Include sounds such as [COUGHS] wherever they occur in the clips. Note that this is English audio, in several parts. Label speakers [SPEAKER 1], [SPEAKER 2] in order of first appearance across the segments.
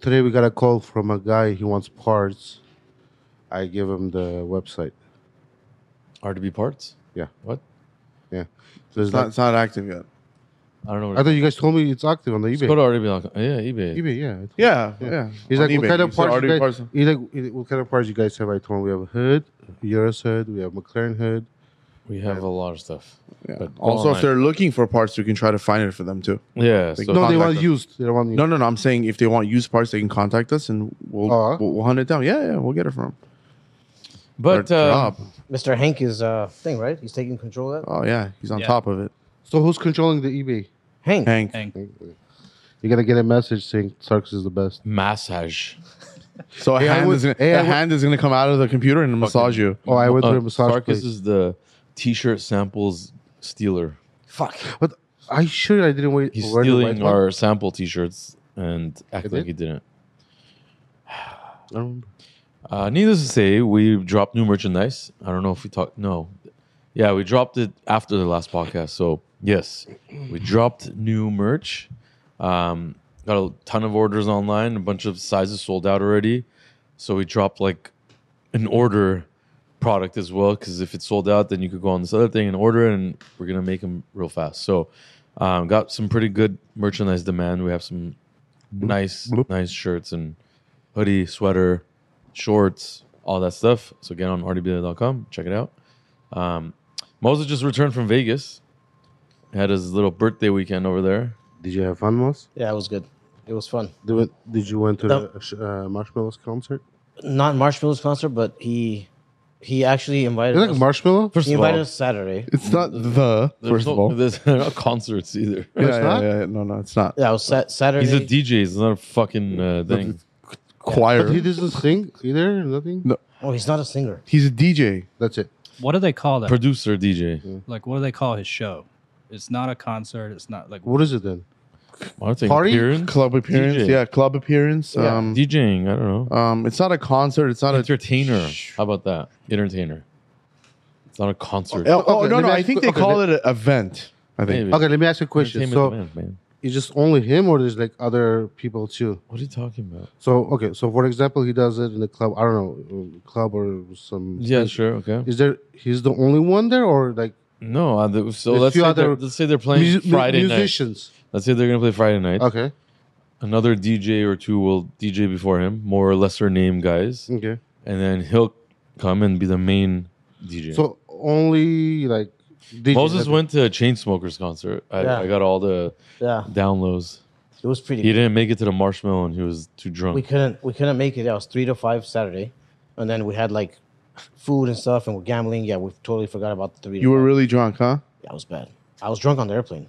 [SPEAKER 1] Today we got a call from a guy. He wants parts. I give him the website.
[SPEAKER 2] RDB parts?
[SPEAKER 1] Yeah.
[SPEAKER 2] What?
[SPEAKER 1] So it's
[SPEAKER 3] It's not,
[SPEAKER 1] not.
[SPEAKER 3] it's not active yet.
[SPEAKER 2] I don't know. What
[SPEAKER 1] I thought you guys told me it's active on the
[SPEAKER 2] Just go
[SPEAKER 1] eBay.
[SPEAKER 2] to RDB.com. Yeah, eBay.
[SPEAKER 1] eBay, yeah.
[SPEAKER 3] Yeah,
[SPEAKER 1] Yeah.
[SPEAKER 3] yeah.
[SPEAKER 1] He's
[SPEAKER 3] On
[SPEAKER 1] like, what
[SPEAKER 3] eBay.
[SPEAKER 1] kind
[SPEAKER 3] You
[SPEAKER 1] of parts?
[SPEAKER 3] said
[SPEAKER 1] You
[SPEAKER 3] already
[SPEAKER 1] guys,
[SPEAKER 3] parts-
[SPEAKER 1] he's like, he's like, what kind of parts you guys have? I told him we have a hood, a Urus hood, we have McLaren hood.
[SPEAKER 2] We have a lot of stuff.
[SPEAKER 3] Yeah.
[SPEAKER 2] But
[SPEAKER 3] also,
[SPEAKER 2] online.
[SPEAKER 3] if they're looking for parts, we can try to find it for them too.
[SPEAKER 2] Yeah.
[SPEAKER 3] Like,
[SPEAKER 2] So
[SPEAKER 1] no, they
[SPEAKER 3] contact
[SPEAKER 1] want
[SPEAKER 3] them.
[SPEAKER 1] used. They don't want
[SPEAKER 3] No, no, no. I'm saying if they want used parts, they can contact us and we'll
[SPEAKER 1] Uh-huh.
[SPEAKER 3] we'll, we'll hunt it down. Yeah, yeah, we'll get it from. 'em.
[SPEAKER 2] but
[SPEAKER 3] Or
[SPEAKER 2] uh,
[SPEAKER 3] Rob.
[SPEAKER 4] Mr. Hank is uh thing, right? He's taking control of that.
[SPEAKER 3] oh yeah, he's on
[SPEAKER 5] Yeah.
[SPEAKER 3] top of it.
[SPEAKER 1] So who's controlling the eBay?
[SPEAKER 4] Hank.
[SPEAKER 3] Hank,
[SPEAKER 5] Hank.
[SPEAKER 1] You're gonna get a message saying Sarkis is the best.
[SPEAKER 2] massage.
[SPEAKER 3] so a
[SPEAKER 1] Hey, I
[SPEAKER 3] hand
[SPEAKER 1] would-
[SPEAKER 3] is gonna,
[SPEAKER 1] hey,
[SPEAKER 3] a
[SPEAKER 1] I would-
[SPEAKER 3] hand is gonna come out of the computer and massage you.
[SPEAKER 1] Oh, I went to
[SPEAKER 2] Uh,
[SPEAKER 1] a massage
[SPEAKER 2] Sarkis
[SPEAKER 1] place.
[SPEAKER 2] is the t-shirt samples stealer.
[SPEAKER 4] Fuck.
[SPEAKER 1] but I sure I didn't wait.
[SPEAKER 2] He's
[SPEAKER 1] wear the white
[SPEAKER 2] stealing
[SPEAKER 1] one?
[SPEAKER 2] our sample t-shirts and act
[SPEAKER 1] Is
[SPEAKER 2] like
[SPEAKER 1] it?
[SPEAKER 2] he didn't.
[SPEAKER 1] I don't remember.
[SPEAKER 2] Uh, needless to say, we dropped new merchandise. I don't know if we talked. No, yeah, we dropped it after the last podcast. So yes, we dropped new merch. Um, got a ton of orders online. A bunch of sizes sold out already. So we dropped like an order product as well because if it's sold out, then you could go on this other thing and order, it, and we're gonna make them real fast. So um, got some pretty good merchandise demand. We have some nice, nice shirts and hoodie, sweater, shorts, all that stuff. So get on rdbla.com, check it out. Um, Moses just returned from Vegas. Had his little birthday weekend over there.
[SPEAKER 1] Did you have fun, Moss?
[SPEAKER 4] Yeah, it was good. It was fun.
[SPEAKER 1] Did, we- did you went to
[SPEAKER 4] No.
[SPEAKER 1] the sh- uh, Marshmallows concert?
[SPEAKER 4] Not Marshmallow's concert, but he he actually invited
[SPEAKER 1] Is it
[SPEAKER 4] us.
[SPEAKER 1] like Marshmallow?
[SPEAKER 2] First
[SPEAKER 4] he
[SPEAKER 2] of all,
[SPEAKER 4] invited us Saturday.
[SPEAKER 3] It's not the
[SPEAKER 2] there's
[SPEAKER 3] first
[SPEAKER 2] no-
[SPEAKER 3] of all.
[SPEAKER 2] [LAUGHS] there's- they're not concerts either.
[SPEAKER 3] Yeah,
[SPEAKER 1] It's
[SPEAKER 3] yeah,
[SPEAKER 1] not?
[SPEAKER 3] yeah, yeah. no, no, it's not.
[SPEAKER 4] Yeah, it was sat- Saturday.
[SPEAKER 2] He's a DJ. He's not a fucking uh, thing.
[SPEAKER 1] But he
[SPEAKER 3] Choir.
[SPEAKER 1] doesn't sing either. Nothing.
[SPEAKER 3] No.
[SPEAKER 4] oh, he's not a singer.
[SPEAKER 3] He's a DJ.
[SPEAKER 1] That's it.
[SPEAKER 5] What do they call that?
[SPEAKER 2] Producer DJ.
[SPEAKER 5] like, what do they call his show? It's not a concert. It's not like
[SPEAKER 1] What is it then?
[SPEAKER 2] I don't think
[SPEAKER 1] Party?
[SPEAKER 2] appearance?
[SPEAKER 3] Club appearance.
[SPEAKER 2] DJ.
[SPEAKER 3] Yeah, club appearance.
[SPEAKER 4] Yeah.
[SPEAKER 3] Um,
[SPEAKER 2] DJing. I don't know.
[SPEAKER 3] um, it's not a concert. It's not a
[SPEAKER 2] Entertainer. How about that? Entertainer. It's not a concert.
[SPEAKER 3] Oh, oh,
[SPEAKER 1] Okay,
[SPEAKER 3] no,
[SPEAKER 1] let
[SPEAKER 3] no.
[SPEAKER 1] me
[SPEAKER 3] I
[SPEAKER 1] ask
[SPEAKER 3] think
[SPEAKER 1] you-
[SPEAKER 3] they
[SPEAKER 1] okay,
[SPEAKER 3] call
[SPEAKER 1] let-
[SPEAKER 3] it an event. I think.
[SPEAKER 2] Maybe.
[SPEAKER 1] Okay, let me ask you a question. So
[SPEAKER 2] Entertainment demand, man.
[SPEAKER 1] it's just only him, or there's like other people too?
[SPEAKER 2] What are you talking about?
[SPEAKER 1] So okay, so for example, he does it in the club. I don't know, uh, club or some.
[SPEAKER 2] Yeah, sure. Okay.
[SPEAKER 1] Is there? He's the only one there, or like
[SPEAKER 2] No, I th- so
[SPEAKER 1] There's
[SPEAKER 2] let's
[SPEAKER 1] few
[SPEAKER 2] say,
[SPEAKER 1] other
[SPEAKER 2] they're, let's say they're playing
[SPEAKER 1] Musi- mu-
[SPEAKER 2] Friday night.
[SPEAKER 1] musicians?
[SPEAKER 2] Let's say they're gonna play Friday night.
[SPEAKER 1] Okay.
[SPEAKER 2] Another DJ or two will DJ before him, more or lesser name guys,
[SPEAKER 1] Okay.
[SPEAKER 2] and then he'll come and be the main DJ.
[SPEAKER 1] So only like DJ
[SPEAKER 2] Moses
[SPEAKER 1] okay.
[SPEAKER 2] went to a Chainsmokers concert. I,
[SPEAKER 4] Yeah.
[SPEAKER 2] I got all the
[SPEAKER 4] Yeah,
[SPEAKER 2] downloads.
[SPEAKER 4] it was pretty.
[SPEAKER 2] He
[SPEAKER 4] Good.
[SPEAKER 2] didn't make it to the marshmallow, and he was too drunk.
[SPEAKER 4] We couldn't we couldn't make it. It was three to five Saturday, and then we had like food and stuff, and we're gambling. Yeah, we totally forgot about the three. to
[SPEAKER 3] You were
[SPEAKER 4] five.
[SPEAKER 3] really drunk, huh?
[SPEAKER 4] Yeah, it was bad. I was drunk on the airplane.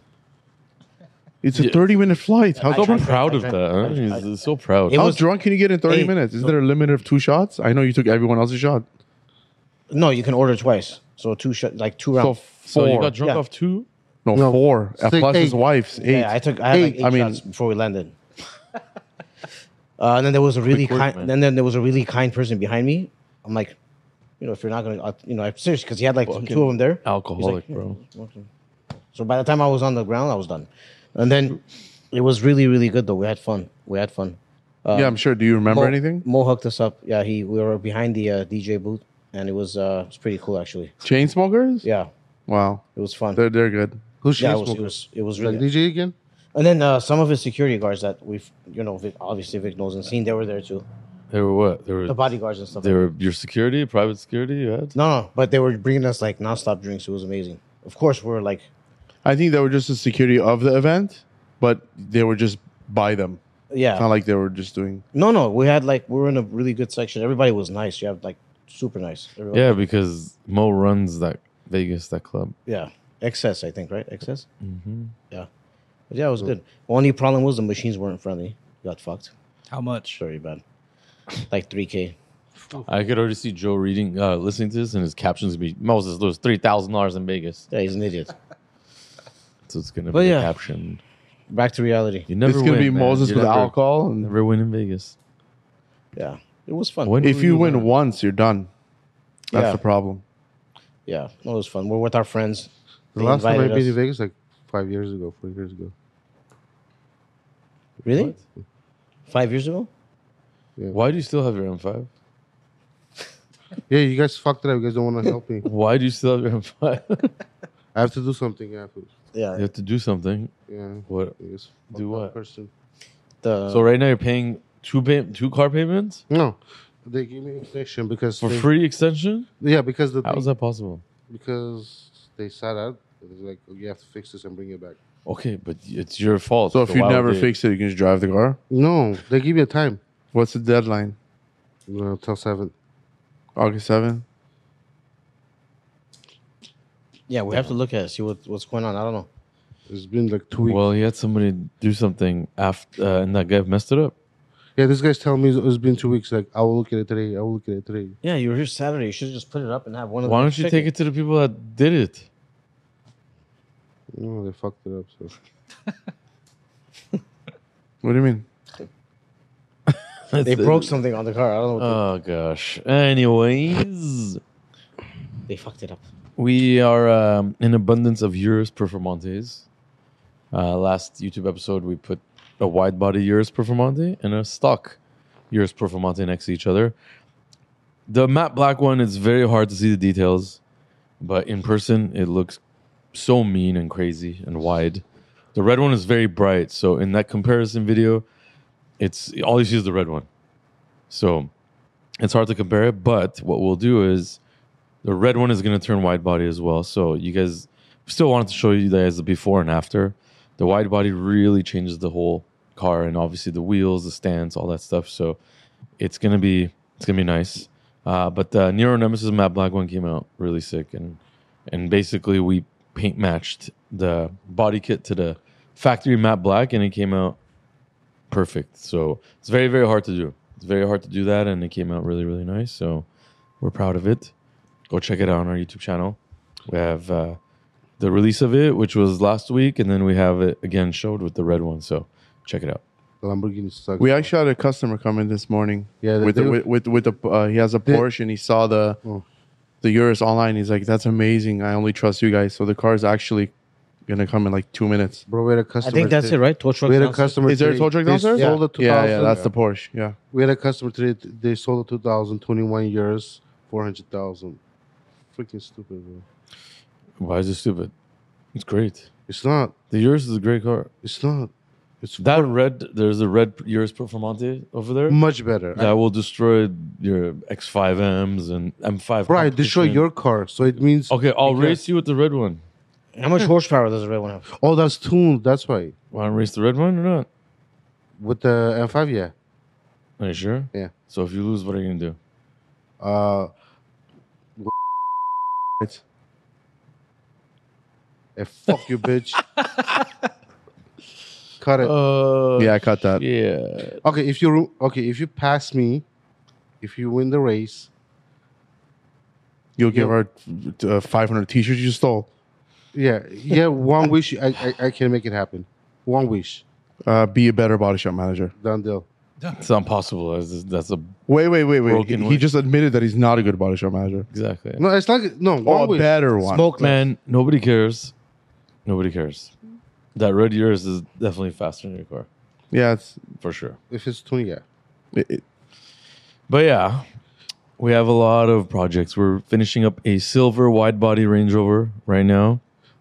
[SPEAKER 3] It's a
[SPEAKER 2] Yeah.
[SPEAKER 3] 30 minute flight. How,
[SPEAKER 2] so
[SPEAKER 3] drunk,
[SPEAKER 4] drank-
[SPEAKER 2] proud
[SPEAKER 4] I
[SPEAKER 2] of
[SPEAKER 4] drank-
[SPEAKER 2] that. Huh?
[SPEAKER 4] I-
[SPEAKER 2] He's,
[SPEAKER 4] I-
[SPEAKER 2] he's so proud.
[SPEAKER 4] It
[SPEAKER 3] how
[SPEAKER 4] was-
[SPEAKER 3] drunk can you get in 30
[SPEAKER 4] Hey,
[SPEAKER 3] minutes? Isn't
[SPEAKER 4] so-
[SPEAKER 3] there a limit of two shots? I know you took everyone else's shot.
[SPEAKER 4] No, you can order twice. So two sh- like two
[SPEAKER 3] So
[SPEAKER 4] rounds.
[SPEAKER 2] so
[SPEAKER 3] four.
[SPEAKER 2] you got drunk
[SPEAKER 4] Yeah.
[SPEAKER 2] off two?
[SPEAKER 3] no,
[SPEAKER 1] No.
[SPEAKER 3] four. Uh,
[SPEAKER 1] Six-
[SPEAKER 3] plus his
[SPEAKER 1] eight.
[SPEAKER 3] wife's eight.
[SPEAKER 4] Yeah, I took I had like
[SPEAKER 1] Eight.
[SPEAKER 4] eight
[SPEAKER 3] I mean-
[SPEAKER 4] shots before we landed. uh, and then there was a really
[SPEAKER 2] work,
[SPEAKER 4] kind.
[SPEAKER 2] man.
[SPEAKER 4] Then then there was a really kind person behind me. I'm like, you know, if you're not gonna, uh, you know, I'm serious because he had like two of them there.
[SPEAKER 2] Alcoholic, bro.
[SPEAKER 4] So by the time I was on the ground, I was done. And then it was really really good though. We had fun. We had fun.
[SPEAKER 3] yeah, I'm sure. Do you remember
[SPEAKER 4] Mo,
[SPEAKER 3] anything?
[SPEAKER 4] Mo hooked us up. Yeah, he we were behind the uh, DJ booth, and it was uh, it was pretty cool actually.
[SPEAKER 3] Chain smokers?
[SPEAKER 4] Yeah,
[SPEAKER 3] Wow.
[SPEAKER 4] it was fun.
[SPEAKER 3] They're, they're good.
[SPEAKER 1] Who's
[SPEAKER 4] yeah, it was,
[SPEAKER 1] Chainsmokers?
[SPEAKER 4] it was it was
[SPEAKER 1] like
[SPEAKER 4] really
[SPEAKER 1] DJ again?
[SPEAKER 4] And then uh, some of his security guards that we've, you know, Vic, obviously Vic knows and seen, they were there too.
[SPEAKER 2] They were what? They were
[SPEAKER 4] The bodyguards and stuff.
[SPEAKER 2] they were your security, private security. You had?
[SPEAKER 4] no, no, but they were bringing us like nonstop drinks. It was amazing. Of course, we were like,
[SPEAKER 3] I think they were just the security of the event, but they were just by them.
[SPEAKER 4] yeah,
[SPEAKER 3] It's not like they were just doing.
[SPEAKER 4] no, no, we had like we were in a really good section. Everybody was nice. You have like super nice. Everyone-
[SPEAKER 2] Yeah, because Mo runs that Vegas that club.
[SPEAKER 4] yeah. Excess, I think, right? Excess.
[SPEAKER 2] Mm-hmm.
[SPEAKER 4] Yeah, but yeah, it was good. Only problem was the machines weren't friendly. Got fucked.
[SPEAKER 5] how much?
[SPEAKER 4] Very bad. Like three k.
[SPEAKER 2] I could already see Joe reading, uh, listening to this, and his captions would be Moses lose three thousand dollars in Vegas.
[SPEAKER 4] Yeah, he's an idiot.
[SPEAKER 2] So it's gonna
[SPEAKER 4] But
[SPEAKER 2] be
[SPEAKER 4] yeah.
[SPEAKER 2] a caption.
[SPEAKER 4] Back to reality.
[SPEAKER 2] You never.
[SPEAKER 3] it's gonna
[SPEAKER 2] win,
[SPEAKER 3] be
[SPEAKER 2] man.
[SPEAKER 3] Moses
[SPEAKER 2] You
[SPEAKER 3] with
[SPEAKER 2] never-
[SPEAKER 3] alcohol. And
[SPEAKER 2] Never win in Vegas.
[SPEAKER 4] Yeah, it was fun.
[SPEAKER 2] When
[SPEAKER 3] if
[SPEAKER 2] will
[SPEAKER 3] you
[SPEAKER 2] do
[SPEAKER 3] win
[SPEAKER 2] that?
[SPEAKER 3] once, you're done. That's
[SPEAKER 4] Yeah.
[SPEAKER 3] the problem.
[SPEAKER 4] Yeah, no, it was fun. We're with our friends.
[SPEAKER 1] The
[SPEAKER 4] They
[SPEAKER 1] last time I've
[SPEAKER 4] invited
[SPEAKER 1] been
[SPEAKER 4] us.
[SPEAKER 1] in Vegas like five years ago, four years ago.
[SPEAKER 4] Really? Five years ago?
[SPEAKER 2] Why do you still have your M5?
[SPEAKER 1] Yeah, you guys fucked it up. You guys don't want to help me.
[SPEAKER 2] Why do you still have your [LAUGHS] M5?
[SPEAKER 1] I have to do something. Yeah, but-
[SPEAKER 4] Yeah.
[SPEAKER 2] you have to do something.
[SPEAKER 1] yeah.
[SPEAKER 2] What?
[SPEAKER 1] you guys fucked
[SPEAKER 2] Do
[SPEAKER 1] up
[SPEAKER 2] what?
[SPEAKER 1] Person.
[SPEAKER 4] The,
[SPEAKER 2] so right now you're paying two pay- two car payments
[SPEAKER 1] No, they gave me extension because
[SPEAKER 2] for
[SPEAKER 1] they-
[SPEAKER 2] free extension.
[SPEAKER 1] Yeah, because the
[SPEAKER 2] How is
[SPEAKER 1] thing,
[SPEAKER 2] that possible?
[SPEAKER 1] because they sat out. It was like oh, you have to fix this and bring it back.
[SPEAKER 2] Okay, but it's your fault.
[SPEAKER 3] So if you
[SPEAKER 2] why would
[SPEAKER 3] never
[SPEAKER 2] they-
[SPEAKER 3] fix it, you can just drive the car.
[SPEAKER 1] No, they give you a time
[SPEAKER 3] What's the deadline?
[SPEAKER 1] no, till seven.
[SPEAKER 3] August 7th?
[SPEAKER 4] yeah, we have to look at it, see what, what's going on. I don't know.
[SPEAKER 1] It's been like two weeks.
[SPEAKER 2] well, he had somebody do something after, uh, and that guy messed it up.
[SPEAKER 1] yeah, this guy's telling me it's- it's been two weeks. Like I will look at it today. I will look at it today.
[SPEAKER 4] Yeah, you were here Saturday. You should have just put it up and have one of
[SPEAKER 2] Why don't you take it to the people that did it?
[SPEAKER 1] No, they fucked it up. So
[SPEAKER 3] What do you mean?
[SPEAKER 4] They broke something on the Uh, car. I don't know. What
[SPEAKER 2] Oh gosh. Anyways,
[SPEAKER 4] they, they fucked it up.
[SPEAKER 2] we are um, in abundance of Euros Performantes. Uh, last YouTube episode, we put a wide body Euros Performante and a stock Euros Performante next to each other. The matte black one, it's very hard to see the details, but in person, it looks so mean and crazy and wide. The red one is very bright, so in that comparison video, it's all you see is the red one. So it's hard to compare it, but what we'll do is the red one is going to turn wide body as well. So you guys still wanted to show you guys the before and after. The wide body really changes the whole car and obviously the wheels, the stance, all that stuff. So it's gonna be it's gonna be nice. Uh, but the Nero Nemesis Matte Black one came out really sick and and basically we paint matched the body kit to the factory matte black and it came out perfect. So it's very very hard to do. It's very hard to do that and it came out really really nice. So we're proud of it go check it out on our YouTube channel. We have uh, the release of it, which was last week, and then we have it again showed with the red one. So check it out.
[SPEAKER 1] the Lamborghini sucks.
[SPEAKER 3] We actually had a customer come in this morning.
[SPEAKER 1] Yeah, they
[SPEAKER 3] with, the,
[SPEAKER 1] do.
[SPEAKER 3] with with with the uh, he has a Porsche and he saw the
[SPEAKER 1] Oh.
[SPEAKER 3] the Urus online. He's like, "That's amazing! I only trust you guys." So the car is actually gonna come in like two minutes.
[SPEAKER 1] bro, we had a customer.
[SPEAKER 4] I think that's it,
[SPEAKER 1] today-
[SPEAKER 4] right? Tow truck.
[SPEAKER 1] We had a
[SPEAKER 4] downstairs.
[SPEAKER 1] customer.
[SPEAKER 3] Is there a
[SPEAKER 1] today,
[SPEAKER 3] tow truck
[SPEAKER 1] they
[SPEAKER 3] downstairs?
[SPEAKER 1] Sold a 2000.
[SPEAKER 3] Yeah, yeah, that's the Porsche. Yeah,
[SPEAKER 1] We had a customer today. th- They sold a 2000, 21 years, 400,000. Freaking stupid, bro.
[SPEAKER 2] Why is it stupid? It's great.
[SPEAKER 1] It's not.
[SPEAKER 2] The Urus is a great car.
[SPEAKER 1] It's not. It's
[SPEAKER 2] That red, there's a red Urus Performante over there
[SPEAKER 1] much better.
[SPEAKER 2] that will destroy your X5Ms and M5.
[SPEAKER 1] Bro, I destroy
[SPEAKER 2] competition.
[SPEAKER 1] your car, so it means
[SPEAKER 2] Okay, I'll
[SPEAKER 1] because-
[SPEAKER 2] race you with the red one.
[SPEAKER 4] How much horsepower does the red one have?
[SPEAKER 1] oh, that's tuned. That's why
[SPEAKER 2] Want to race the red one or not?
[SPEAKER 1] with the M5, yeah.
[SPEAKER 2] Are you sure?
[SPEAKER 1] Yeah.
[SPEAKER 2] So if you lose, what are you gonna do?
[SPEAKER 1] Uh, [LAUGHS]
[SPEAKER 3] It's-
[SPEAKER 1] eh, fuck you, bitch. Cut it.
[SPEAKER 2] Uh,
[SPEAKER 3] yeah. I cut that.
[SPEAKER 2] Yeah.
[SPEAKER 1] Okay, if you ru- okay, if you pass me, if you win the race,
[SPEAKER 3] You'll give
[SPEAKER 1] Yeah.
[SPEAKER 3] our uh, 500 t-shirts you stole.
[SPEAKER 1] yeah, yeah. One wish, I, I I can make it happen. One wish,
[SPEAKER 3] Uh, be a better body shop manager.
[SPEAKER 1] done deal.
[SPEAKER 2] It's not possible. That's, that's a
[SPEAKER 3] Wait, wait, wait, wait.
[SPEAKER 2] Broken
[SPEAKER 3] He,
[SPEAKER 2] one.
[SPEAKER 3] he just admitted that he's not a good body shop manager.
[SPEAKER 2] exactly.
[SPEAKER 1] No, it's like no one
[SPEAKER 3] Oh, a
[SPEAKER 1] wish.
[SPEAKER 3] better one.
[SPEAKER 4] Smoke man.
[SPEAKER 2] Man, nobody cares. Nobody cares. That red yours is definitely faster than your car,
[SPEAKER 3] Yeah, it's
[SPEAKER 2] for sure.
[SPEAKER 1] If it's tuned, yeah.
[SPEAKER 3] it, it-
[SPEAKER 2] But yeah, we have a lot of projects. We're finishing up a silver wide body Range Rover right now.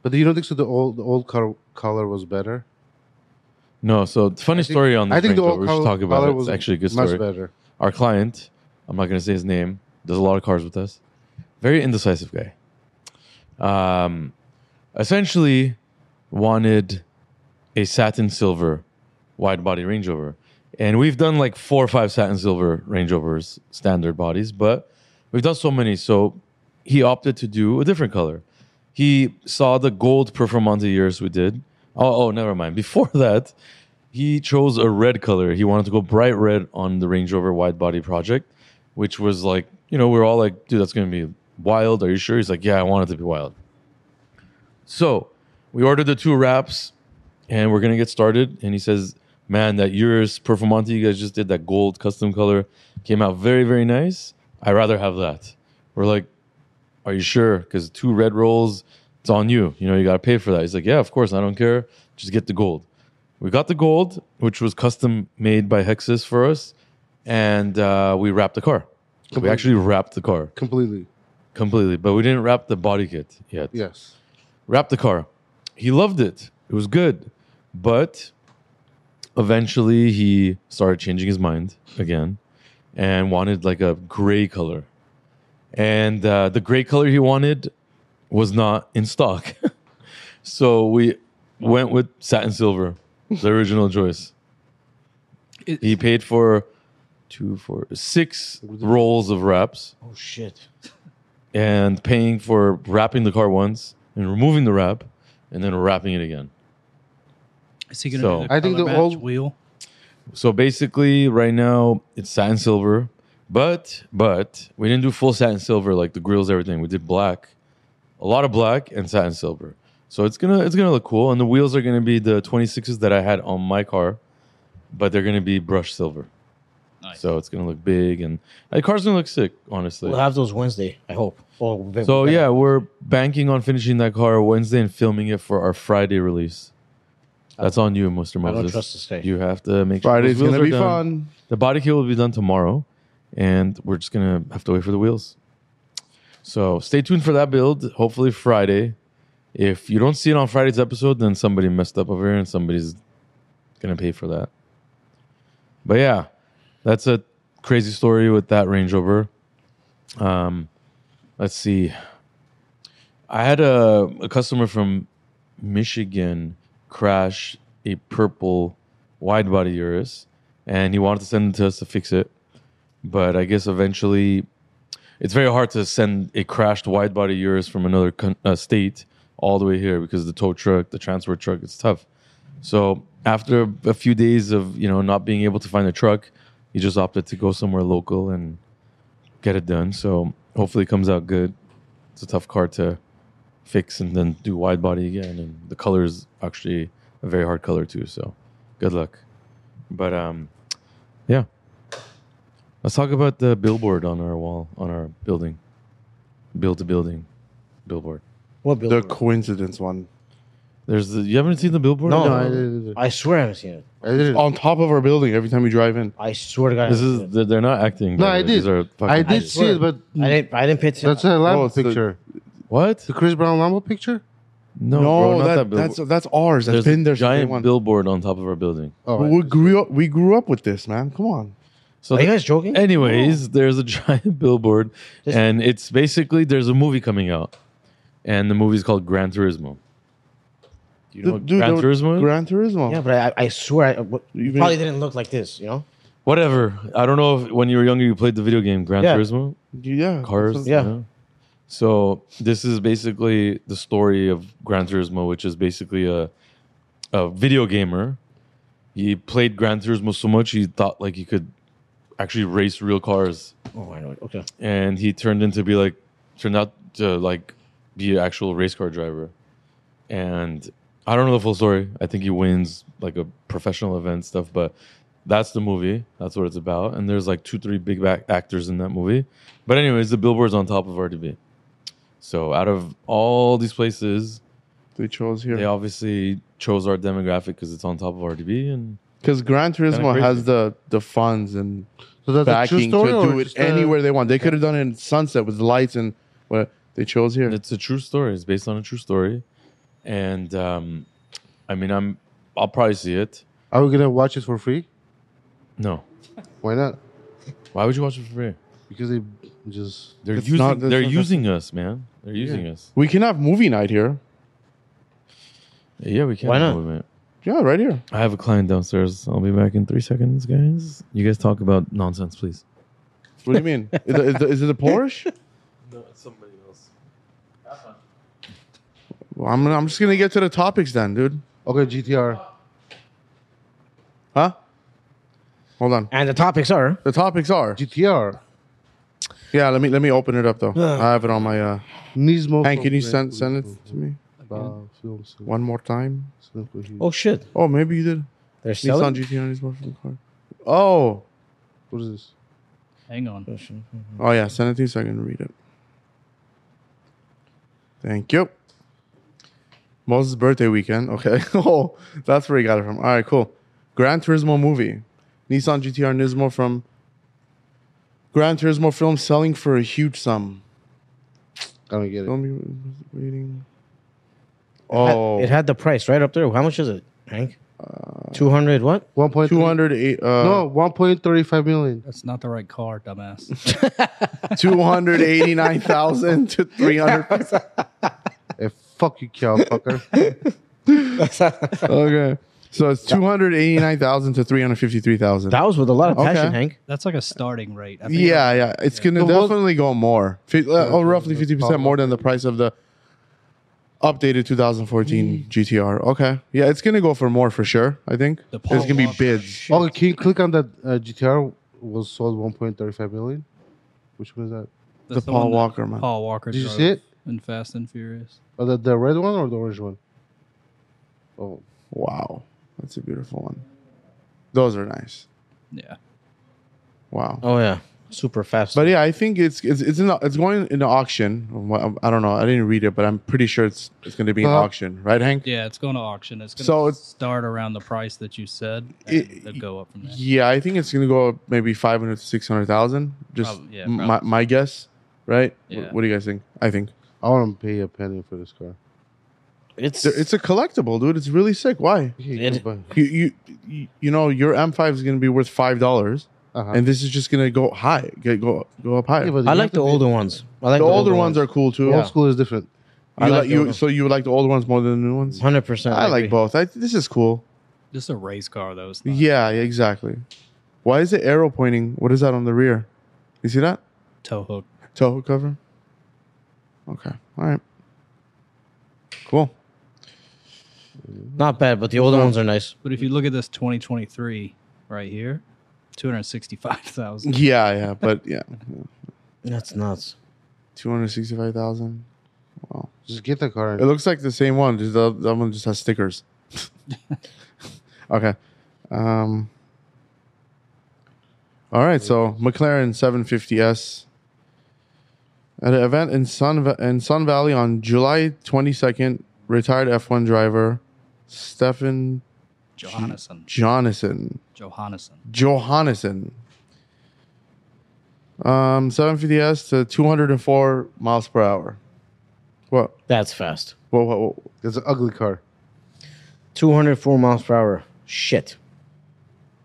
[SPEAKER 1] But you don't think so? The old the old car color was better.
[SPEAKER 2] No, so it's a funny story on this
[SPEAKER 1] I think
[SPEAKER 2] Range
[SPEAKER 1] the old
[SPEAKER 2] Rover. We should
[SPEAKER 1] col-
[SPEAKER 2] talk about
[SPEAKER 1] color
[SPEAKER 2] it. It's
[SPEAKER 1] was
[SPEAKER 2] actually a good
[SPEAKER 1] much
[SPEAKER 2] story.
[SPEAKER 1] better.
[SPEAKER 2] Our client, I'm not going to say his name, does a lot of cars with us. Very indecisive guy. Um, essentially wanted a satin silver wide body Range Rover. And we've done like four or five satin silver Range Rovers, standard bodies, but we've done so many. So he opted to do a different color. He saw the gold Performante years we did. Oh, oh, never mind. Before [LAUGHS] that, he chose a red color. He wanted to go bright red on the Range Rover wide body project, which was like, you know, we are all like, dude, that's going to be wild. Are you sure? He's like, yeah, I want it to be wild. So we ordered the two wraps and we're going to get started. And he says, man, that yours Performante you guys just did, that gold custom color came out very, very nice. I'd rather have that. We're like, are you sure? Because two red rolls, it's on you. You know, you got to pay for that. He's like, yeah, of course. I don't care. Just get the gold. We got the gold, which was custom made by Hexus for us. and uh, we wrapped the car. We
[SPEAKER 1] Completely.
[SPEAKER 2] actually wrapped the car
[SPEAKER 1] completely.
[SPEAKER 2] completely, but we didn't wrap the body kit yet.
[SPEAKER 1] Yes.
[SPEAKER 2] Wrapped the car. He loved it. It was good, but eventually he started changing his mind again and wanted like a gray color. And uh, the gray color he wanted was not in stock, [LAUGHS] so we went with satin silver, the original choice.
[SPEAKER 5] It-
[SPEAKER 2] He paid for two, four, six rolls of wraps
[SPEAKER 4] Oh shit.
[SPEAKER 2] and paying for wrapping the car once and removing the wrap and then wrapping it again.
[SPEAKER 5] Is he gonna
[SPEAKER 2] So-
[SPEAKER 5] do the
[SPEAKER 1] I think
[SPEAKER 5] color
[SPEAKER 1] the
[SPEAKER 5] match
[SPEAKER 1] old-
[SPEAKER 5] wheel?
[SPEAKER 2] So basically, right now it's satin silver, but but we didn't do full satin silver like the grills, everything. We did black, a lot of black and satin silver. So it's gonna it's gonna look cool, and the wheels are gonna be the 26s that I had on my car, but they're gonna be brushed silver.
[SPEAKER 5] Nice.
[SPEAKER 2] So it's gonna look big, and the car's gonna look sick, honestly.
[SPEAKER 4] We'll have those Wednesday, I hope. Or ve-
[SPEAKER 2] So
[SPEAKER 4] whenever.
[SPEAKER 2] yeah, we're banking on finishing that car Wednesday and filming it for our Friday release. That's on you, Mr. Moses.
[SPEAKER 4] Uh, I don't trust this guy.
[SPEAKER 2] You have to make sure
[SPEAKER 3] Friday's
[SPEAKER 2] those wheels
[SPEAKER 3] gonna
[SPEAKER 2] are
[SPEAKER 3] be
[SPEAKER 2] done.
[SPEAKER 3] fun.
[SPEAKER 2] The body kit will be done tomorrow, and we're just gonna have to wait for the wheels. So stay tuned for that build. Hopefully Friday. If you don't see it on Friday's episode, then somebody messed up over here, and somebody's gonna pay for that. But yeah, that's a crazy story with that Range Rover. Um, let's see. I had a, a customer from Michigan crash a purple wide body Urus, and he wanted to send it to us to fix it. But I guess eventually, it's very hard to send a crashed wide body Urus from another con- uh, state all the way here because the tow truck, the transport truck, it's tough. So after a few days of you know not being able to find a truck, he just opted to go somewhere local and get it done. So hopefully it comes out good. It's a tough car to fix and then do wide body again, and the color is actually a very hard color too. So good luck. But um, yeah, let's talk about the billboard on our wall on our building, build to building, billboard.
[SPEAKER 4] What
[SPEAKER 3] The
[SPEAKER 4] building?
[SPEAKER 3] coincidence one.
[SPEAKER 2] There's the, you haven't seen the billboard?
[SPEAKER 1] No, I didn't.
[SPEAKER 4] I swear I haven't seen it.
[SPEAKER 1] I didn't.
[SPEAKER 3] On top of our building every time we drive in.
[SPEAKER 4] I swear to God. I
[SPEAKER 2] This
[SPEAKER 4] haven't
[SPEAKER 2] is
[SPEAKER 4] seen it.
[SPEAKER 2] they're they're not acting.
[SPEAKER 1] No,
[SPEAKER 2] by the
[SPEAKER 1] I
[SPEAKER 2] way. These
[SPEAKER 1] did.
[SPEAKER 2] are fucking-
[SPEAKER 1] I did
[SPEAKER 4] I
[SPEAKER 1] see it,
[SPEAKER 4] swear.
[SPEAKER 1] but
[SPEAKER 4] I didn't. I didn't pay attention.
[SPEAKER 1] that's a Lambo
[SPEAKER 3] No, it's the-
[SPEAKER 1] picture.
[SPEAKER 2] What?
[SPEAKER 1] The Chris Brown Lambo picture?
[SPEAKER 2] No,
[SPEAKER 3] no,
[SPEAKER 2] bro, not
[SPEAKER 3] that-
[SPEAKER 2] that, billboard.
[SPEAKER 3] that's that's ours. That's
[SPEAKER 2] There's
[SPEAKER 3] been
[SPEAKER 2] a
[SPEAKER 3] there. since day
[SPEAKER 2] giant
[SPEAKER 3] one.
[SPEAKER 2] billboard on top of our building.
[SPEAKER 1] Oh,
[SPEAKER 3] But we grew up. We grew up with this, man. Come on.
[SPEAKER 2] So
[SPEAKER 4] Are you [LAUGHS]
[SPEAKER 2] the-
[SPEAKER 4] guys joking?
[SPEAKER 2] Anyways, there's a giant [LAUGHS] billboard,
[SPEAKER 4] Just-
[SPEAKER 2] and it's basically there's a movie coming out, and the movie's called Gran Turismo. Do you know what
[SPEAKER 3] Dude,
[SPEAKER 2] Gran
[SPEAKER 3] that-
[SPEAKER 2] Turismo? is?
[SPEAKER 3] Gran Turismo.
[SPEAKER 4] Yeah, but I, I swear I w-
[SPEAKER 3] You mean-
[SPEAKER 4] probably didn't look like this. You know.
[SPEAKER 2] Whatever. I don't know if when you were younger you played the video game Gran
[SPEAKER 4] Yeah.
[SPEAKER 2] Turismo
[SPEAKER 3] yeah.
[SPEAKER 2] cars.
[SPEAKER 4] Yeah.
[SPEAKER 2] So this is basically the story of Gran Turismo, which is basically a a video gamer. He played Gran Turismo so much he thought like he could actually race real cars.
[SPEAKER 4] Oh, I know. it. Okay.
[SPEAKER 2] and he turned into be like turned out to like be an actual race car driver and i don't know the full story i think he wins like a professional event stuff but that's the movie that's what it's about and there's like two three big back actors in that movie but anyways the billboard's on top of rdb so out of all these places
[SPEAKER 3] They chose
[SPEAKER 2] they
[SPEAKER 3] here
[SPEAKER 2] obviously chose our demographic because it's on top of rdb and
[SPEAKER 3] because Gran Turismo
[SPEAKER 2] crazy.
[SPEAKER 3] has the the funds and
[SPEAKER 1] so that's a true
[SPEAKER 3] backing to
[SPEAKER 1] story. or
[SPEAKER 3] do it
[SPEAKER 1] just a-
[SPEAKER 3] anywhere they want. They could have done it in Sunset with lights and what they chose here.
[SPEAKER 2] It's a true story. It's based on a true story, and um, I mean, I'm I'll probably see it.
[SPEAKER 1] Are we going to watch it for free?
[SPEAKER 2] No,
[SPEAKER 1] Why not?
[SPEAKER 2] why would you watch it for free?
[SPEAKER 1] Because they just.
[SPEAKER 2] They're
[SPEAKER 3] It's
[SPEAKER 2] using
[SPEAKER 3] not- that's
[SPEAKER 2] they're
[SPEAKER 3] not-
[SPEAKER 2] using us, man. They're using us.
[SPEAKER 3] We can have movie night here.
[SPEAKER 2] Yeah, we can.
[SPEAKER 4] Why not?
[SPEAKER 2] move it.
[SPEAKER 3] Yeah, right here.
[SPEAKER 2] I have a client downstairs. I'll be back in three seconds, guys. You guys talk about nonsense, please.
[SPEAKER 3] What do you mean? is, it- is it- is it a Porsche?
[SPEAKER 2] [LAUGHS] No, it's somebody else.
[SPEAKER 3] Well, I'm I'm just gonna get to the topics then, dude.
[SPEAKER 1] Okay, GTR.
[SPEAKER 3] Huh? Hold on.
[SPEAKER 4] And the topics are.
[SPEAKER 3] The topics are.
[SPEAKER 1] GTR.
[SPEAKER 3] Yeah, let me let me open it up though.
[SPEAKER 4] Ugh.
[SPEAKER 3] I have it on my. uh
[SPEAKER 1] Nismo.
[SPEAKER 3] Hank, can you send send it to me
[SPEAKER 1] What?
[SPEAKER 3] one more time?
[SPEAKER 4] Oh shit!
[SPEAKER 3] Oh, maybe you did.
[SPEAKER 4] They're
[SPEAKER 3] Nissan
[SPEAKER 4] selling.
[SPEAKER 3] GTR is more from the car. Oh,
[SPEAKER 1] What is this?
[SPEAKER 5] Hang on.
[SPEAKER 3] oh yeah. Send it to me so I can read it. Thank you. Moses' birthday weekend. Okay. [LAUGHS] oh, that's where he got it from. All right, cool. Gran Turismo movie. Nissan GTR Nismo from Gran Turismo film selling for a huge sum.
[SPEAKER 1] I don't get it.
[SPEAKER 3] Don't be waiting.
[SPEAKER 4] It had-
[SPEAKER 3] Oh,
[SPEAKER 4] It had the price right up there. How much is it, Hank?
[SPEAKER 3] Uh,
[SPEAKER 4] Two hundred what?
[SPEAKER 1] One point
[SPEAKER 3] two hundred eight.
[SPEAKER 1] No,
[SPEAKER 3] Uh,
[SPEAKER 1] one point thirty-five million.
[SPEAKER 5] That's not the right car, dumbass.
[SPEAKER 3] [LAUGHS] two hundred eighty nine thousand to three hundred.
[SPEAKER 1] Hey, Eh, fuck you, cow fucker.
[SPEAKER 4] that
[SPEAKER 3] [LAUGHS] okay, so it's two hundred eighty nine thousand to three hundred fifty three thousand.
[SPEAKER 4] was with a lot of passion,
[SPEAKER 3] Okay.
[SPEAKER 4] Hank.
[SPEAKER 5] That's like a starting rate. I think
[SPEAKER 3] Yeah, yeah, it's gonna
[SPEAKER 1] The world-
[SPEAKER 3] definitely go more. Fi- uh, oh, roughly fifty percent more than the price of the updated
[SPEAKER 5] Mm.
[SPEAKER 3] 2014 GTR. Okay, yeah, it's gonna go for more for sure. I think
[SPEAKER 5] The Paul
[SPEAKER 3] there's gonna be
[SPEAKER 5] Walker
[SPEAKER 3] bids.
[SPEAKER 5] shit.
[SPEAKER 1] okay, can you click on that uh, GTR was sold one point thirty-five million? Which one is that?
[SPEAKER 3] The
[SPEAKER 5] That's
[SPEAKER 3] Paul
[SPEAKER 5] one that
[SPEAKER 3] Walker man.
[SPEAKER 5] Paul Walker.
[SPEAKER 1] Did you
[SPEAKER 5] drove
[SPEAKER 1] see it?
[SPEAKER 5] In Fast and Furious.
[SPEAKER 1] Oh, the, the red one or the orange one? Oh,
[SPEAKER 3] Wow, that's a beautiful one. Those are nice.
[SPEAKER 5] Yeah.
[SPEAKER 3] Wow.
[SPEAKER 4] Oh yeah, super fast.
[SPEAKER 3] But yeah, I think it's it's it's, in the, it's going in the auction. Well, I don't know. I didn't read it, but I'm pretty sure it's it's going to be an
[SPEAKER 1] Uh,
[SPEAKER 3] auction, right, Hank?
[SPEAKER 5] Yeah, it's going to auction. It's going
[SPEAKER 3] So
[SPEAKER 5] to
[SPEAKER 3] it's-
[SPEAKER 5] start around the price that you said. And
[SPEAKER 3] It-
[SPEAKER 5] it'll go up from there.
[SPEAKER 3] Yeah, I think it's going to go up maybe five hundred to six hundred thousand. Just
[SPEAKER 5] Prob- yeah,
[SPEAKER 3] m- my
[SPEAKER 5] probably.
[SPEAKER 3] my guess, right? Wh-
[SPEAKER 5] Yeah.
[SPEAKER 3] What, do you guys think? I think
[SPEAKER 1] I want to pay a penny for this car.
[SPEAKER 4] it's
[SPEAKER 3] There- it's a collectible, dude. It's really sick. Why?
[SPEAKER 4] It-
[SPEAKER 1] uh
[SPEAKER 3] You you you- you know your M5 is going to be worth five dollars,
[SPEAKER 1] Uh-huh.
[SPEAKER 3] and this is just going to go high, get, go go up higher.
[SPEAKER 4] I like the older ones. I like
[SPEAKER 3] the, older ones are cool too.
[SPEAKER 1] Old school is different.
[SPEAKER 3] You
[SPEAKER 4] I like
[SPEAKER 3] like-
[SPEAKER 4] the
[SPEAKER 3] you-
[SPEAKER 4] older-
[SPEAKER 3] so you like the older ones more than the new ones?
[SPEAKER 4] Hundred percent.
[SPEAKER 3] I like both. I, this is cool.
[SPEAKER 5] This is a race car, though. It's not-
[SPEAKER 3] Yeah, yeah, exactly. Why is the arrow pointing? What is that on the rear? You see that?
[SPEAKER 5] Tow hook.
[SPEAKER 3] Toe hook cover? Okay. All right. Cool.
[SPEAKER 4] Not bad, but the older ones are nice.
[SPEAKER 5] But if you look at this 2023 right here,
[SPEAKER 3] [LAUGHS]
[SPEAKER 5] 265,000.
[SPEAKER 3] Yeah, yeah, but yeah.
[SPEAKER 4] That's nuts.
[SPEAKER 3] 265,000.
[SPEAKER 1] Just get the car.
[SPEAKER 3] It looks like the same one. Just the that one just has stickers. okay. Um All right, so McLaren 750S at an event in Sun Va- in Sun Valley on July 22nd, retired F1 driver Stefan
[SPEAKER 5] Johannesson.
[SPEAKER 3] Johnson
[SPEAKER 5] Johannesson.
[SPEAKER 3] Johannesson. Um 750S to 204 miles per hour. What?
[SPEAKER 4] That's fast.
[SPEAKER 3] What, what, what
[SPEAKER 1] That's an ugly car.
[SPEAKER 4] Two hundred four miles per hour. Shit.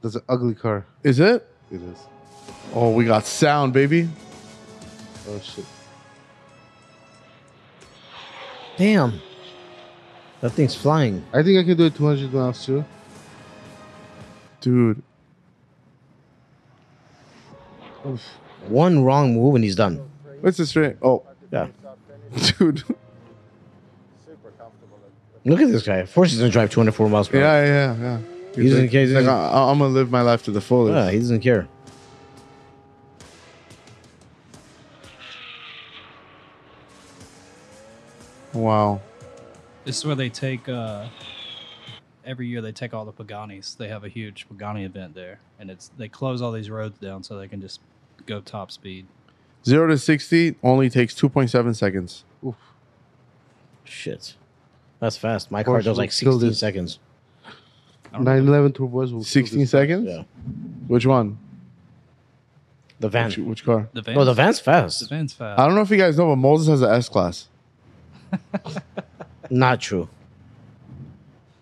[SPEAKER 1] That's an ugly car.
[SPEAKER 3] is it?
[SPEAKER 1] It is.
[SPEAKER 3] Oh, we got sound, baby.
[SPEAKER 1] Oh shit.
[SPEAKER 4] Damn. That thing's flying.
[SPEAKER 1] I think I can do it 200 miles too.
[SPEAKER 3] Dude,
[SPEAKER 4] One wrong move and he's done.
[SPEAKER 3] what's this right? Oh, [LAUGHS]
[SPEAKER 4] Yeah.
[SPEAKER 3] dude.
[SPEAKER 4] Look at this guy. Of course he's gonna drive 204 miles per hour.
[SPEAKER 3] Yeah, yeah, yeah. Dude,
[SPEAKER 4] He's in
[SPEAKER 3] like-
[SPEAKER 4] case-
[SPEAKER 3] like, I, am going to live my life to the fullest.
[SPEAKER 4] Yeah, Ah, he doesn't care.
[SPEAKER 3] wow.
[SPEAKER 5] This is where they take uh, every year. They take all the Paganis. They have a huge Pagani event there, and it's they close all these roads down so they can just go top speed.
[SPEAKER 3] Zero to 60 only takes 2.7 seconds.
[SPEAKER 4] Shit. That's fast. My car
[SPEAKER 1] Porsche
[SPEAKER 4] does like
[SPEAKER 1] will kill
[SPEAKER 4] 16
[SPEAKER 1] this.
[SPEAKER 4] seconds.
[SPEAKER 5] I don't know.
[SPEAKER 1] 911 turbos will.
[SPEAKER 3] 16 seconds?
[SPEAKER 4] Yeah.
[SPEAKER 3] Which one?
[SPEAKER 4] The van.
[SPEAKER 3] Which, which car?
[SPEAKER 5] The van's,
[SPEAKER 4] No, Oh, the van's
[SPEAKER 5] the
[SPEAKER 4] fast.
[SPEAKER 5] van's fast.
[SPEAKER 3] I don't know if you guys know, but Moses has an S class.
[SPEAKER 4] Not true.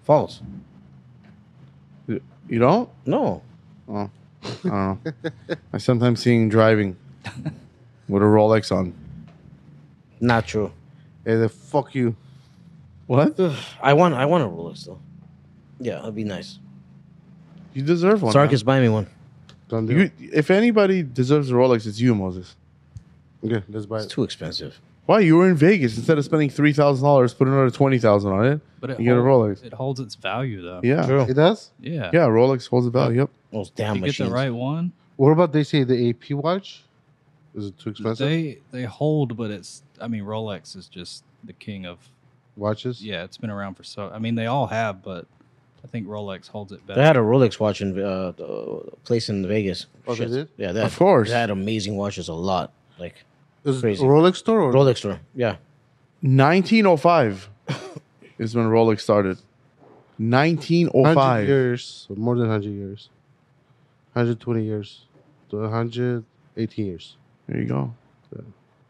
[SPEAKER 4] False.
[SPEAKER 3] You don't?
[SPEAKER 4] No.
[SPEAKER 3] I don't know. I sometimes see him driving with a Rolex on.
[SPEAKER 4] Not true.
[SPEAKER 1] Hey, the fuck you.
[SPEAKER 3] What?
[SPEAKER 4] I want I want a Rolex though. Yeah, that'd be nice.
[SPEAKER 3] You deserve one.
[SPEAKER 4] Sarkis buy me one.
[SPEAKER 1] Done
[SPEAKER 3] man.
[SPEAKER 1] deal.
[SPEAKER 3] You, if anybody deserves a Rolex, it's you, Moses.
[SPEAKER 1] okay, let's buy
[SPEAKER 4] It's
[SPEAKER 1] it.
[SPEAKER 4] too expensive.
[SPEAKER 3] Why you were in Vegas instead of spending three thousand dollars, put another twenty thousand on it.
[SPEAKER 5] but it
[SPEAKER 3] You get a
[SPEAKER 5] holds-
[SPEAKER 3] Rolex.
[SPEAKER 5] It holds its value though.
[SPEAKER 3] Yeah,
[SPEAKER 4] True.
[SPEAKER 1] It does.
[SPEAKER 5] Yeah.
[SPEAKER 3] yeah. Rolex holds the value. Yep.
[SPEAKER 4] Those damn
[SPEAKER 5] You get
[SPEAKER 4] machines.
[SPEAKER 5] the right one.
[SPEAKER 1] What about they say the AP watch? Is it too expensive?
[SPEAKER 5] They they hold, but it's I mean Rolex is just the king of
[SPEAKER 1] Watches.
[SPEAKER 5] yeah. It's been around for so. I mean they all have, but I think Rolex holds it better.
[SPEAKER 4] They had a Rolex watch in uh, the place in Vegas.
[SPEAKER 1] Oh, they
[SPEAKER 4] Shit.
[SPEAKER 1] did?
[SPEAKER 4] Yeah, they had,
[SPEAKER 3] Of course.
[SPEAKER 4] They had amazing watches a lot. Like
[SPEAKER 1] Is it
[SPEAKER 4] Crazy.
[SPEAKER 1] Rolex store or
[SPEAKER 4] Rolex store. Yeah.
[SPEAKER 3] Nineteen oh five is when Rolex started. Nineteen oh
[SPEAKER 1] 100
[SPEAKER 3] five.
[SPEAKER 1] years, more than 100 years, 120 years, the 100 18 years.
[SPEAKER 3] There you go.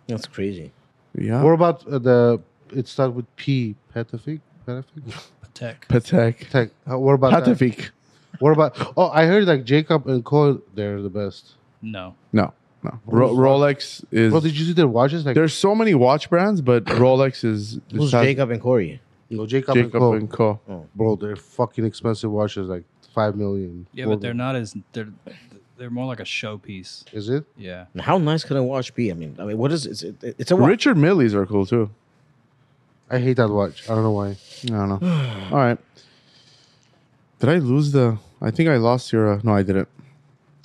[SPEAKER 4] That's crazy.
[SPEAKER 3] Yeah.
[SPEAKER 1] What about uh, the? It starts with P. Petafik.
[SPEAKER 3] [LAUGHS]
[SPEAKER 1] Petafik.
[SPEAKER 5] Patek.
[SPEAKER 3] Patek.
[SPEAKER 1] Tech. How, what about that?
[SPEAKER 3] Patafik.
[SPEAKER 1] What about? Oh, I heard like Jacob and Cole. They're the best.
[SPEAKER 5] No.
[SPEAKER 3] No, no. Ro- Rolex is.
[SPEAKER 1] Bro, did you see their watches? Like
[SPEAKER 3] there's so many watch brands, but Rolex is.
[SPEAKER 4] Who's
[SPEAKER 3] has-
[SPEAKER 4] Jacob and Corey?
[SPEAKER 1] no, Jacob,
[SPEAKER 3] Jacob
[SPEAKER 1] and Cole.
[SPEAKER 3] and Co.
[SPEAKER 1] Bro, they're fucking expensive watches. Like five million.
[SPEAKER 5] Yeah,
[SPEAKER 1] four
[SPEAKER 5] but they're
[SPEAKER 1] million.
[SPEAKER 5] not as they're they're more like a showpiece.
[SPEAKER 1] Is it?
[SPEAKER 5] Yeah.
[SPEAKER 4] And How nice can a watch be? I mean, I mean, what is it? It's, it's a watch.
[SPEAKER 3] Richard Millie's are cool too.
[SPEAKER 1] I hate that watch. I don't know why.
[SPEAKER 3] I
[SPEAKER 1] [SIGHS]
[SPEAKER 3] don't know. All right. Did I lose the? I think I lost your. Uh, no, I didn't.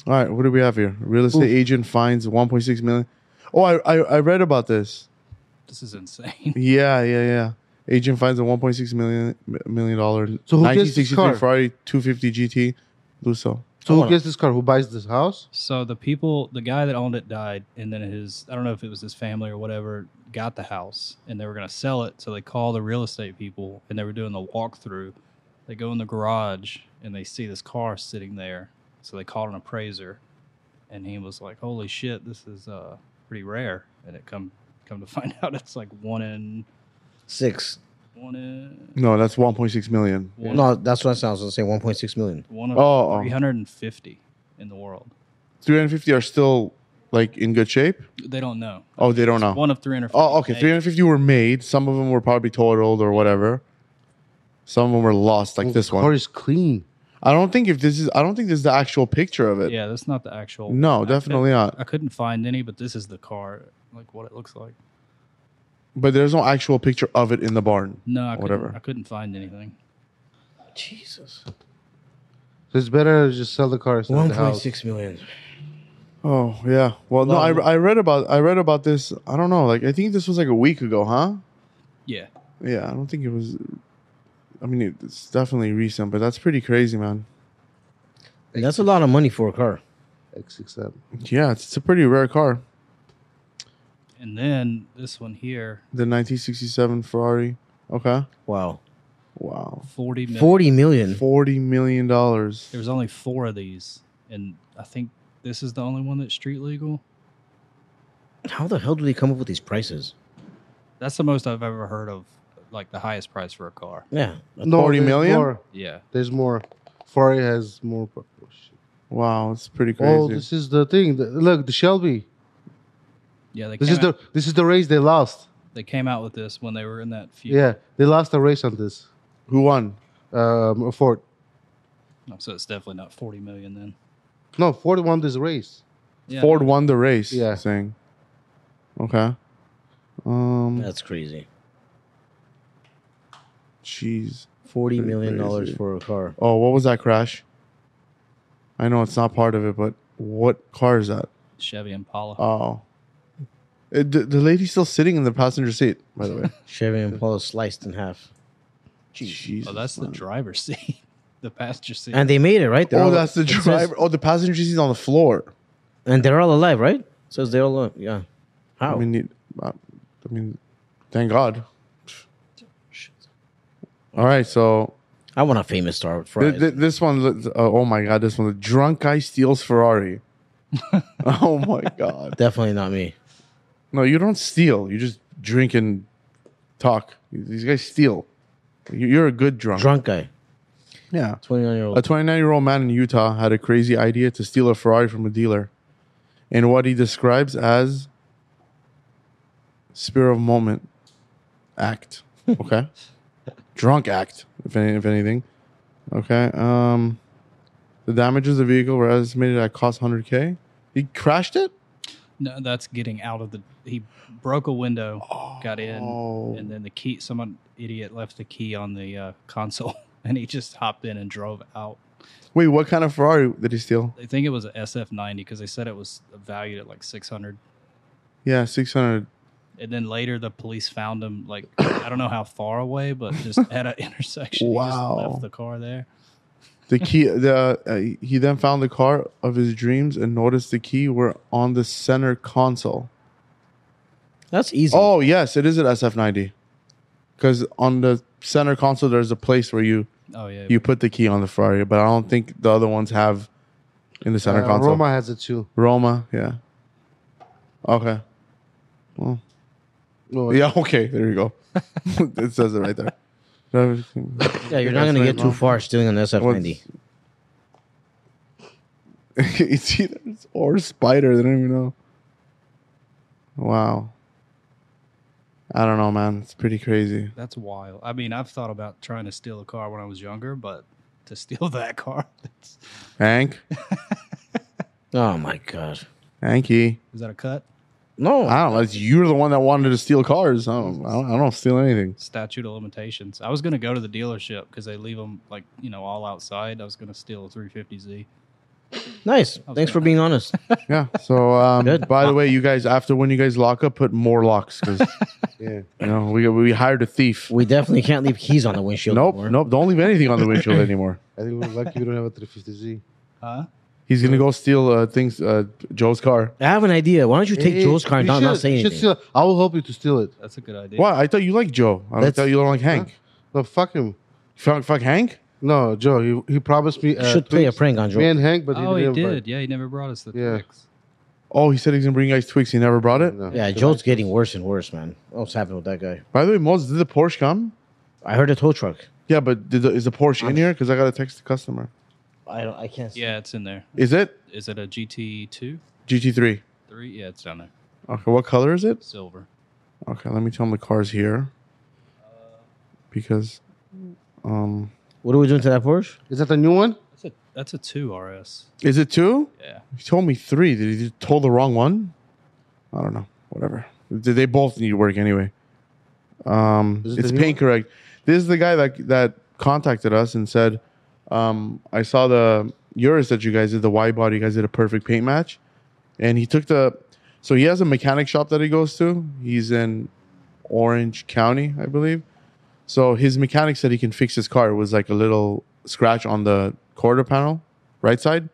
[SPEAKER 3] All right. What do we have here? Real estate agent finds 1.6 million. Oh, I, I I read about this.
[SPEAKER 5] This is insane. [LAUGHS]
[SPEAKER 3] Yeah, yeah, yeah. Agent finds a 1.6 million million dollar
[SPEAKER 1] So who gets this
[SPEAKER 3] 1963
[SPEAKER 1] car?
[SPEAKER 3] Ferrari 250 GT Lusso.
[SPEAKER 1] So
[SPEAKER 4] I
[SPEAKER 1] who
[SPEAKER 4] wanna-
[SPEAKER 1] gets this car? Who buys this house?
[SPEAKER 5] So the people, the guy that owned it died, and then his, I don't know if it was his family or whatever, got the house, and they were going to sell it. So they call the real estate people, and they were doing the walkthrough. They go in the garage, and they see this car sitting there. So they called an appraiser, and he was like, "Holy shit, this is uh pretty rare." And it come come to [LAUGHS] find out, it's like one in
[SPEAKER 4] Six.
[SPEAKER 5] one in
[SPEAKER 3] No, that's 1.6 million.
[SPEAKER 5] one,
[SPEAKER 4] No, that's what I sounds. I was saying 1.6 million.
[SPEAKER 5] one of
[SPEAKER 3] Oh, oh.
[SPEAKER 5] 350 in the world.
[SPEAKER 3] 350 are still like in good shape.
[SPEAKER 5] They don't know.
[SPEAKER 3] Oh, they don't know.
[SPEAKER 5] One of 350.
[SPEAKER 3] Oh, okay. 350 were made. Some of them were probably totaled or whatever. Some of them were lost, like this
[SPEAKER 1] Car
[SPEAKER 3] one.
[SPEAKER 1] is clean.
[SPEAKER 3] I don't think if this is. I don't think this is the actual picture of it.
[SPEAKER 5] Yeah, that's not the actual.
[SPEAKER 3] No,
[SPEAKER 5] I-
[SPEAKER 3] definitely not.
[SPEAKER 5] I couldn't find any, but this is the car, like what it looks like.
[SPEAKER 3] But there's no actual picture of it in the barn.
[SPEAKER 5] No, I couldn't-
[SPEAKER 3] Whatever.
[SPEAKER 5] I couldn't find anything.
[SPEAKER 4] Jesus.
[SPEAKER 1] So it's better to just sell the car. Instead of the house.
[SPEAKER 4] 1.6 million.
[SPEAKER 3] Oh yeah. Well, no,
[SPEAKER 4] Well-
[SPEAKER 3] I, I read about I read about this. I don't know. Like I think this was like a week ago, huh?
[SPEAKER 5] Yeah,
[SPEAKER 3] Yeah, I don't think it was. I mean, it- it's definitely recent, but that's pretty crazy, man.
[SPEAKER 4] And that's a lot of money for a car.
[SPEAKER 1] X6M.
[SPEAKER 3] Yeah, it's, it's a pretty rare car.
[SPEAKER 5] and then this one here,
[SPEAKER 3] The 1967 Ferrari. Okay.
[SPEAKER 4] Wow.
[SPEAKER 3] Wow.
[SPEAKER 5] forty million.
[SPEAKER 4] 40 million.
[SPEAKER 3] Forty million dollars.
[SPEAKER 5] There was only four of these, and I think this is the only one that's street legal.
[SPEAKER 4] How the hell do they come up with these prices?
[SPEAKER 5] That's the most I've ever heard of, like the highest price for a car.
[SPEAKER 4] Yeah.
[SPEAKER 1] No,
[SPEAKER 3] 40
[SPEAKER 1] there's
[SPEAKER 3] million?
[SPEAKER 1] More.
[SPEAKER 5] Yeah,
[SPEAKER 1] There's more. Ferrari has more. pro- Oh, shit.
[SPEAKER 3] Wow, it's pretty crazy.
[SPEAKER 1] Oh, this is the thing. The- look, the Shelby.
[SPEAKER 5] yeah. They
[SPEAKER 1] This
[SPEAKER 5] came,
[SPEAKER 1] is the
[SPEAKER 5] out,
[SPEAKER 1] this is the race they lost.
[SPEAKER 5] they came out with this when they were in that feud.
[SPEAKER 1] Yeah, they lost the race on this.
[SPEAKER 3] Who won?
[SPEAKER 1] Um, Ford.
[SPEAKER 5] No, Oh, So it's definitely not forty million then.
[SPEAKER 1] No, Ford won this race.
[SPEAKER 5] Yeah,
[SPEAKER 3] Ford won the race.
[SPEAKER 1] Yeah.
[SPEAKER 3] Saying. Okay. Um.
[SPEAKER 4] That's crazy.
[SPEAKER 3] Jeez.
[SPEAKER 4] Forty
[SPEAKER 3] Pretty
[SPEAKER 4] million dollars
[SPEAKER 3] crazy.
[SPEAKER 4] for a car.
[SPEAKER 3] Oh, what was that crash? I know it's not part of it, but what car is that?
[SPEAKER 5] Chevy Impala.
[SPEAKER 3] Oh. Uh, the, the lady's still sitting in the passenger seat, by the way.
[SPEAKER 4] Chevy Impala sliced in half.
[SPEAKER 3] Jesus.
[SPEAKER 5] oh, that's the
[SPEAKER 3] man.
[SPEAKER 5] driver's [LAUGHS] seat, the passenger seat.
[SPEAKER 4] And they made it, right? They're
[SPEAKER 3] Oh,
[SPEAKER 4] all-
[SPEAKER 3] that's the
[SPEAKER 4] it says-
[SPEAKER 3] driver. oh, the passenger seat's on the floor.
[SPEAKER 4] and they're all alive, right? Says they're all alive. Yeah. How?
[SPEAKER 3] I mean, it- uh, I mean, thank God. All right, so
[SPEAKER 4] I want a famous star with
[SPEAKER 3] th-
[SPEAKER 4] fries.
[SPEAKER 3] th- this one. looks- Uh, oh my God, this one. The drunk guy steals Ferrari. oh my God.
[SPEAKER 4] Definitely not me.
[SPEAKER 3] No, you don't steal. You just drink and talk. These guys steal. You- You're a good drunk.
[SPEAKER 4] Drunk guy.
[SPEAKER 3] Yeah.
[SPEAKER 4] Twenty nine year
[SPEAKER 3] A
[SPEAKER 4] old.
[SPEAKER 3] 29 year old man in Utah had a crazy idea to steal a Ferrari from a dealer in what he describes as spirit of moment act. Okay. Drunk act, if, any, if anything. Okay. Um, the damages of the vehicle were estimated at cost 100K. He crashed it?
[SPEAKER 5] No, that's getting out of the. He broke a window, got in,
[SPEAKER 3] Oh.
[SPEAKER 5] and then the key. Someone idiot left the key on the uh, console, [LAUGHS] and he just hopped in and drove out.
[SPEAKER 3] Wait, what kind of Ferrari did he steal?
[SPEAKER 5] They think it was a SF90 because they said it was valued at like 600.
[SPEAKER 3] Yeah, 600.
[SPEAKER 5] And then later, the police found him like I don't know how far away, but just
[SPEAKER 3] [LAUGHS]
[SPEAKER 5] at an intersection.
[SPEAKER 3] Wow.
[SPEAKER 5] He just left the car there.
[SPEAKER 3] The key. The uh, he then found the car of his dreams and noticed the key were on the center console.
[SPEAKER 4] That's easy.
[SPEAKER 3] Oh yes, it is an SF90. Because on the center console, there's a place where you
[SPEAKER 5] Oh yeah.
[SPEAKER 3] you put the key on the Ferrari, but I don't think the other ones have in the center
[SPEAKER 1] Uh,
[SPEAKER 3] console.
[SPEAKER 1] Roma has it too.
[SPEAKER 3] Roma, yeah. Okay. Well,
[SPEAKER 1] Well,
[SPEAKER 3] yeah. Okay. There you go. [LAUGHS] it says it right there.
[SPEAKER 1] [LAUGHS]
[SPEAKER 4] Yeah, you're not gonna get too far stealing an SF90.
[SPEAKER 3] [LAUGHS] it's either it's or spider. They don't even know. Wow. I don't know, man. It's pretty crazy.
[SPEAKER 5] That's wild. I mean, I've thought about trying to steal a car when I was younger, but to [LAUGHS] steal that car, that's,
[SPEAKER 3] Hank,
[SPEAKER 4] Oh my god.
[SPEAKER 3] Hanky.
[SPEAKER 5] is that a cut?
[SPEAKER 4] No,
[SPEAKER 3] I don't know. It's, you're the one that wanted to steal cars. I don't. I don't, I don't steal anything.
[SPEAKER 5] Statute of limitations. I was gonna go to the dealership because they leave them like you know all outside. I was gonna steal a 350Z.
[SPEAKER 4] nice. Thanks for being honest.
[SPEAKER 3] Yeah. So, um,
[SPEAKER 4] Good.
[SPEAKER 3] by the way, you guys, after when you guys lock up, put more locks
[SPEAKER 4] [LAUGHS]
[SPEAKER 3] because
[SPEAKER 1] yeah.
[SPEAKER 3] you know we we hired a thief.
[SPEAKER 4] We definitely can't leave keys on the windshield.
[SPEAKER 3] Nope,
[SPEAKER 4] anymore.
[SPEAKER 3] nope. Don't leave anything on the windshield anymore.
[SPEAKER 1] I think we're lucky we don't have a
[SPEAKER 4] [LAUGHS]
[SPEAKER 1] 350Z.
[SPEAKER 5] Huh?
[SPEAKER 3] He's gonna go steal uh, things. Uh, Joe's car.
[SPEAKER 4] I have an idea. Why don't you take
[SPEAKER 1] Hey,
[SPEAKER 4] Joe's car and
[SPEAKER 1] you
[SPEAKER 4] not, not
[SPEAKER 1] should-
[SPEAKER 4] say
[SPEAKER 1] you should
[SPEAKER 4] anything?
[SPEAKER 1] steal- I will help you to steal it.
[SPEAKER 5] That's a good idea.
[SPEAKER 3] What? I thought you liked Joe. I
[SPEAKER 4] That's-
[SPEAKER 3] thought you don't like Hank.
[SPEAKER 1] No, fuck him.
[SPEAKER 3] Fuck, fuck Hank.
[SPEAKER 1] No, Joe, he, he promised me. Uh,
[SPEAKER 4] should play a
[SPEAKER 1] Twix,
[SPEAKER 4] prank on Joe.
[SPEAKER 1] Me and Hank, but
[SPEAKER 5] oh,
[SPEAKER 1] he
[SPEAKER 5] he
[SPEAKER 1] didn't.
[SPEAKER 5] did.
[SPEAKER 1] invite-
[SPEAKER 5] Yeah, he never brought us the
[SPEAKER 1] Yeah.
[SPEAKER 5] Twix.
[SPEAKER 3] Oh, he said he's gonna bring you guys Twix. He never brought it.
[SPEAKER 1] No.
[SPEAKER 4] yeah, Joe's getting worse and worse, man. What's happening with that guy?
[SPEAKER 3] By the way, Moses, did the Porsche come?
[SPEAKER 4] I heard a tow truck.
[SPEAKER 3] Yeah, but did the, is the Porsche in here? Because I gotta text the customer.
[SPEAKER 4] I don't. I can't. See.
[SPEAKER 5] Yeah, it's in there.
[SPEAKER 3] Is it
[SPEAKER 5] Is it a GT2,
[SPEAKER 3] GT3?
[SPEAKER 5] three? Yeah, it's down there.
[SPEAKER 3] Okay, what color is it?
[SPEAKER 5] Silver.
[SPEAKER 3] Okay, let me tell him the car's here. Because, um,
[SPEAKER 4] What are we doing to that Porsche?
[SPEAKER 1] Is that the new one?
[SPEAKER 5] That's a that's a two RS.
[SPEAKER 3] is it two?
[SPEAKER 5] Yeah.
[SPEAKER 3] He told me three. Did he told the wrong one? I don't know. Whatever. Did they both need work anyway? Um,
[SPEAKER 1] Is it
[SPEAKER 3] it's
[SPEAKER 1] the new
[SPEAKER 3] paint
[SPEAKER 1] one?
[SPEAKER 3] correct. This is the guy that that contacted us and said, um, "I saw the yours that you guys did the Y body. You guys did a perfect paint match." And he took the. So he has a mechanic shop that he goes to. He's in Orange County, I believe. So his mechanic said he can fix his car. It was like a little scratch on the quarter panel, right side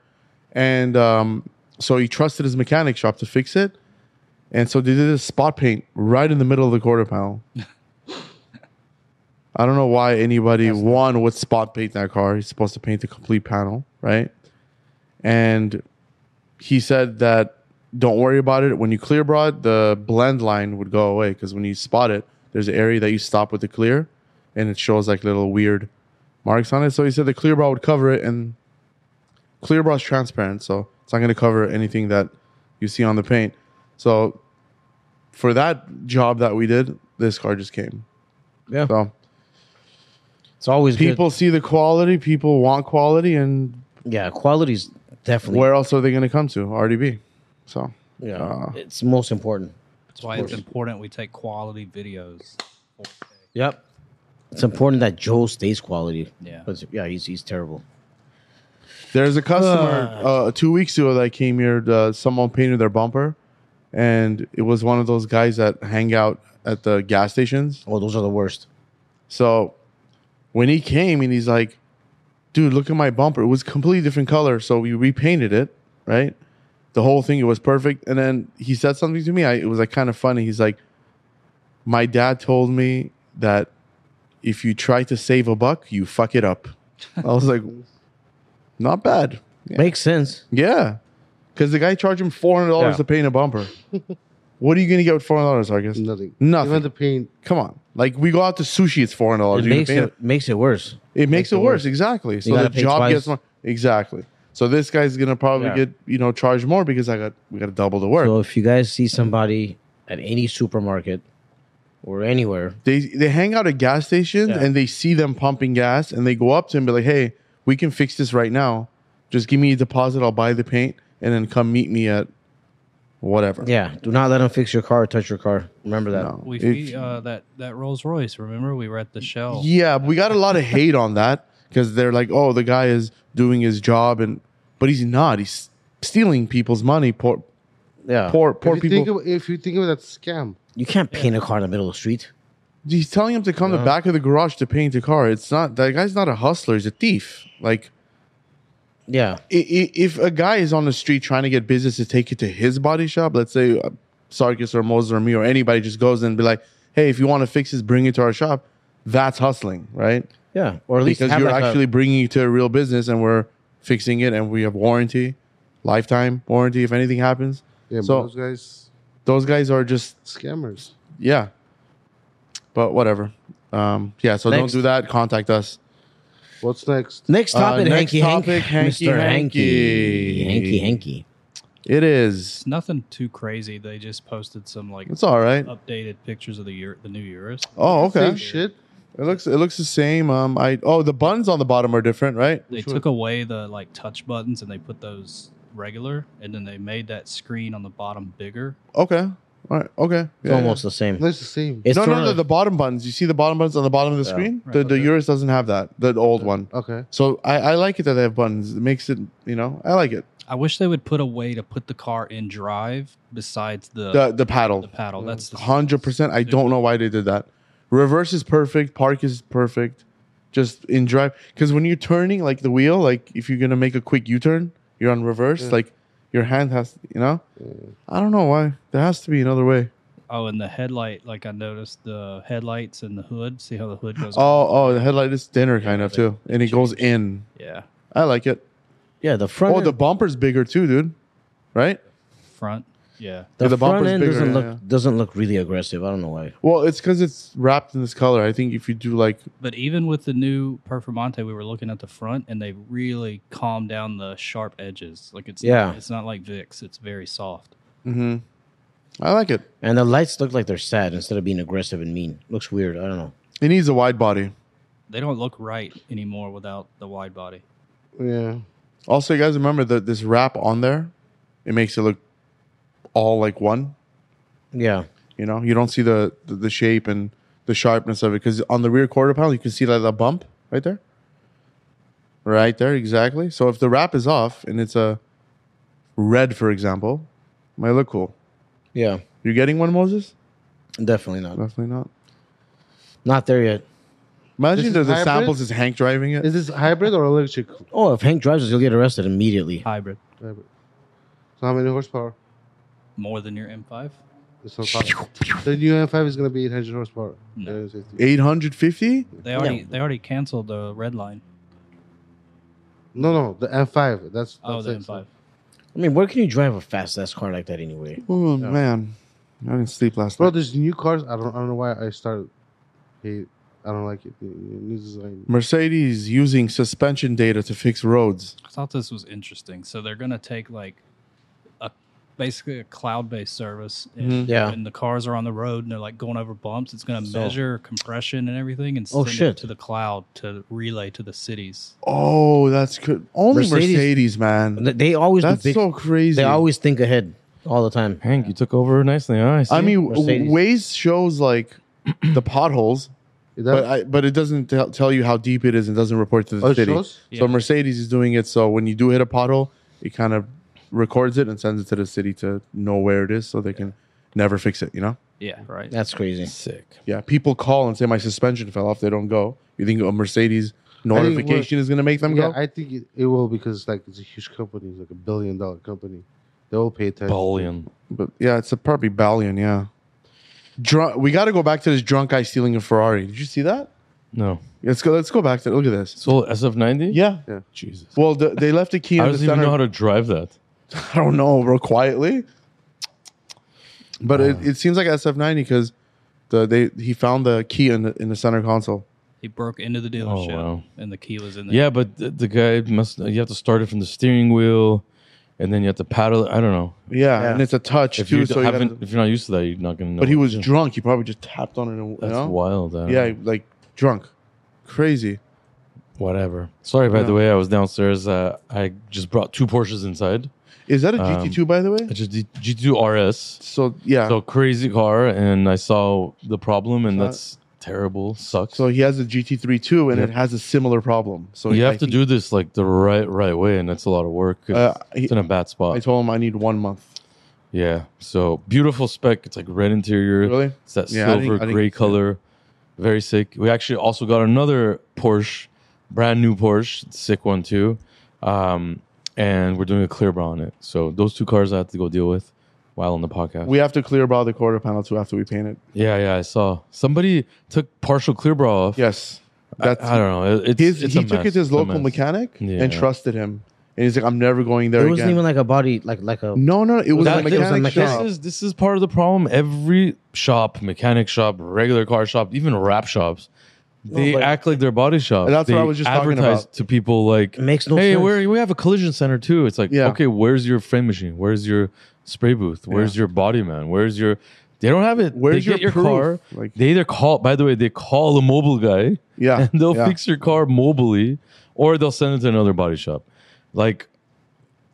[SPEAKER 3] and um, so he trusted his mechanic shop to fix it. And so they did a spot paint right in the middle of the quarter panel. I don't know why anybody one would spot paint that car. He's supposed to paint the complete panel, right? And he said that don't worry about it. When you clear broad, the blend line would go away because when you spot it, there's an area that you stop with the clear, and it shows like little weird marks on it. So he said the clear broad would cover it, and clear brush transparent, so it's not going to cover anything that you see on the paint. So for that job that we did, this car just came.
[SPEAKER 4] Yeah.
[SPEAKER 3] So
[SPEAKER 4] It's always good.
[SPEAKER 3] people see the quality, people want quality, and
[SPEAKER 4] Yeah, quality's definitely.
[SPEAKER 3] where else are they going to come to? RDB. So
[SPEAKER 4] yeah,
[SPEAKER 1] Ah.
[SPEAKER 3] uh,
[SPEAKER 4] it's most important.
[SPEAKER 5] That's why it's important we take quality videos.
[SPEAKER 4] Yep. It's important that Joe stays quality.
[SPEAKER 5] Yeah.
[SPEAKER 4] But yeah, he's he's terrible.
[SPEAKER 3] there's a customer uh, two weeks ago that came here. Uh, someone painted their bumper, and it was one of those guys that hang out at the gas stations.
[SPEAKER 4] Oh, those are the worst.
[SPEAKER 3] So when he came and he's like, dude, look at my bumper. It was completely different color. So we repainted it, right? The whole thing, it was perfect. And then he said something to me. I, it was like kind of funny. He's like, my dad told me that if you try to save a buck, you fuck it up. I was like, [LAUGHS] not bad.
[SPEAKER 4] Makes sense.
[SPEAKER 3] Yeah. Because the guy charged him $400
[SPEAKER 4] Yeah.
[SPEAKER 3] to paint a bumper. what are you going to get with $400, Argus?
[SPEAKER 1] Nothing.
[SPEAKER 3] Nothing.
[SPEAKER 1] Even the paint.
[SPEAKER 3] Come on. Like, we go out to sushi, it's $400.
[SPEAKER 4] It
[SPEAKER 3] You can
[SPEAKER 4] makes
[SPEAKER 3] paint a-
[SPEAKER 4] it makes it worse.
[SPEAKER 3] it makes it
[SPEAKER 4] it
[SPEAKER 3] worse.
[SPEAKER 4] worse.
[SPEAKER 3] Exactly. So the
[SPEAKER 4] gotta pay
[SPEAKER 3] job
[SPEAKER 4] twice.
[SPEAKER 3] gets more. Exactly. So this guy's gonna probably
[SPEAKER 4] Yeah.
[SPEAKER 3] get you know charged more because I got we got to double the work.
[SPEAKER 4] So if you guys see somebody at any supermarket or anywhere,
[SPEAKER 3] they they hang out at gas stations
[SPEAKER 4] Yeah.
[SPEAKER 3] and they see them pumping gas and they go up to him and be like, "Hey, we can fix this right now. Just give me a deposit. I'll buy the paint and then come meet me at whatever."
[SPEAKER 4] yeah, do not let them fix your car or touch your car. Remember that.
[SPEAKER 3] No.
[SPEAKER 5] We
[SPEAKER 3] If-
[SPEAKER 5] we, uh, that that Rolls Royce. Remember, we were at the shell.
[SPEAKER 3] Yeah, we got a lot of hate on that because they're like, "Oh, the guy is doing his job," and but he's not. He's stealing people's money. Poor,
[SPEAKER 4] Yeah.
[SPEAKER 3] poor, poor
[SPEAKER 1] if, you
[SPEAKER 3] people.
[SPEAKER 1] think of, if you think of that scam,
[SPEAKER 4] You can't paint a car in the middle of the street.
[SPEAKER 3] He's telling him to come to the back of the garage to paint the car. It's not that guy's not a hustler. He's a thief. Like
[SPEAKER 4] Yeah.
[SPEAKER 3] i- i- if a guy is on the street trying to get business to take it to his body shop, let's say uh, Sarkis or Moses or me or anybody just goes and be like, "Hey, if you want to fix this, bring it to our shop." That's hustling, right?
[SPEAKER 4] Yeah. Or at least
[SPEAKER 3] Because
[SPEAKER 4] have
[SPEAKER 3] you're
[SPEAKER 4] like a-
[SPEAKER 3] actually bringing it to a real business, and we're fixing it, and we have warranty, lifetime warranty if anything happens.
[SPEAKER 1] yeah, but
[SPEAKER 3] So-
[SPEAKER 1] those guys
[SPEAKER 3] Those guys are just
[SPEAKER 1] Scammers.
[SPEAKER 3] yeah. But whatever. Um, yeah. So
[SPEAKER 4] Next.
[SPEAKER 3] don't do that. Contact us.
[SPEAKER 1] What's next?
[SPEAKER 4] Next
[SPEAKER 3] Uh,
[SPEAKER 4] topic,
[SPEAKER 3] next
[SPEAKER 4] hanky,
[SPEAKER 3] topic,
[SPEAKER 4] hanky,
[SPEAKER 3] hanky,
[SPEAKER 4] Mr.
[SPEAKER 3] hanky.
[SPEAKER 4] hanky, hanky, hanky.
[SPEAKER 3] It is.
[SPEAKER 5] It's nothing too crazy. They just posted some like
[SPEAKER 3] It's all
[SPEAKER 5] Uh,
[SPEAKER 3] right.
[SPEAKER 5] updated pictures of the Euro, the new Euros.
[SPEAKER 3] Oh, okay.
[SPEAKER 1] Same shit.
[SPEAKER 3] It looks it looks the same. Um, I oh the buttons on the bottom are different, right?
[SPEAKER 5] They
[SPEAKER 1] Which one?
[SPEAKER 5] took away the like touch buttons and they put those regular, and then they made that screen on the bottom bigger.
[SPEAKER 3] Okay. All right. Okay.
[SPEAKER 4] It's almost the same.
[SPEAKER 1] That's the same.
[SPEAKER 4] It's
[SPEAKER 3] no, no,
[SPEAKER 4] Toronto-
[SPEAKER 3] no, the bottom buttons. You see the bottom buttons on the bottom of the
[SPEAKER 4] Yeah.
[SPEAKER 3] screen.
[SPEAKER 5] Right,
[SPEAKER 3] the the
[SPEAKER 5] okay.
[SPEAKER 3] Urus doesn't have that. The old one.
[SPEAKER 1] Okay.
[SPEAKER 3] So I, I like it that they have buttons. It makes it you know I like it.
[SPEAKER 5] I wish they would put a way to put the car in drive besides the
[SPEAKER 3] The
[SPEAKER 5] Uh, the,
[SPEAKER 3] the paddle.
[SPEAKER 5] paddle. That's the
[SPEAKER 3] oh, Hundred percent. I don't know why they did that. Reverse is perfect. Park is perfect. Just in drive because when you're turning like the wheel, like if you're gonna make a quick U turn, you're on reverse.
[SPEAKER 1] Yeah.
[SPEAKER 3] Like your hand has you know.
[SPEAKER 1] Yeah.
[SPEAKER 3] I don't know why. There has to be another way.
[SPEAKER 5] Oh, and the headlight. Like I noticed the headlights and the hood. See how the hood goes.
[SPEAKER 3] Oh, oh, the headlight is thinner kind of
[SPEAKER 5] they-
[SPEAKER 3] too, and it goes in.
[SPEAKER 5] yeah,
[SPEAKER 3] I like it.
[SPEAKER 4] yeah, the front.
[SPEAKER 3] Oh, the
[SPEAKER 4] end-
[SPEAKER 3] bumper's bigger too, dude. Right?
[SPEAKER 5] front. Yeah,
[SPEAKER 4] the,
[SPEAKER 3] yeah, the
[SPEAKER 4] front
[SPEAKER 3] bumper's
[SPEAKER 4] end
[SPEAKER 3] bigger,
[SPEAKER 4] doesn't
[SPEAKER 3] yeah,
[SPEAKER 4] look
[SPEAKER 3] yeah.
[SPEAKER 4] doesn't look really aggressive. I don't know why.
[SPEAKER 3] Well, it's because it's wrapped in this color. I think if you do like,
[SPEAKER 5] but even with the new Performante, we were looking at the front, and they really calmed down the sharp edges. Like it's
[SPEAKER 4] Yeah.
[SPEAKER 5] it's not like Vix. It's very soft.
[SPEAKER 3] mm-hmm. I like it.
[SPEAKER 4] And the lights look like they're sad instead of being aggressive and mean. Looks weird. I don't know.
[SPEAKER 3] It needs a wide body.
[SPEAKER 5] They don't look right anymore without the wide body.
[SPEAKER 1] Yeah.
[SPEAKER 3] Also, you guys remember that this wrap on there, it makes it look all like one.
[SPEAKER 4] Yeah,
[SPEAKER 3] You know, you don't see the the, the shape and the sharpness of it because on the rear quarter panel, you can see that the bump right there, right there exactly. So if the wrap is off and it's a red, for example, it might look cool.
[SPEAKER 4] yeah,
[SPEAKER 3] You getting one, Moses?
[SPEAKER 4] definitely not.
[SPEAKER 3] Definitely not.
[SPEAKER 4] Not there yet.
[SPEAKER 3] Imagine
[SPEAKER 1] This
[SPEAKER 3] the,
[SPEAKER 1] is
[SPEAKER 3] the
[SPEAKER 1] hybrid?
[SPEAKER 3] samples is Hank driving it.
[SPEAKER 1] Is this hybrid or electric?
[SPEAKER 4] Oh, if Hank drives us, he'll get arrested immediately.
[SPEAKER 5] Hybrid
[SPEAKER 1] Hybrid. So how many horsepower?
[SPEAKER 5] more than your M5.
[SPEAKER 1] It's not five. The new M5 is gonna be 800 horsepower.
[SPEAKER 5] No.
[SPEAKER 1] 850.
[SPEAKER 3] 850?
[SPEAKER 5] They already
[SPEAKER 4] Yeah.
[SPEAKER 5] they already canceled the red line.
[SPEAKER 1] No, no, the M5. That's, that's
[SPEAKER 5] Oh, the
[SPEAKER 1] it.
[SPEAKER 5] M5.
[SPEAKER 4] I mean, where can you drive a fast ass car like that anyway?
[SPEAKER 3] Oh,
[SPEAKER 1] Yeah.
[SPEAKER 3] man. I didn't sleep last
[SPEAKER 1] Bro,
[SPEAKER 3] night.
[SPEAKER 1] there's new cars. I don't, I don't know why I started. Hey, I don't like it. The- the New design.
[SPEAKER 3] Mercedes using suspension data to fix roads.
[SPEAKER 5] I thought this was interesting. So they're gonna take like a basically a cloud-based service, and
[SPEAKER 3] Mhm.
[SPEAKER 4] Mm-hmm. Yeah.
[SPEAKER 5] when the cars are on the road and they're like going over bumps, it's gonna
[SPEAKER 4] So-
[SPEAKER 5] measure compression and everything, and
[SPEAKER 4] Oh,
[SPEAKER 5] send
[SPEAKER 4] shit.
[SPEAKER 5] it to the cloud to relay to the cities.
[SPEAKER 3] Oh, that's good. Only Mercedes,
[SPEAKER 4] Mercedes-
[SPEAKER 3] man.
[SPEAKER 4] They- They always do
[SPEAKER 3] That's
[SPEAKER 4] big.
[SPEAKER 3] so crazy.
[SPEAKER 4] they always think ahead all the time.
[SPEAKER 2] Hank, you took over nicely. Huh? I, see.
[SPEAKER 3] I mean,
[SPEAKER 4] Mercedes.
[SPEAKER 3] Waze shows like the potholes,
[SPEAKER 1] That,
[SPEAKER 3] but I, but it doesn't tell, tell you how deep it is and doesn't report to the
[SPEAKER 1] oh, it
[SPEAKER 3] city.
[SPEAKER 1] shows?
[SPEAKER 5] Yeah.
[SPEAKER 3] So Mercedes is doing it. So when you do hit a pothole, it kind of records it and sends it to the city to know where it is, so they can never fix it. You know.
[SPEAKER 5] Yeah, right.
[SPEAKER 4] That's crazy.
[SPEAKER 2] sick.
[SPEAKER 3] Yeah, people call and say my suspension fell off. They don't go. You think a Mercedes
[SPEAKER 1] we're-
[SPEAKER 3] notification is going to make them
[SPEAKER 1] yeah,
[SPEAKER 3] go?
[SPEAKER 1] I think it, it will because like it's a huge company, it's like a billion dollar company. They will pay attention.
[SPEAKER 2] Bullion.
[SPEAKER 3] but yeah, it's a probably Ballion. Yeah, drunk. We got to go back to this drunk guy stealing a Ferrari. Did you see that?
[SPEAKER 2] No.
[SPEAKER 3] Let's go. Let's go back to. Look at this.
[SPEAKER 2] So SF90?
[SPEAKER 3] Yeah.
[SPEAKER 2] Jesus.
[SPEAKER 3] Well, the, they left a key
[SPEAKER 2] I
[SPEAKER 3] in the
[SPEAKER 2] don't even
[SPEAKER 3] center.
[SPEAKER 2] know how to drive that.
[SPEAKER 3] I don't know, bro. Quietly. But it, it seems like SF90 because the they he found the key in the in the center console.
[SPEAKER 5] He broke into the dealership,
[SPEAKER 2] wow.
[SPEAKER 5] and the key was in there.
[SPEAKER 2] Yeah, but the, the guy must. You have to start it from the steering wheel, and then you have to paddle. it. I don't know.
[SPEAKER 3] Yeah,
[SPEAKER 4] Yeah.
[SPEAKER 3] and it's a touch
[SPEAKER 2] If
[SPEAKER 3] too.
[SPEAKER 2] you
[SPEAKER 3] So you gotta-
[SPEAKER 2] haven't, if you're not used to that, you're not gonna know.
[SPEAKER 3] but he
[SPEAKER 2] what
[SPEAKER 3] was
[SPEAKER 2] to do.
[SPEAKER 3] drunk. He probably just tapped on it. And, you
[SPEAKER 2] That's
[SPEAKER 3] know?
[SPEAKER 2] wild. I don't
[SPEAKER 3] Yeah,
[SPEAKER 2] know.
[SPEAKER 3] like drunk, crazy.
[SPEAKER 2] Whatever. Sorry, by
[SPEAKER 3] Yeah.
[SPEAKER 2] the way, I was downstairs. Uh, I just brought two Porsches inside.
[SPEAKER 3] Is that a
[SPEAKER 2] Um,
[SPEAKER 3] GT2 by the way?
[SPEAKER 2] I just did G2 RS.
[SPEAKER 3] So yeah. So,
[SPEAKER 2] So crazy car, and I saw the problem, and
[SPEAKER 3] So-
[SPEAKER 2] that's terrible. Sucks.
[SPEAKER 3] he has a GT3 too, and
[SPEAKER 2] Yeah.
[SPEAKER 3] it has a similar problem. So
[SPEAKER 2] you
[SPEAKER 3] I
[SPEAKER 2] have to
[SPEAKER 3] think-
[SPEAKER 2] do this like the right right way, and that's a lot of work. It's,
[SPEAKER 3] Uh, he-
[SPEAKER 2] it's in a bad spot.
[SPEAKER 3] I told him I need one month.
[SPEAKER 2] yeah. So beautiful spec. It's like red interior.
[SPEAKER 3] Really?
[SPEAKER 2] It's that
[SPEAKER 3] Yeah, I didn't-
[SPEAKER 2] silver
[SPEAKER 3] I didn't
[SPEAKER 2] gray
[SPEAKER 3] see that.
[SPEAKER 2] color. Very sick. We actually also got another Porsche, brand new Porsche, sick one too. Um, and we're doing a clear bra on it. So those two cars I have to go deal with while on the podcast.
[SPEAKER 3] We have to clear about the quarter panel too after we paint it.
[SPEAKER 2] yeah, yeah, I saw somebody took partial clear bra off.
[SPEAKER 3] Yes,
[SPEAKER 2] I, I don't know. It- it's,
[SPEAKER 3] His,
[SPEAKER 2] it's
[SPEAKER 3] he
[SPEAKER 2] a
[SPEAKER 3] took it
[SPEAKER 2] mess.
[SPEAKER 3] to his
[SPEAKER 2] It's a
[SPEAKER 3] local
[SPEAKER 2] mess.
[SPEAKER 3] mechanic
[SPEAKER 2] Yeah.
[SPEAKER 3] and trusted him. and he's like, "I'm never going there
[SPEAKER 4] it wasn't
[SPEAKER 3] again."
[SPEAKER 4] even like a body, like like a.
[SPEAKER 3] no, no, it was
[SPEAKER 2] That-
[SPEAKER 3] a
[SPEAKER 2] this-
[SPEAKER 3] mechanic
[SPEAKER 2] this
[SPEAKER 3] shop.
[SPEAKER 2] is this is part of the problem. Every shop, mechanic shop, regular car shop, even wrap shops, they
[SPEAKER 4] but-
[SPEAKER 2] act like they're body shops.
[SPEAKER 3] And that's
[SPEAKER 2] they
[SPEAKER 3] what I was just talking
[SPEAKER 2] advertise
[SPEAKER 3] about.
[SPEAKER 2] to people like,
[SPEAKER 4] It makes no
[SPEAKER 2] hey,
[SPEAKER 4] sense.
[SPEAKER 2] where we have a collision center too. It's like,
[SPEAKER 3] Yeah.
[SPEAKER 2] okay, where's your frame machine? Where's your spray booth? Where's your body man? Where's your? They don't have it.
[SPEAKER 3] Where's
[SPEAKER 2] they
[SPEAKER 3] your,
[SPEAKER 2] get your,
[SPEAKER 3] proof?
[SPEAKER 2] car.
[SPEAKER 3] Like,
[SPEAKER 2] They either call. By the way, they call the mobile guy [LAUGHS]
[SPEAKER 3] yeah,
[SPEAKER 2] and they'll
[SPEAKER 3] yeah.
[SPEAKER 2] fix your car mobily, or they'll send it to another body shop. Like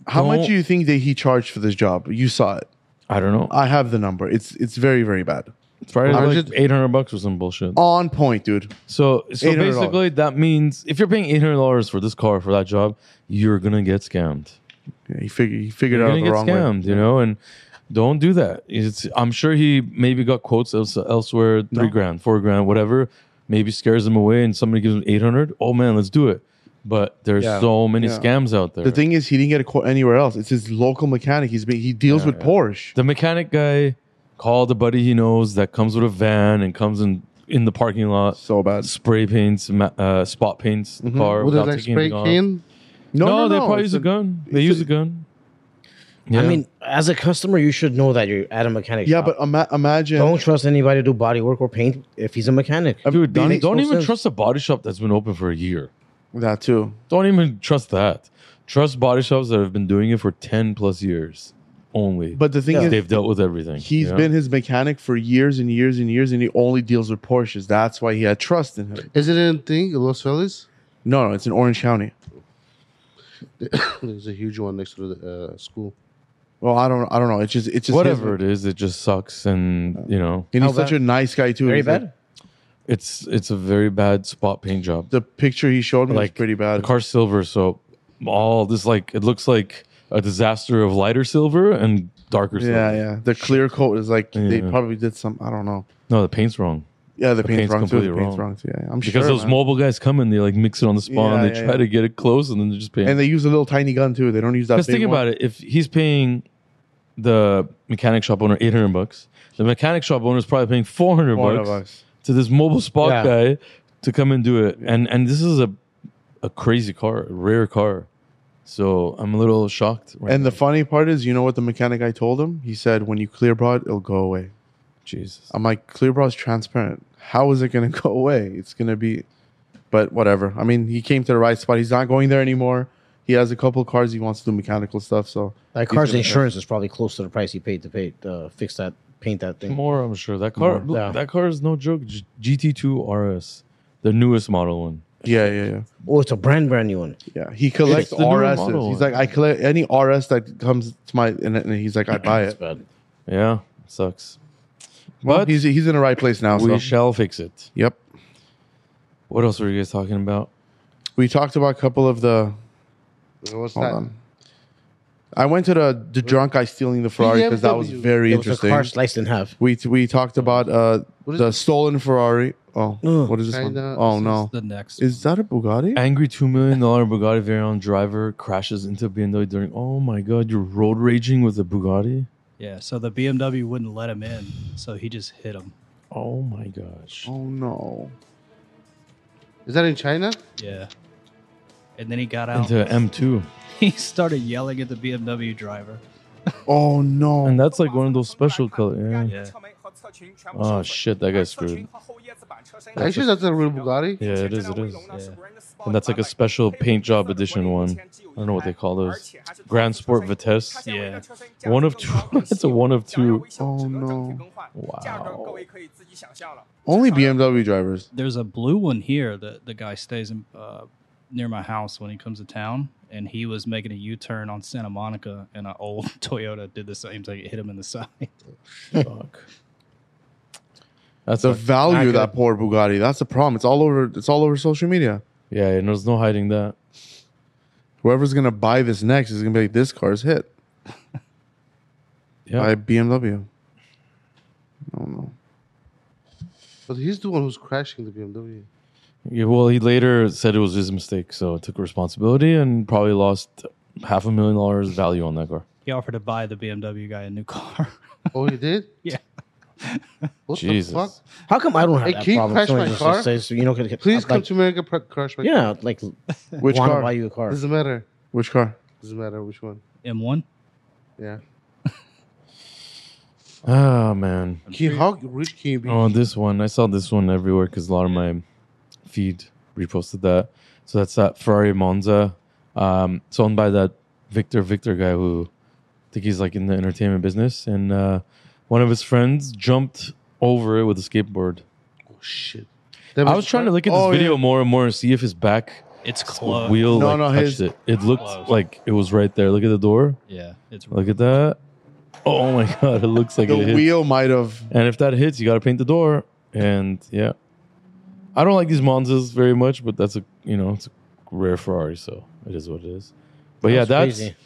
[SPEAKER 3] How much
[SPEAKER 2] don't-
[SPEAKER 3] do you think that he charged for this job? You saw it.
[SPEAKER 2] I don't know,
[SPEAKER 3] I have the number. It's it's very very bad.
[SPEAKER 2] it's probably
[SPEAKER 1] I'm
[SPEAKER 2] like
[SPEAKER 1] just-
[SPEAKER 2] eight hundred bucks or some bullshit.
[SPEAKER 3] On point, dude.
[SPEAKER 2] So, so
[SPEAKER 3] $800.
[SPEAKER 2] basically, that means if you're paying eight hundred dollars for this car for that job, you're gonna get scammed.
[SPEAKER 3] Yeah, he figured he figured
[SPEAKER 2] You're
[SPEAKER 3] out
[SPEAKER 2] gonna
[SPEAKER 3] the
[SPEAKER 2] get
[SPEAKER 3] wrong way.
[SPEAKER 2] scammed, you know. And don't do that. It's I'm sure he maybe got quotes else, elsewhere, three
[SPEAKER 3] No.
[SPEAKER 2] grand, four grand, whatever. Maybe scares him away, and somebody gives him eight hundred. Oh man, let's do it. But there's
[SPEAKER 3] Yeah,
[SPEAKER 2] so many
[SPEAKER 3] yeah.
[SPEAKER 2] scams out there.
[SPEAKER 3] The thing is, he didn't get a quote anywhere else. It's his local mechanic. He's been, he deals
[SPEAKER 2] Yeah,
[SPEAKER 3] with
[SPEAKER 2] yeah.
[SPEAKER 3] Porsche.
[SPEAKER 2] the mechanic guy called a buddy he knows that comes with a van and comes in in the parking lot,
[SPEAKER 3] So bad.
[SPEAKER 2] spray paints, ma- uh, spot paints
[SPEAKER 3] Mm-hmm.
[SPEAKER 2] the car.
[SPEAKER 1] What is
[SPEAKER 2] without
[SPEAKER 1] that
[SPEAKER 2] taking
[SPEAKER 1] spray
[SPEAKER 2] anything off.
[SPEAKER 1] can?
[SPEAKER 2] No,
[SPEAKER 3] No, no,
[SPEAKER 2] they
[SPEAKER 3] no,
[SPEAKER 2] probably
[SPEAKER 3] it's
[SPEAKER 2] use a, gun. They
[SPEAKER 3] it's
[SPEAKER 2] use
[SPEAKER 3] a-
[SPEAKER 2] a, gun.
[SPEAKER 4] I mean, as a customer, you should know that you're at a mechanic.
[SPEAKER 3] Yeah,
[SPEAKER 4] shop.
[SPEAKER 3] but ima- imagine.
[SPEAKER 4] don't trust anybody to do body work or paint if he's a mechanic.
[SPEAKER 2] dude, don't,
[SPEAKER 4] makes
[SPEAKER 2] don't
[SPEAKER 4] no
[SPEAKER 2] even
[SPEAKER 4] sense.
[SPEAKER 2] trust a body shop that's been open for a year.
[SPEAKER 3] that too.
[SPEAKER 2] Don't even trust that. Trust body shops that have been doing it for ten plus years only.
[SPEAKER 3] But the thing
[SPEAKER 4] Yeah.
[SPEAKER 3] is,
[SPEAKER 2] they've dealt with everything.
[SPEAKER 3] He's
[SPEAKER 2] He's
[SPEAKER 3] been his mechanic for years and years and years, and he only deals with Porsches. That's why he had trust in him.
[SPEAKER 1] Is it anything? Los Feliz? [COUGHS]
[SPEAKER 3] No, no, it's in Orange County.
[SPEAKER 1] There's a huge one next to the uh, school.
[SPEAKER 3] Well, I don't, I don't know. It's just, it's just
[SPEAKER 2] whatever
[SPEAKER 3] His,
[SPEAKER 2] it is. It just sucks, and you know,
[SPEAKER 3] and he's
[SPEAKER 4] How
[SPEAKER 3] such a nice guy too.
[SPEAKER 4] Very
[SPEAKER 3] He's like-
[SPEAKER 4] bad.
[SPEAKER 2] it's it's a very bad spot paint job.
[SPEAKER 3] the picture he showed me was
[SPEAKER 2] Like,
[SPEAKER 3] pretty
[SPEAKER 2] The
[SPEAKER 3] bad.
[SPEAKER 2] car's silver, so all this like it looks like a disaster of lighter silver and darker silver.
[SPEAKER 3] yeah, yeah. The clear coat is like they
[SPEAKER 2] Yeah.
[SPEAKER 3] probably did some. I don't know.
[SPEAKER 2] No, the paint's wrong.
[SPEAKER 3] Yeah, the, paint's,
[SPEAKER 2] paint's
[SPEAKER 3] wrong too. The
[SPEAKER 2] completely
[SPEAKER 3] paint's
[SPEAKER 2] wrong.
[SPEAKER 3] wrong too. Yeah, I'm
[SPEAKER 2] Because
[SPEAKER 3] sure,
[SPEAKER 2] those
[SPEAKER 3] man.
[SPEAKER 2] mobile guys come and they like mix it on the spot
[SPEAKER 3] Yeah,
[SPEAKER 2] and they
[SPEAKER 3] yeah,
[SPEAKER 2] try
[SPEAKER 3] yeah.
[SPEAKER 2] to get it close and then they just paint.
[SPEAKER 3] and they use a little tiny gun too. They don't use that.
[SPEAKER 2] Because
[SPEAKER 3] big
[SPEAKER 2] think
[SPEAKER 3] one.
[SPEAKER 2] about it, if he's paying the mechanic shop owner eight hundred bucks, the mechanic shop owner is probably paying four hundred
[SPEAKER 3] One of
[SPEAKER 2] bucks
[SPEAKER 3] us.
[SPEAKER 2] to this mobile spot
[SPEAKER 4] Yeah.
[SPEAKER 2] guy to come and do it. And and this is a a crazy car, a rare car. So I'm a little shocked. Right
[SPEAKER 3] And
[SPEAKER 2] now.
[SPEAKER 3] the funny part is, you know what the mechanic guy told him? He said, "When you clear broad, it'll go away."
[SPEAKER 2] Jesus.
[SPEAKER 3] I'm like, clear bra is transparent. How is it going to [LAUGHS] go away? It's going to be, but whatever. I mean, he came to the right spot. He's not going there anymore. He has a couple cars. He wants to do mechanical stuff.
[SPEAKER 2] [LAUGHS]
[SPEAKER 3] So
[SPEAKER 4] That
[SPEAKER 3] He's
[SPEAKER 4] car's
[SPEAKER 3] gonna-
[SPEAKER 4] insurance is probably close to the price he paid to pay uh, fix that paint that thing.
[SPEAKER 2] More, I'm sure. That car,
[SPEAKER 4] More,
[SPEAKER 2] look,
[SPEAKER 4] yeah.
[SPEAKER 2] that car is no joke. G- GT2 RS, the newest model one.
[SPEAKER 3] yeah, yeah, yeah.
[SPEAKER 4] Oh, it's a brand brand new one.
[SPEAKER 3] Yeah. He collects
[SPEAKER 2] It's the newer
[SPEAKER 3] RSs.
[SPEAKER 2] model.
[SPEAKER 3] He's like, I collect any RS that comes to my, and, and he's like, I buy
[SPEAKER 4] It's
[SPEAKER 3] it.
[SPEAKER 4] bad.
[SPEAKER 2] Yeah, sucks.
[SPEAKER 3] But
[SPEAKER 2] But
[SPEAKER 3] he's, he's in the right place now.
[SPEAKER 2] we
[SPEAKER 3] So.
[SPEAKER 2] shall fix it.
[SPEAKER 3] yep.
[SPEAKER 2] What else were you guys talking about?
[SPEAKER 3] We talked about a couple of the,
[SPEAKER 1] What's
[SPEAKER 3] hold
[SPEAKER 1] that?
[SPEAKER 3] on. I went to the, the drunk guy stealing the Ferrari because that was
[SPEAKER 1] BMW.
[SPEAKER 3] very
[SPEAKER 4] It was a
[SPEAKER 3] interesting.
[SPEAKER 4] car sliced in half.
[SPEAKER 3] We we talked about uh
[SPEAKER 1] What is
[SPEAKER 3] the stolen Ferrari. Oh,
[SPEAKER 4] Ugh.
[SPEAKER 3] what is this one?
[SPEAKER 1] Kinda-
[SPEAKER 3] Oh
[SPEAKER 5] This is
[SPEAKER 3] no,
[SPEAKER 5] the next.
[SPEAKER 3] is that a Bugatti?
[SPEAKER 2] Angry $2 million Bugatti Veyron driver crashes into BMW during. Oh my God, you're road raging with a Bugatti?
[SPEAKER 5] yeah, so the BMW wouldn't let him in, so he just hit him.
[SPEAKER 2] Oh my gosh.
[SPEAKER 3] Oh no,
[SPEAKER 1] Is that in China?
[SPEAKER 5] Yeah. And then he got out.
[SPEAKER 2] Into M2.
[SPEAKER 5] [LAUGHS] he started yelling at the BMW driver.
[SPEAKER 3] oh no.
[SPEAKER 2] And that's like one of those special color. Yeah.
[SPEAKER 5] Yeah.
[SPEAKER 2] Oh shit, that guy's screwed.
[SPEAKER 1] Actually, that's a real Bugatti.
[SPEAKER 2] Yeah, it is, it is.
[SPEAKER 6] Yeah.
[SPEAKER 2] And that's like a special paint job edition one. I don't know what they call those. Grand Sport Vitesse.
[SPEAKER 5] Yeah.
[SPEAKER 2] One of two. [LAUGHS] That's a one of two.
[SPEAKER 3] Oh, no.
[SPEAKER 2] Wow.
[SPEAKER 3] Only BMW drivers.
[SPEAKER 5] There's a blue one here that the guy stays in, uh, near my house when he comes to town, and he was making a U-turn on Santa Monica, and an old [LAUGHS] Toyota did the same thing. It hit him in the [LAUGHS] side.
[SPEAKER 2] Fuck. That's
[SPEAKER 3] The
[SPEAKER 2] a
[SPEAKER 3] value of
[SPEAKER 2] Okay.
[SPEAKER 3] that poor Bugatti. That's the problem. It's all over. It's all over social media.
[SPEAKER 2] yeah, and there's no hiding that.
[SPEAKER 3] Whoever's gonna buy this next is gonna be like, this car's
[SPEAKER 4] [LAUGHS]
[SPEAKER 3] hit
[SPEAKER 2] Yeah,
[SPEAKER 3] by BMW. Oh no.
[SPEAKER 1] But he's the one who's crashing the BMW.
[SPEAKER 2] Yeah, well, he later said it was his mistake, so took responsibility and probably lost half a million dollars value on that car.
[SPEAKER 5] He offered to buy the BMW guy a new car. [LAUGHS]
[SPEAKER 1] Oh, he
[SPEAKER 4] [LAUGHS]
[SPEAKER 1] did?
[SPEAKER 5] Yeah.
[SPEAKER 1] What
[SPEAKER 2] Jesus.
[SPEAKER 1] the fuck?
[SPEAKER 4] How come I don't have
[SPEAKER 1] Hey,
[SPEAKER 4] that
[SPEAKER 1] can you
[SPEAKER 4] problem?
[SPEAKER 1] crash
[SPEAKER 4] Someone
[SPEAKER 1] my
[SPEAKER 4] just
[SPEAKER 1] car?
[SPEAKER 4] says, you know,
[SPEAKER 1] Please
[SPEAKER 4] like,
[SPEAKER 1] come to America, pr- crash my
[SPEAKER 4] Yeah, like
[SPEAKER 3] [LAUGHS] Which
[SPEAKER 4] wanna
[SPEAKER 3] car?
[SPEAKER 4] buy you a car.
[SPEAKER 1] Doesn't matter.
[SPEAKER 3] Which car?
[SPEAKER 1] Doesn't matter which one.
[SPEAKER 5] M1.
[SPEAKER 1] Yeah.
[SPEAKER 2] Oh man.
[SPEAKER 1] Can,
[SPEAKER 5] I'm sure-
[SPEAKER 1] how rich can you be?
[SPEAKER 2] Oh, this one. I saw this one everywhere because a lot of my feed reposted that. So that's that Ferrari Monza. Um, it's owned by that Victor Victor guy who I think he's like in the entertainment business. And uh, one of his friends jumped over it with a skateboard.
[SPEAKER 1] Oh, shit.
[SPEAKER 2] I was trying to look at this
[SPEAKER 3] Oh, yeah.
[SPEAKER 2] video more and more and see if his back
[SPEAKER 5] It's close.
[SPEAKER 2] wheel
[SPEAKER 3] No,
[SPEAKER 2] like,
[SPEAKER 3] no,
[SPEAKER 2] touched
[SPEAKER 3] his-
[SPEAKER 2] it. It looked
[SPEAKER 5] Close.
[SPEAKER 2] like it was right there. Look at the door.
[SPEAKER 5] Yeah, it's
[SPEAKER 2] Look at that. Oh my [LAUGHS] god, it looks like
[SPEAKER 3] The
[SPEAKER 2] it hit
[SPEAKER 3] wheel might have.
[SPEAKER 2] and if that hits, you got to paint the door. And yeah, I don't like these Monzas very much, but that's a you know it's a rare Ferrari, so it is what it is. But yeah, that's
[SPEAKER 4] crazy.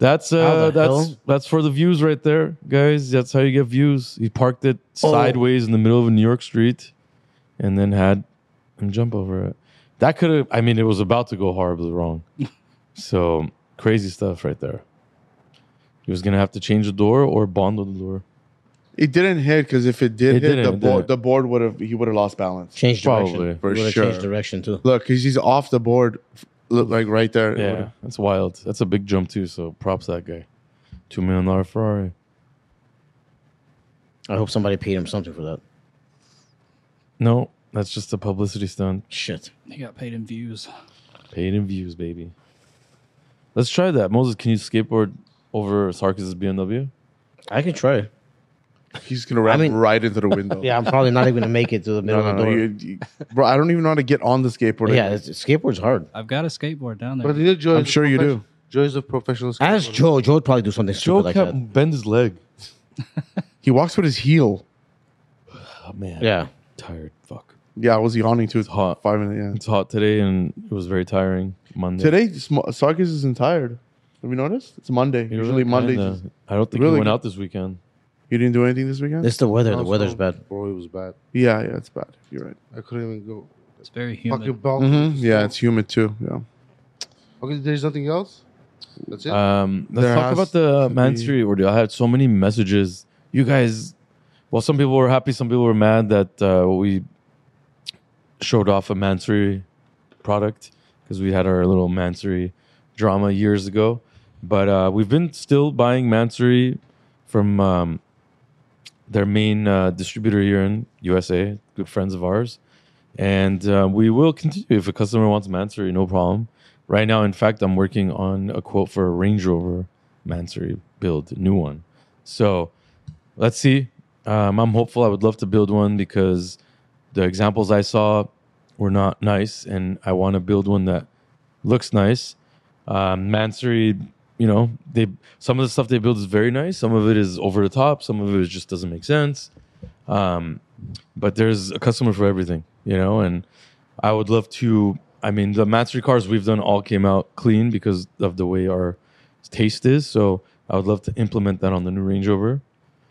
[SPEAKER 2] that's
[SPEAKER 4] How
[SPEAKER 2] uh,
[SPEAKER 4] the
[SPEAKER 2] that's
[SPEAKER 4] hell?
[SPEAKER 2] that's for the views right there, guys. That's how you get views. He parked it
[SPEAKER 3] Oh.
[SPEAKER 2] sideways in the middle of a New York street, and then had him jump over it. That could have. I mean, it was about to go horribly
[SPEAKER 4] [LAUGHS]
[SPEAKER 2] wrong. so crazy stuff right there. He was gonna have to change the door or bond with the door.
[SPEAKER 3] It didn't hit because if it did
[SPEAKER 2] It
[SPEAKER 3] hit, the
[SPEAKER 2] didn't, it
[SPEAKER 3] board
[SPEAKER 2] didn't.
[SPEAKER 3] the board would have he would have lost balance.
[SPEAKER 4] Change direction.
[SPEAKER 2] Probably.
[SPEAKER 3] For
[SPEAKER 4] You would've
[SPEAKER 3] sure.
[SPEAKER 4] Changed direction too.
[SPEAKER 3] Look, because he's off the board, look, like right there. It
[SPEAKER 2] Yeah,
[SPEAKER 3] would've-
[SPEAKER 2] that's wild. That's a big jump too. So props that guy. Two million dollar Ferrari.
[SPEAKER 4] I hope somebody paid him something for that.
[SPEAKER 2] No, that's just a publicity stunt.
[SPEAKER 4] Shit.
[SPEAKER 5] He got paid in views.
[SPEAKER 2] Paid in views, baby. Let's try that. Moses, can you skateboard over Sarkis' BMW?
[SPEAKER 4] I can try.
[SPEAKER 3] he's gonna ram
[SPEAKER 4] mean-
[SPEAKER 3] right into the window.
[SPEAKER 4] [LAUGHS] Yeah, I'm probably not even gonna make it to the middle
[SPEAKER 3] [LAUGHS] No, no,
[SPEAKER 4] of the
[SPEAKER 3] no,
[SPEAKER 4] door.
[SPEAKER 3] you- you- bro, I don't even know how to get on the skateboard.
[SPEAKER 4] yeah, it's, skateboard's hard.
[SPEAKER 5] I've got a skateboard down there.
[SPEAKER 1] But you know, Joe
[SPEAKER 3] I'm
[SPEAKER 1] is a
[SPEAKER 3] sure you
[SPEAKER 1] profes-
[SPEAKER 3] do.
[SPEAKER 1] Joe is a professional.
[SPEAKER 4] Ask
[SPEAKER 1] skateboarder.
[SPEAKER 4] Joe. Joe would probably do something stupid like that.
[SPEAKER 2] bend his leg.
[SPEAKER 3] He walks with his heel.
[SPEAKER 2] Oh man.
[SPEAKER 4] Yeah.
[SPEAKER 2] Tired. Fuck.
[SPEAKER 3] Yeah, I was yawning too. It's
[SPEAKER 2] hot.
[SPEAKER 3] Five minutes.
[SPEAKER 2] It's hot today and it was very tiring. Monday.
[SPEAKER 3] Yeah. Today, Sm- Sarkis isn't tired. Have you noticed? It's Monday.
[SPEAKER 2] It
[SPEAKER 3] Usually
[SPEAKER 2] really
[SPEAKER 3] Monday.
[SPEAKER 2] kinda- I don't think
[SPEAKER 3] really
[SPEAKER 2] he went
[SPEAKER 3] good.
[SPEAKER 2] out this weekend.
[SPEAKER 3] You didn't do anything this weekend.
[SPEAKER 4] It's the weather. The
[SPEAKER 1] Also,
[SPEAKER 4] weather's bad.
[SPEAKER 1] Bro, it was bad.
[SPEAKER 3] yeah, yeah, it's bad. You're right.
[SPEAKER 1] I couldn't even go.
[SPEAKER 5] It's very
[SPEAKER 1] Fucking
[SPEAKER 5] humid.
[SPEAKER 1] balcony.
[SPEAKER 4] Mm-hmm.
[SPEAKER 3] hmm Yeah, it's humid too. Yeah.
[SPEAKER 1] Okay, there's nothing else. That's it.
[SPEAKER 2] Um, let's
[SPEAKER 3] There
[SPEAKER 2] talk
[SPEAKER 3] has
[SPEAKER 2] about the
[SPEAKER 3] to
[SPEAKER 2] Man
[SPEAKER 3] be-
[SPEAKER 2] Street ordeal. I had so many messages. You guys, well, some people were happy, some people were mad that uh, we showed off a Mansory product because we had our little Mansory drama years ago. But uh, we've been still buying Mansory from um, their main uh, distributor here in USA, good friends of ours. And uh, we will continue. If a customer wants Mansory, no problem. Right now, in fact, I'm working on a quote for a Range Rover Mansory build, new one. So let's see. Um, I'm hopeful. I would love to build one because the examples I saw were not nice, and I want to build one that looks nice. Um, Mansory, you know, they some of the stuff they build is very nice. Some of it is over the top. Some of it just doesn't make sense. Um, but there's a customer for everything, you know, and I would love to. I mean, the Mastery cars we've done all came out clean because of the way our taste is. So I would love to implement that on the new Range Rover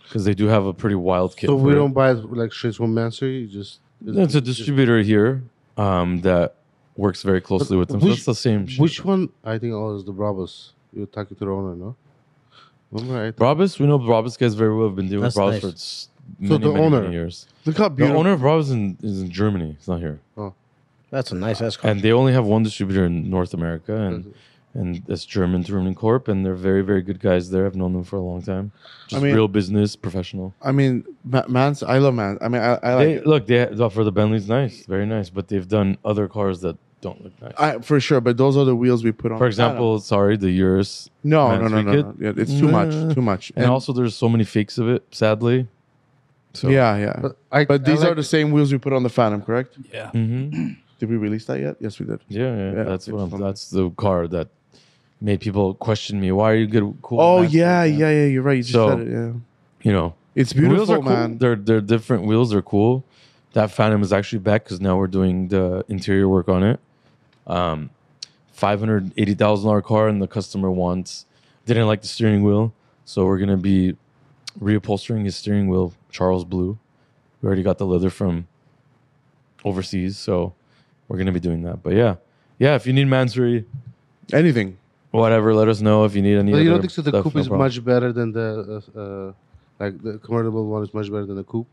[SPEAKER 2] because they do have a pretty wild kit.
[SPEAKER 1] so we
[SPEAKER 2] for it.
[SPEAKER 1] don't buy like straight from Mansory. You just
[SPEAKER 2] It's a distributor here um, that works very closely with them. So
[SPEAKER 1] Which-
[SPEAKER 2] that's the same shit.
[SPEAKER 1] Which one? I think all is the Brabus. You were talking to the owner, no? Remember, I
[SPEAKER 2] Brabus, we know Brabus guys very well. Have been dealing with
[SPEAKER 4] That's
[SPEAKER 2] Brabus
[SPEAKER 4] nice.
[SPEAKER 2] for s-
[SPEAKER 1] So
[SPEAKER 2] many,
[SPEAKER 1] the
[SPEAKER 2] many,
[SPEAKER 1] owner-
[SPEAKER 2] many years.
[SPEAKER 3] Look how
[SPEAKER 2] The
[SPEAKER 3] beautiful.
[SPEAKER 2] owner of Brabus is in, is in Germany. It's not here,
[SPEAKER 4] That's a nice ass car.
[SPEAKER 2] and they only have one distributor in North America, and and that's German German Corp. And they're very, very good guys there. I've known them for a long time. Just
[SPEAKER 3] mean-
[SPEAKER 2] real business, professional.
[SPEAKER 3] I mean, Ma- Mans. I love Mans. I mean, I, I like.
[SPEAKER 2] they, look, they for the Bentley's nice, very nice, but they've done other cars that don't look nice.
[SPEAKER 3] I, for sure, but those are the wheels we put on.
[SPEAKER 2] for example, sorry, the Urus
[SPEAKER 3] no, no,
[SPEAKER 2] Mans
[SPEAKER 3] no,
[SPEAKER 2] we
[SPEAKER 3] no,
[SPEAKER 2] get-
[SPEAKER 3] no, Yeah, it's too
[SPEAKER 2] Nah.
[SPEAKER 3] much, too much.
[SPEAKER 2] and, also there's so many fakes of it sadly so
[SPEAKER 3] yeah, yeah. But,
[SPEAKER 1] But, I, I
[SPEAKER 3] these
[SPEAKER 1] like-
[SPEAKER 3] are the same wheels we put on the Phantom, correct?
[SPEAKER 5] Yeah.
[SPEAKER 3] [CLEARS THROAT]
[SPEAKER 2] Mhm.
[SPEAKER 3] Did we release that yet? Yes, we did.
[SPEAKER 2] yeah, yeah,
[SPEAKER 3] Yeah,
[SPEAKER 2] that's what
[SPEAKER 3] it's
[SPEAKER 2] I'm,
[SPEAKER 3] fun.
[SPEAKER 2] that's the car that made people question me why are you good cool
[SPEAKER 3] Oh
[SPEAKER 2] man?
[SPEAKER 3] yeah, yeah, yeah. You're right. You just
[SPEAKER 2] So-
[SPEAKER 3] said it. Yeah,
[SPEAKER 2] you know
[SPEAKER 3] it's
[SPEAKER 2] the
[SPEAKER 3] beautiful,
[SPEAKER 2] wheels are cool
[SPEAKER 3] man.
[SPEAKER 2] they're they're different wheels are cool that phantom is actually back because now we're doing the interior work on it um five hundred eighty thousand dollar car and the customer wants didn't like the steering wheel so we're gonna be reupholstering his steering wheel charles blue we already got the leather from overseas so we're gonna be doing that but yeah yeah if you need mansory
[SPEAKER 3] Anything.
[SPEAKER 2] whatever let us know if you need any
[SPEAKER 1] But you don't
[SPEAKER 2] other
[SPEAKER 1] think so? The
[SPEAKER 2] stuff,
[SPEAKER 1] coupe
[SPEAKER 2] no
[SPEAKER 1] is
[SPEAKER 2] problem.
[SPEAKER 1] much better than the uh, uh, like the convertible one is much better than the coupe.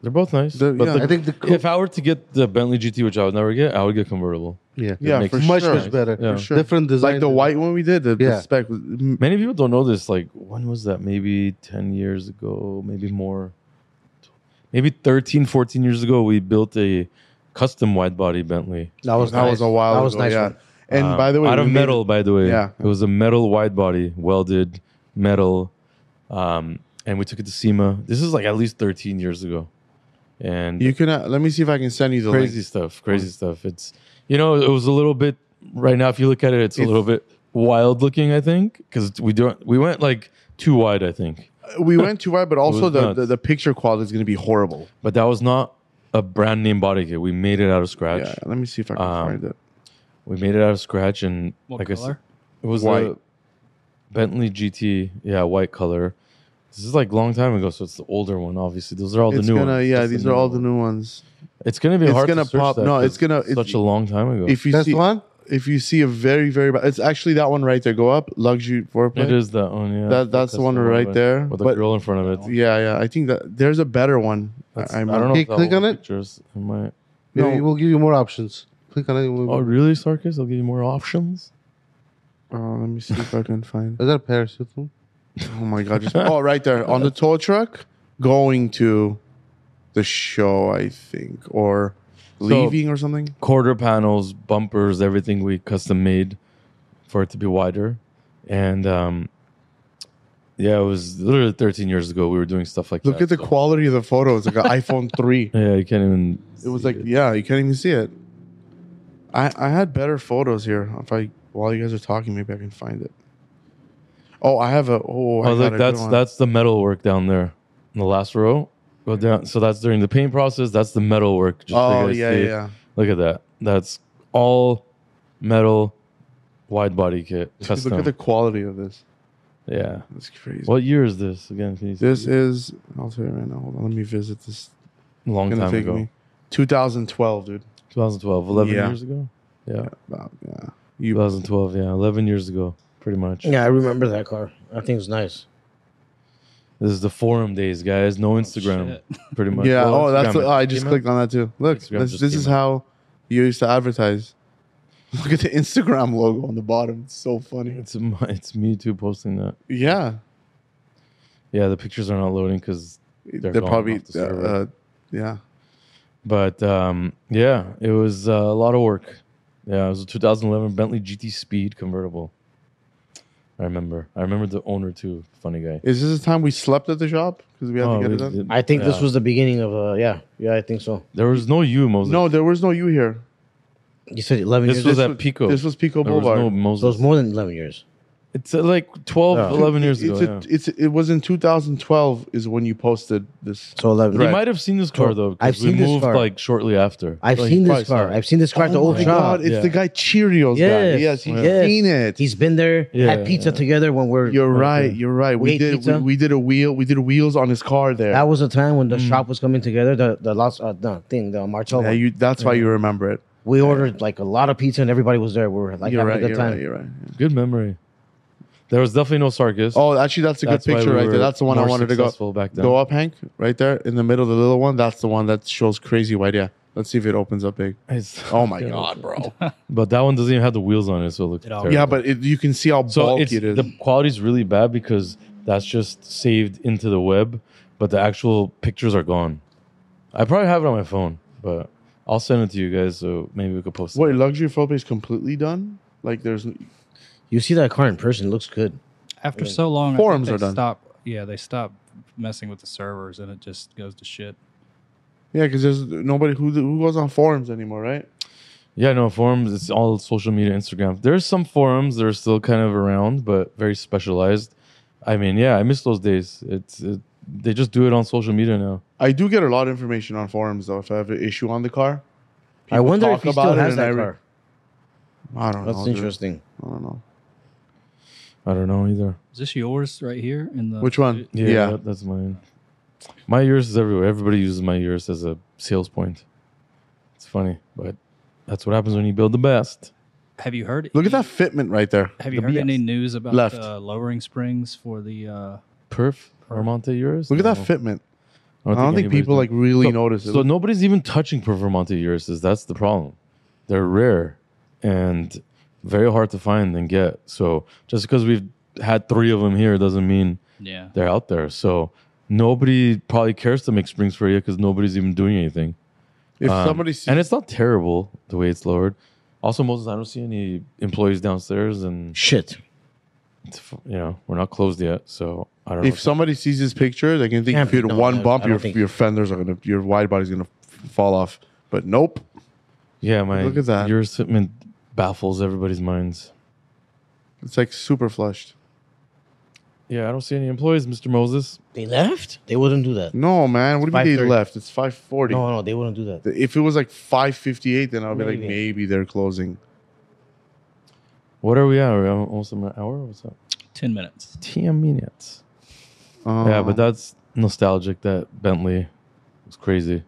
[SPEAKER 2] They're both nice.
[SPEAKER 3] The-
[SPEAKER 2] but
[SPEAKER 3] yeah.
[SPEAKER 2] the-
[SPEAKER 1] I think the coupe,
[SPEAKER 2] if I were to get the Bentley GT, which I would never get, I would get convertible.
[SPEAKER 1] yeah,
[SPEAKER 3] Yeah,
[SPEAKER 2] makes
[SPEAKER 3] for
[SPEAKER 1] much
[SPEAKER 3] sure.
[SPEAKER 1] much better.
[SPEAKER 2] Yeah. For
[SPEAKER 3] sure.
[SPEAKER 1] Different design,
[SPEAKER 3] Like the white one we did, the, the
[SPEAKER 1] Yeah.
[SPEAKER 3] spec was m-
[SPEAKER 2] Many people don't know this. Like, when was that? Maybe 10 years ago, maybe more. Maybe 13, 14 years ago, we built a custom wide body Bentley.
[SPEAKER 4] That was
[SPEAKER 3] that
[SPEAKER 4] nice.
[SPEAKER 3] was a while
[SPEAKER 4] That was
[SPEAKER 3] ago,
[SPEAKER 4] nice.
[SPEAKER 3] yeah.
[SPEAKER 4] one.
[SPEAKER 3] And
[SPEAKER 2] Uh,
[SPEAKER 3] by the way,
[SPEAKER 2] out
[SPEAKER 3] we
[SPEAKER 2] of
[SPEAKER 3] made-
[SPEAKER 2] metal, by the way.
[SPEAKER 3] Yeah.
[SPEAKER 2] It was a metal wide body, welded metal. Um, and we took it to SEMA. This is like at least 13 years ago. And
[SPEAKER 3] you can uh, let me see if I can send you the
[SPEAKER 2] crazy
[SPEAKER 3] link.
[SPEAKER 2] stuff, crazy stuff. It's, you know, it was a little bit, right now, if you look at it, it's a
[SPEAKER 3] It's-
[SPEAKER 2] little bit wild looking, I think, because we, do- we went like too wide, I think.
[SPEAKER 3] We went too wide, but also
[SPEAKER 2] was
[SPEAKER 3] the,
[SPEAKER 2] nuts.
[SPEAKER 3] the the picture quality is going to be horrible.
[SPEAKER 2] But that was not a brand name body kit. We made it out of scratch.
[SPEAKER 3] Yeah, let me see if I can
[SPEAKER 2] Um,
[SPEAKER 3] find it.
[SPEAKER 2] We made it out of scratch, and
[SPEAKER 5] What
[SPEAKER 2] like I said,
[SPEAKER 5] color?
[SPEAKER 2] it was
[SPEAKER 3] White.
[SPEAKER 2] a Bentley GT. Yeah, white color. This is like a long time ago, so it's the older one. Obviously, those are all
[SPEAKER 3] it's
[SPEAKER 2] the new
[SPEAKER 3] gonna,
[SPEAKER 2] ones.
[SPEAKER 3] Yeah,
[SPEAKER 2] That's
[SPEAKER 3] these are
[SPEAKER 2] new
[SPEAKER 3] all the
[SPEAKER 2] one.
[SPEAKER 3] new ones.
[SPEAKER 2] It's gonna be
[SPEAKER 3] it's
[SPEAKER 2] hard.
[SPEAKER 3] gonna
[SPEAKER 2] to search
[SPEAKER 3] pop-
[SPEAKER 2] that
[SPEAKER 3] no, it's
[SPEAKER 2] 'cause
[SPEAKER 3] gonna- it's-
[SPEAKER 2] such a long time ago.
[SPEAKER 3] If you
[SPEAKER 1] That's
[SPEAKER 3] see,
[SPEAKER 1] the one.
[SPEAKER 3] if you see a very very, ba- it's actually that one right there. Go up, luxury foreplay.
[SPEAKER 2] it is that one. Yeah,
[SPEAKER 3] That that's the one right
[SPEAKER 2] with-
[SPEAKER 3] there.
[SPEAKER 2] with the
[SPEAKER 3] But
[SPEAKER 2] girl in front of it.
[SPEAKER 3] yeah, yeah, I think that there's a better one.
[SPEAKER 2] That's,
[SPEAKER 3] I'm-
[SPEAKER 2] I don't know.
[SPEAKER 1] Hey,
[SPEAKER 2] if that
[SPEAKER 1] click
[SPEAKER 2] one
[SPEAKER 1] on it.
[SPEAKER 2] Pictures. I might.
[SPEAKER 1] Maybe
[SPEAKER 3] No.
[SPEAKER 1] we'll give you more options. Click on it. we'll-
[SPEAKER 2] Oh, really, Sarkis? I'll give you more options.
[SPEAKER 3] Uh, let me see if I can find.
[SPEAKER 1] Is that a parachute? one?
[SPEAKER 3] Oh my god! Just, oh, right there on the tow truck, going to the show, I think, or leaving or something.
[SPEAKER 2] quarter panels, bumpers, everything we custom made for it to be wider. And um, yeah, it was literally 13 years ago. We were doing stuff like
[SPEAKER 3] Look
[SPEAKER 2] that.
[SPEAKER 3] at the
[SPEAKER 2] so-
[SPEAKER 3] quality of the photo. It's like an iPhone three.
[SPEAKER 2] yeah, you can't even.
[SPEAKER 3] It was
[SPEAKER 2] see
[SPEAKER 3] like yeah, you can't even see it. I I had better photos here. If I while you guys are talking, maybe I can find it. Oh, I have a oh.
[SPEAKER 2] oh,
[SPEAKER 3] I got a
[SPEAKER 2] look,
[SPEAKER 3] good
[SPEAKER 2] that's
[SPEAKER 3] one.
[SPEAKER 2] that's the metal work down there in the last row. Go down. So that's during the paint process. That's the metal work. Just so you
[SPEAKER 3] Oh
[SPEAKER 2] guys
[SPEAKER 3] yeah,
[SPEAKER 2] see.
[SPEAKER 3] yeah, yeah.
[SPEAKER 2] Look at that. That's all metal, wide body kit.
[SPEAKER 3] Look
[SPEAKER 2] Custom.
[SPEAKER 3] at the quality of this.
[SPEAKER 2] yeah.
[SPEAKER 3] That's crazy.
[SPEAKER 2] What year is this again? Can you see?
[SPEAKER 3] This is I'll tell you right now. Hold on, let me visit this.
[SPEAKER 2] long
[SPEAKER 3] Gonna
[SPEAKER 2] time
[SPEAKER 3] take
[SPEAKER 2] ago.
[SPEAKER 3] me 2012, dude.
[SPEAKER 2] 2012, 11
[SPEAKER 3] Yeah.
[SPEAKER 2] years ago. Yeah.
[SPEAKER 3] About, yeah, you.
[SPEAKER 2] 2012, yeah, 11 years ago, pretty much.
[SPEAKER 4] Yeah, I remember that car. I think it was nice.
[SPEAKER 2] This is the forum days, guys. No Instagram,
[SPEAKER 5] Oh, shit.
[SPEAKER 2] pretty much.
[SPEAKER 3] [LAUGHS] Yeah.
[SPEAKER 2] Well,
[SPEAKER 3] oh, that's.
[SPEAKER 2] Instagram
[SPEAKER 3] The, oh, I just
[SPEAKER 2] came out.
[SPEAKER 3] clicked on that too. Look,
[SPEAKER 2] Instagram
[SPEAKER 3] this,
[SPEAKER 2] just
[SPEAKER 3] this
[SPEAKER 2] came
[SPEAKER 3] is
[SPEAKER 2] out.
[SPEAKER 3] how you used to advertise. [LAUGHS] Look at the Instagram logo on the bottom. It's so funny.
[SPEAKER 2] It's m- [LAUGHS] it's me too posting that.
[SPEAKER 3] Yeah,
[SPEAKER 2] Yeah, the pictures are not loading because,
[SPEAKER 3] they're,
[SPEAKER 2] gone
[SPEAKER 3] probably.
[SPEAKER 2] off the
[SPEAKER 3] uh,
[SPEAKER 2] server.
[SPEAKER 3] uh, yeah,
[SPEAKER 2] but um, yeah, it was uh, a lot of work. Yeah, it was a 2011 Bentley GT Speed convertible. I remember. I remember the owner too. Funny guy.
[SPEAKER 3] is this the time we slept at the shop because we had
[SPEAKER 2] Oh,
[SPEAKER 3] to get
[SPEAKER 2] we
[SPEAKER 3] it done?
[SPEAKER 2] did-
[SPEAKER 4] I think this
[SPEAKER 2] yeah.
[SPEAKER 4] was the beginning of uh yeah yeah I think so.
[SPEAKER 2] There was no you, Moses.
[SPEAKER 3] No, there was no you here.
[SPEAKER 4] You said eleven
[SPEAKER 2] this
[SPEAKER 4] years.
[SPEAKER 2] was
[SPEAKER 4] ago?
[SPEAKER 2] at Pico.
[SPEAKER 3] This was Pico
[SPEAKER 2] there was no
[SPEAKER 3] Boulevard.
[SPEAKER 2] Moses.
[SPEAKER 4] so it's more than eleven years.
[SPEAKER 2] it's uh, like 12,
[SPEAKER 4] Yeah.
[SPEAKER 2] 11 years
[SPEAKER 3] it's
[SPEAKER 2] ago. yeah.
[SPEAKER 3] a- it's it was in 2012 is when you posted this.
[SPEAKER 4] So eleven.
[SPEAKER 2] You
[SPEAKER 3] Right.
[SPEAKER 2] might have seen this car
[SPEAKER 4] Cool.
[SPEAKER 2] though. 'cause
[SPEAKER 4] I've
[SPEAKER 2] we
[SPEAKER 4] seen this
[SPEAKER 2] moved
[SPEAKER 4] car.
[SPEAKER 2] like shortly after.
[SPEAKER 4] I've
[SPEAKER 2] Like,
[SPEAKER 4] seen
[SPEAKER 2] probably
[SPEAKER 4] this car.
[SPEAKER 2] saw it.
[SPEAKER 4] I've seen this car at the
[SPEAKER 3] Oh
[SPEAKER 4] old
[SPEAKER 3] my
[SPEAKER 4] shop.
[SPEAKER 3] God, it's
[SPEAKER 2] Yeah.
[SPEAKER 3] the guy Cheerios guy.
[SPEAKER 4] Yes,
[SPEAKER 3] Yes, he's
[SPEAKER 4] yes.
[SPEAKER 3] seen it.
[SPEAKER 4] He's been there.
[SPEAKER 2] Yeah.
[SPEAKER 4] had pizza together when we're.
[SPEAKER 3] You're right. You're right.
[SPEAKER 4] We
[SPEAKER 3] We
[SPEAKER 4] ate
[SPEAKER 3] did. We,
[SPEAKER 4] pizza.
[SPEAKER 3] we did a wheel. We did wheels on his car there.
[SPEAKER 4] that was the time when the shop was coming together. The the last uh, the thing the Marcello.
[SPEAKER 3] Mm. yeah, you, that's why you remember it.
[SPEAKER 4] we ordered like a lot of pizza and everybody was there. We were like
[SPEAKER 3] you're
[SPEAKER 4] having
[SPEAKER 3] right.
[SPEAKER 4] a
[SPEAKER 3] You're
[SPEAKER 4] good time.
[SPEAKER 3] right. You're right.
[SPEAKER 2] Good memory. There was definitely no Sarkis.
[SPEAKER 3] Oh, actually, that's a
[SPEAKER 2] That's
[SPEAKER 3] good
[SPEAKER 2] why
[SPEAKER 3] picture
[SPEAKER 2] we
[SPEAKER 3] right
[SPEAKER 2] were
[SPEAKER 3] there. That's the one I
[SPEAKER 2] more
[SPEAKER 3] wanted to
[SPEAKER 2] successful
[SPEAKER 3] go.
[SPEAKER 2] back then.
[SPEAKER 3] Go up, Hank. Right there in the middle, the little one. That's the one that shows crazy white. Yeah. Let's see if it opens up big.
[SPEAKER 2] It's-
[SPEAKER 3] Oh my god, bro.
[SPEAKER 2] But that one doesn't even have the wheels on it, so it looks.
[SPEAKER 5] It all-
[SPEAKER 2] terrible.
[SPEAKER 3] yeah, but it, you can see how
[SPEAKER 2] so
[SPEAKER 3] bulky
[SPEAKER 2] it's
[SPEAKER 3] it is.
[SPEAKER 2] the quality's really bad because that's just saved into the web, but the actual pictures are gone. I probably have it on my phone, but I'll send it to you guys so maybe we could post.
[SPEAKER 3] Wait,
[SPEAKER 2] it.
[SPEAKER 3] luxury foil is completely done. Like there's
[SPEAKER 4] You see that car in person, it looks good.
[SPEAKER 5] After so long, I think
[SPEAKER 3] Forums
[SPEAKER 5] they
[SPEAKER 3] are done.
[SPEAKER 5] Stop. Yeah, they stop messing with the servers, and it just goes to shit.
[SPEAKER 3] yeah, because there's nobody who who goes on forums anymore, right?
[SPEAKER 2] Yeah, no forums. It's all social media, Instagram. There's some forums that are still kind of around, but very specialized. I mean, yeah, I miss those days. It's it, they just do it on social media now.
[SPEAKER 3] I do get a lot of information on forums though. If I have an issue on the car,
[SPEAKER 4] I
[SPEAKER 3] People
[SPEAKER 4] wonder
[SPEAKER 3] talk
[SPEAKER 4] if he
[SPEAKER 3] about
[SPEAKER 4] still
[SPEAKER 3] it
[SPEAKER 4] has
[SPEAKER 3] and I
[SPEAKER 4] that
[SPEAKER 3] re-
[SPEAKER 4] car.
[SPEAKER 3] I don't
[SPEAKER 4] That's
[SPEAKER 3] know. dude.
[SPEAKER 4] interesting.
[SPEAKER 3] I don't know.
[SPEAKER 2] I don't know either.
[SPEAKER 5] Is this yours right here? In the
[SPEAKER 3] Which one?
[SPEAKER 2] Yeah,
[SPEAKER 3] Yeah.
[SPEAKER 2] that- that's mine. My yours is everywhere. Everybody uses my yours as a sales point. It's funny, but that's what happens when you build the best.
[SPEAKER 5] Have you heard?
[SPEAKER 3] Look at that fitment right there.
[SPEAKER 5] Have you
[SPEAKER 2] the
[SPEAKER 5] heard
[SPEAKER 2] BS.
[SPEAKER 5] any news about
[SPEAKER 3] Left.
[SPEAKER 5] the lowering springs for the? Uh,
[SPEAKER 2] Perf Armonte yours.
[SPEAKER 3] Look at that
[SPEAKER 2] No.
[SPEAKER 3] fitment. I don't think
[SPEAKER 2] anybody's
[SPEAKER 3] people
[SPEAKER 2] doing-
[SPEAKER 3] like really
[SPEAKER 2] So-
[SPEAKER 3] notice it.
[SPEAKER 2] So nobody's even touching Performante urises. That's the problem. They're rare and very hard to find and get. So just because we've had three of them here doesn't mean
[SPEAKER 5] Yeah.
[SPEAKER 2] they're out there. So nobody probably cares to make springs for you because nobody's even doing anything.
[SPEAKER 3] if
[SPEAKER 2] Um,
[SPEAKER 3] somebody sees,
[SPEAKER 2] and it's not terrible the way it's lowered. Also, Moses, I don't see any employees downstairs, and
[SPEAKER 4] Shit.
[SPEAKER 2] it's, f- you know we're not closed yet, so I don't know.
[SPEAKER 3] if somebody sees this picture, they can think
[SPEAKER 4] Yeah,
[SPEAKER 3] if you
[SPEAKER 4] but
[SPEAKER 3] had
[SPEAKER 4] no,
[SPEAKER 3] one
[SPEAKER 4] no,
[SPEAKER 3] bump,
[SPEAKER 4] I don't
[SPEAKER 3] your
[SPEAKER 4] think-
[SPEAKER 3] your fenders are gonna, your wide body's gonna f- fall off. But nope,
[SPEAKER 2] yeah, my
[SPEAKER 3] Look at that.
[SPEAKER 2] Your fitment baffles everybody's minds.
[SPEAKER 3] it's like super flushed.
[SPEAKER 2] Yeah, I don't see any employees, Mr. Moses.
[SPEAKER 4] They left? They wouldn't do that.
[SPEAKER 3] No man, what do you mean they
[SPEAKER 4] 5:30.
[SPEAKER 3] left? It's five forty.
[SPEAKER 4] No, no, they wouldn't do that.
[SPEAKER 3] If it was like five fifty eight, then I'll be like
[SPEAKER 4] Maybe.
[SPEAKER 3] maybe they're closing.
[SPEAKER 2] What are we at? Are we almost an hour? What's up?
[SPEAKER 5] 10 minutes.
[SPEAKER 2] Ten minutes.
[SPEAKER 3] Um,
[SPEAKER 2] Yeah, but that's nostalgic. That Bentley was crazy.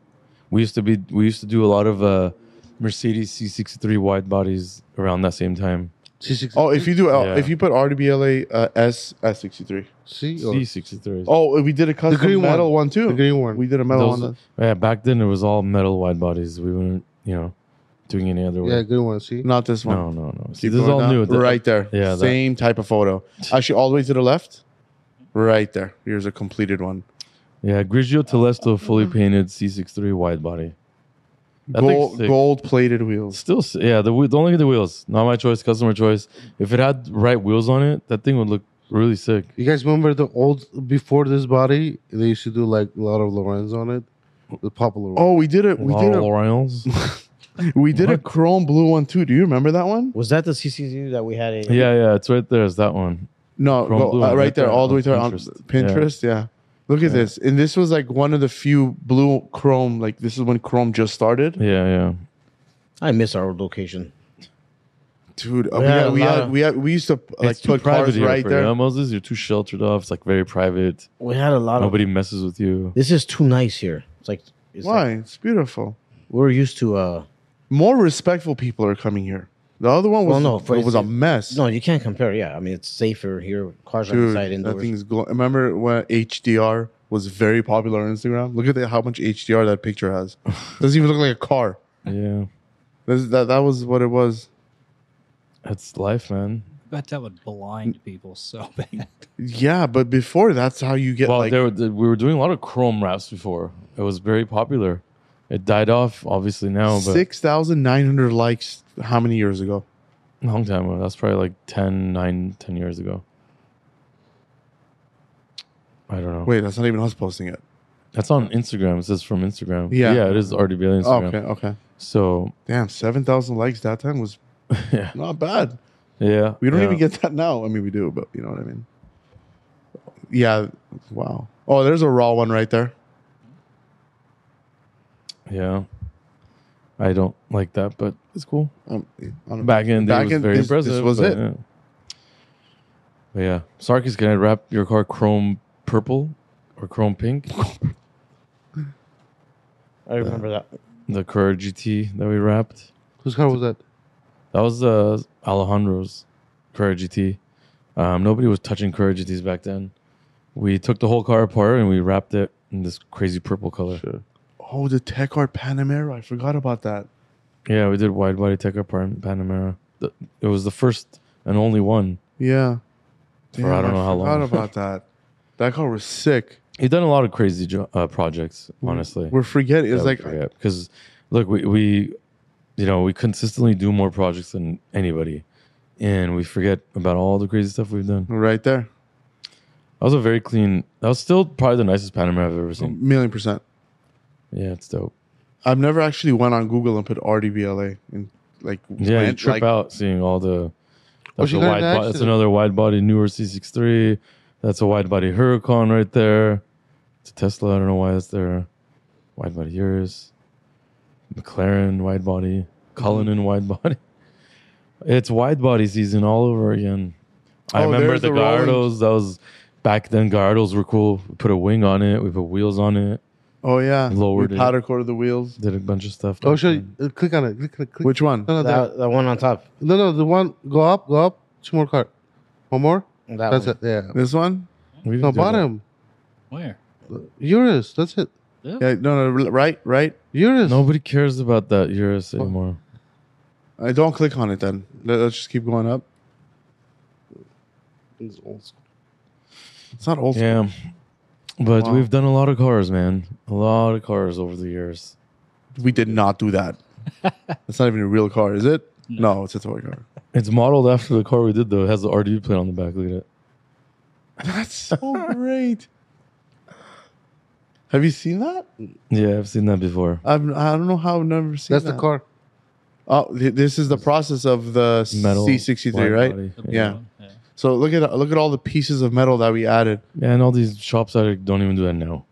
[SPEAKER 2] We used to be. We used to do a lot of uh, Mercedes C63 wide bodies around that same time.
[SPEAKER 3] oh, if you do, L
[SPEAKER 2] Yeah.
[SPEAKER 3] if you put RDBLA uh, S S sixty three.
[SPEAKER 1] see or
[SPEAKER 2] C63.
[SPEAKER 3] Oh, we did a custom
[SPEAKER 1] green one.
[SPEAKER 3] metal one, too.
[SPEAKER 1] the green one,
[SPEAKER 3] We did a metal
[SPEAKER 2] Those-
[SPEAKER 3] one.
[SPEAKER 2] Yeah, back then it was all metal wide bodies. We weren't, you know, doing any other way.
[SPEAKER 1] yeah, green one. See,
[SPEAKER 3] Not this one.
[SPEAKER 2] no, no, no. See,
[SPEAKER 3] Keep
[SPEAKER 2] this is
[SPEAKER 3] going
[SPEAKER 2] all
[SPEAKER 3] down.
[SPEAKER 2] new. The-
[SPEAKER 3] Right there.
[SPEAKER 2] Yeah, that-
[SPEAKER 3] Same type of
[SPEAKER 2] [LAUGHS]
[SPEAKER 3] photo. Actually, all the way to the left. Right there. Here's a completed one.
[SPEAKER 2] Yeah, Grigio Telesto fully painted C63 wide body. That thing's
[SPEAKER 3] Gold,
[SPEAKER 2] sick.
[SPEAKER 3] gold plated wheels.
[SPEAKER 2] Still, s- yeah. The whe- don't look at the wheels. Not my choice. Customer choice. If it had right wheels on it, that thing would look really sick.
[SPEAKER 1] you guys remember the old before this body? They used to do like a lot of Lorenz on it, the popular. one.
[SPEAKER 3] Oh, we did it. We did
[SPEAKER 2] Laurel
[SPEAKER 3] a, [LAUGHS]
[SPEAKER 2] Orioles.
[SPEAKER 3] we did a
[SPEAKER 2] What?
[SPEAKER 3] chrome blue one too. Do you remember that one?
[SPEAKER 4] Was that the CCU that we had? In?
[SPEAKER 2] yeah, yeah. It's right there. It's that one.
[SPEAKER 3] No,
[SPEAKER 2] Chrome
[SPEAKER 3] go,
[SPEAKER 2] blue
[SPEAKER 3] uh,
[SPEAKER 2] one,
[SPEAKER 3] right
[SPEAKER 2] right
[SPEAKER 3] there,
[SPEAKER 2] there
[SPEAKER 3] all the
[SPEAKER 2] on
[SPEAKER 3] way to on
[SPEAKER 2] Pinterest.
[SPEAKER 3] Pinterest. Yeah. Look at this. And this was like one of the few blue chrome. Like this is when chrome just started.
[SPEAKER 2] Yeah, yeah.
[SPEAKER 4] I miss our old location.
[SPEAKER 3] Dude, uh,
[SPEAKER 4] We
[SPEAKER 3] we,
[SPEAKER 4] had
[SPEAKER 3] had,
[SPEAKER 4] a
[SPEAKER 3] we,
[SPEAKER 4] lot
[SPEAKER 3] had,
[SPEAKER 4] of-
[SPEAKER 3] we had we used to uh, like
[SPEAKER 2] it's too
[SPEAKER 3] put
[SPEAKER 2] private
[SPEAKER 3] cars
[SPEAKER 2] here
[SPEAKER 3] right
[SPEAKER 2] for you,
[SPEAKER 3] there.
[SPEAKER 2] huh, Moses. You're too sheltered off. It's like very private.
[SPEAKER 4] We had a
[SPEAKER 3] Uh,
[SPEAKER 4] lot of.
[SPEAKER 2] Nobody messes with you.
[SPEAKER 4] This is too nice here. It's like it's
[SPEAKER 3] Why?
[SPEAKER 4] Like,
[SPEAKER 3] It's beautiful.
[SPEAKER 4] we're used to. uh
[SPEAKER 3] More respectful people are coming here. The other one was
[SPEAKER 4] Well, no, for-
[SPEAKER 3] it was a mess.
[SPEAKER 4] No, you can't compare. Yeah, I mean it's safer here. Cars are
[SPEAKER 3] Dude,
[SPEAKER 4] inside
[SPEAKER 3] that
[SPEAKER 4] indoors.
[SPEAKER 3] thing's glo- Remember when HDR was very popular on Instagram? Look at the, how much HDR that picture has.
[SPEAKER 2] [LAUGHS]
[SPEAKER 3] Doesn't even look like a car.
[SPEAKER 2] Yeah,
[SPEAKER 3] This- that, that was what it was.
[SPEAKER 2] that's life, man.
[SPEAKER 5] But that would blind people so [LAUGHS] bad.
[SPEAKER 3] Yeah, but before that's how you get
[SPEAKER 2] well,
[SPEAKER 3] like
[SPEAKER 2] there were- we were doing a lot of chrome wraps before. It was very popular. It died off, obviously now, but
[SPEAKER 3] six thousand nine hundred likes. How many years ago?
[SPEAKER 2] a long time ago. That's probably like 10, 9, 10 years ago. I don't know.
[SPEAKER 3] Wait, that's not even us posting it.
[SPEAKER 2] That's on Instagram. It says from Instagram.
[SPEAKER 3] Yeah.
[SPEAKER 2] yeah, it is RDBL Instagram.
[SPEAKER 3] Okay, okay.
[SPEAKER 2] So
[SPEAKER 3] Damn, seven thousand likes that time was
[SPEAKER 2] [LAUGHS] yeah,
[SPEAKER 3] not bad.
[SPEAKER 2] yeah.
[SPEAKER 3] We don't
[SPEAKER 2] yeah.
[SPEAKER 3] even get that now. I mean, we do, but you know what I mean. Yeah. Wow. Oh, there's a raw one right there.
[SPEAKER 2] Yeah, I don't like that, but it's cool.
[SPEAKER 3] Um, I don't know.
[SPEAKER 2] Back in the day,
[SPEAKER 3] Back
[SPEAKER 2] it was
[SPEAKER 3] in-
[SPEAKER 2] very
[SPEAKER 3] this- this
[SPEAKER 2] impressive.
[SPEAKER 3] was
[SPEAKER 2] but,
[SPEAKER 3] it.
[SPEAKER 2] Yeah. But yeah, Sarkis, can I wrap your car chrome purple or chrome pink?
[SPEAKER 4] I remember that.
[SPEAKER 2] the Courage GT that we wrapped.
[SPEAKER 1] whose car was that?
[SPEAKER 2] That was uh, Alejandro's Courage GT. Um, nobody was touching Courage GTs back then. We took the whole car apart and we wrapped it in this crazy purple color.
[SPEAKER 3] Oh, the Tech Art Panamera. I forgot about that.
[SPEAKER 2] Yeah, we did wide body tech apart Panamera. The, it was the first and only one.
[SPEAKER 3] Yeah.
[SPEAKER 2] For I don't know how long.
[SPEAKER 3] forgot
[SPEAKER 2] [LAUGHS]
[SPEAKER 3] about that. That car was sick.
[SPEAKER 2] You've done a lot of crazy jo- uh, projects, honestly.
[SPEAKER 3] Mm-hmm. We're forgetting. It's like
[SPEAKER 2] because look, we, we you know we consistently do more projects than anybody, and we forget about all the crazy stuff we've done.
[SPEAKER 3] right there.
[SPEAKER 2] That was a very clean. That was still probably the nicest Panamera I've ever
[SPEAKER 3] A
[SPEAKER 2] seen.
[SPEAKER 3] million percent.
[SPEAKER 2] Yeah, it's dope.
[SPEAKER 3] I've never actually went on Google and put RDBLA and like
[SPEAKER 2] Yeah, you
[SPEAKER 3] went,
[SPEAKER 2] trip
[SPEAKER 3] like,
[SPEAKER 2] out seeing all the. That's,
[SPEAKER 1] she
[SPEAKER 2] a
[SPEAKER 1] got in an
[SPEAKER 2] wide body, that's
[SPEAKER 1] accident.
[SPEAKER 2] another wide body newer C63. That's a wide body Huracan right there. It's a Tesla. I don't know why that's there. Wide body yours. McLaren wide body.
[SPEAKER 3] Mm-hmm.
[SPEAKER 2] Cullinan wide body. [LAUGHS] It's wide body season all over again. I
[SPEAKER 3] Oh,
[SPEAKER 2] remember
[SPEAKER 3] there's
[SPEAKER 2] the
[SPEAKER 3] the rolling-
[SPEAKER 2] Gallardos. That was back then. Gallardos were cool. We put a wing on it. We put wheels on it.
[SPEAKER 3] Oh yeah,
[SPEAKER 2] Lowered
[SPEAKER 3] we
[SPEAKER 2] it.
[SPEAKER 3] powder coated the wheels.
[SPEAKER 2] Did a bunch of stuff.
[SPEAKER 1] Oh,
[SPEAKER 2] back
[SPEAKER 1] should
[SPEAKER 2] then.
[SPEAKER 1] uh, click on it? Click, click, click.
[SPEAKER 3] Which one?
[SPEAKER 1] No, no, that,
[SPEAKER 4] that. That one on top.
[SPEAKER 1] no, no, the one. Go up, go up. Two more card. One more.
[SPEAKER 4] That
[SPEAKER 1] That's
[SPEAKER 4] one.
[SPEAKER 1] it. Yeah.
[SPEAKER 3] This one?
[SPEAKER 2] We didn't
[SPEAKER 1] No
[SPEAKER 2] do that.
[SPEAKER 1] bottom.
[SPEAKER 5] Where?
[SPEAKER 1] Yours. That's it.
[SPEAKER 5] Yeah.
[SPEAKER 3] Yeah, no, no, right, right.
[SPEAKER 1] Yours.
[SPEAKER 2] Nobody cares about that Urus anymore.
[SPEAKER 3] I don't click on it then. Let- Let's just keep going up.
[SPEAKER 1] It's old school.
[SPEAKER 3] It's not old.
[SPEAKER 2] Yeah. But
[SPEAKER 3] Wow.
[SPEAKER 2] we've done a lot of cars, man. A lot of cars over the years.
[SPEAKER 3] We did not
[SPEAKER 2] [LAUGHS]
[SPEAKER 3] do that. That's not even a real car, is it?
[SPEAKER 5] No.
[SPEAKER 3] No, it's a toy car.
[SPEAKER 2] It's modeled after the car we did, though. It has the RD plate on the back. Look at it. [LAUGHS]
[SPEAKER 3] That's so great. Have you seen that?
[SPEAKER 2] Yeah, I've seen that before.
[SPEAKER 3] I've, I don't know how I've never seen
[SPEAKER 1] That's
[SPEAKER 3] that.
[SPEAKER 1] the car.
[SPEAKER 3] Oh, th- this is the process of the
[SPEAKER 2] Metal.
[SPEAKER 3] C63,
[SPEAKER 2] wide
[SPEAKER 3] right?
[SPEAKER 2] body.
[SPEAKER 5] The blue
[SPEAKER 2] Yeah.
[SPEAKER 3] Yeah.
[SPEAKER 5] one, yeah.
[SPEAKER 3] So look at look at all the pieces of metal that we added.
[SPEAKER 2] Yeah, and all these shops that don't even do that now.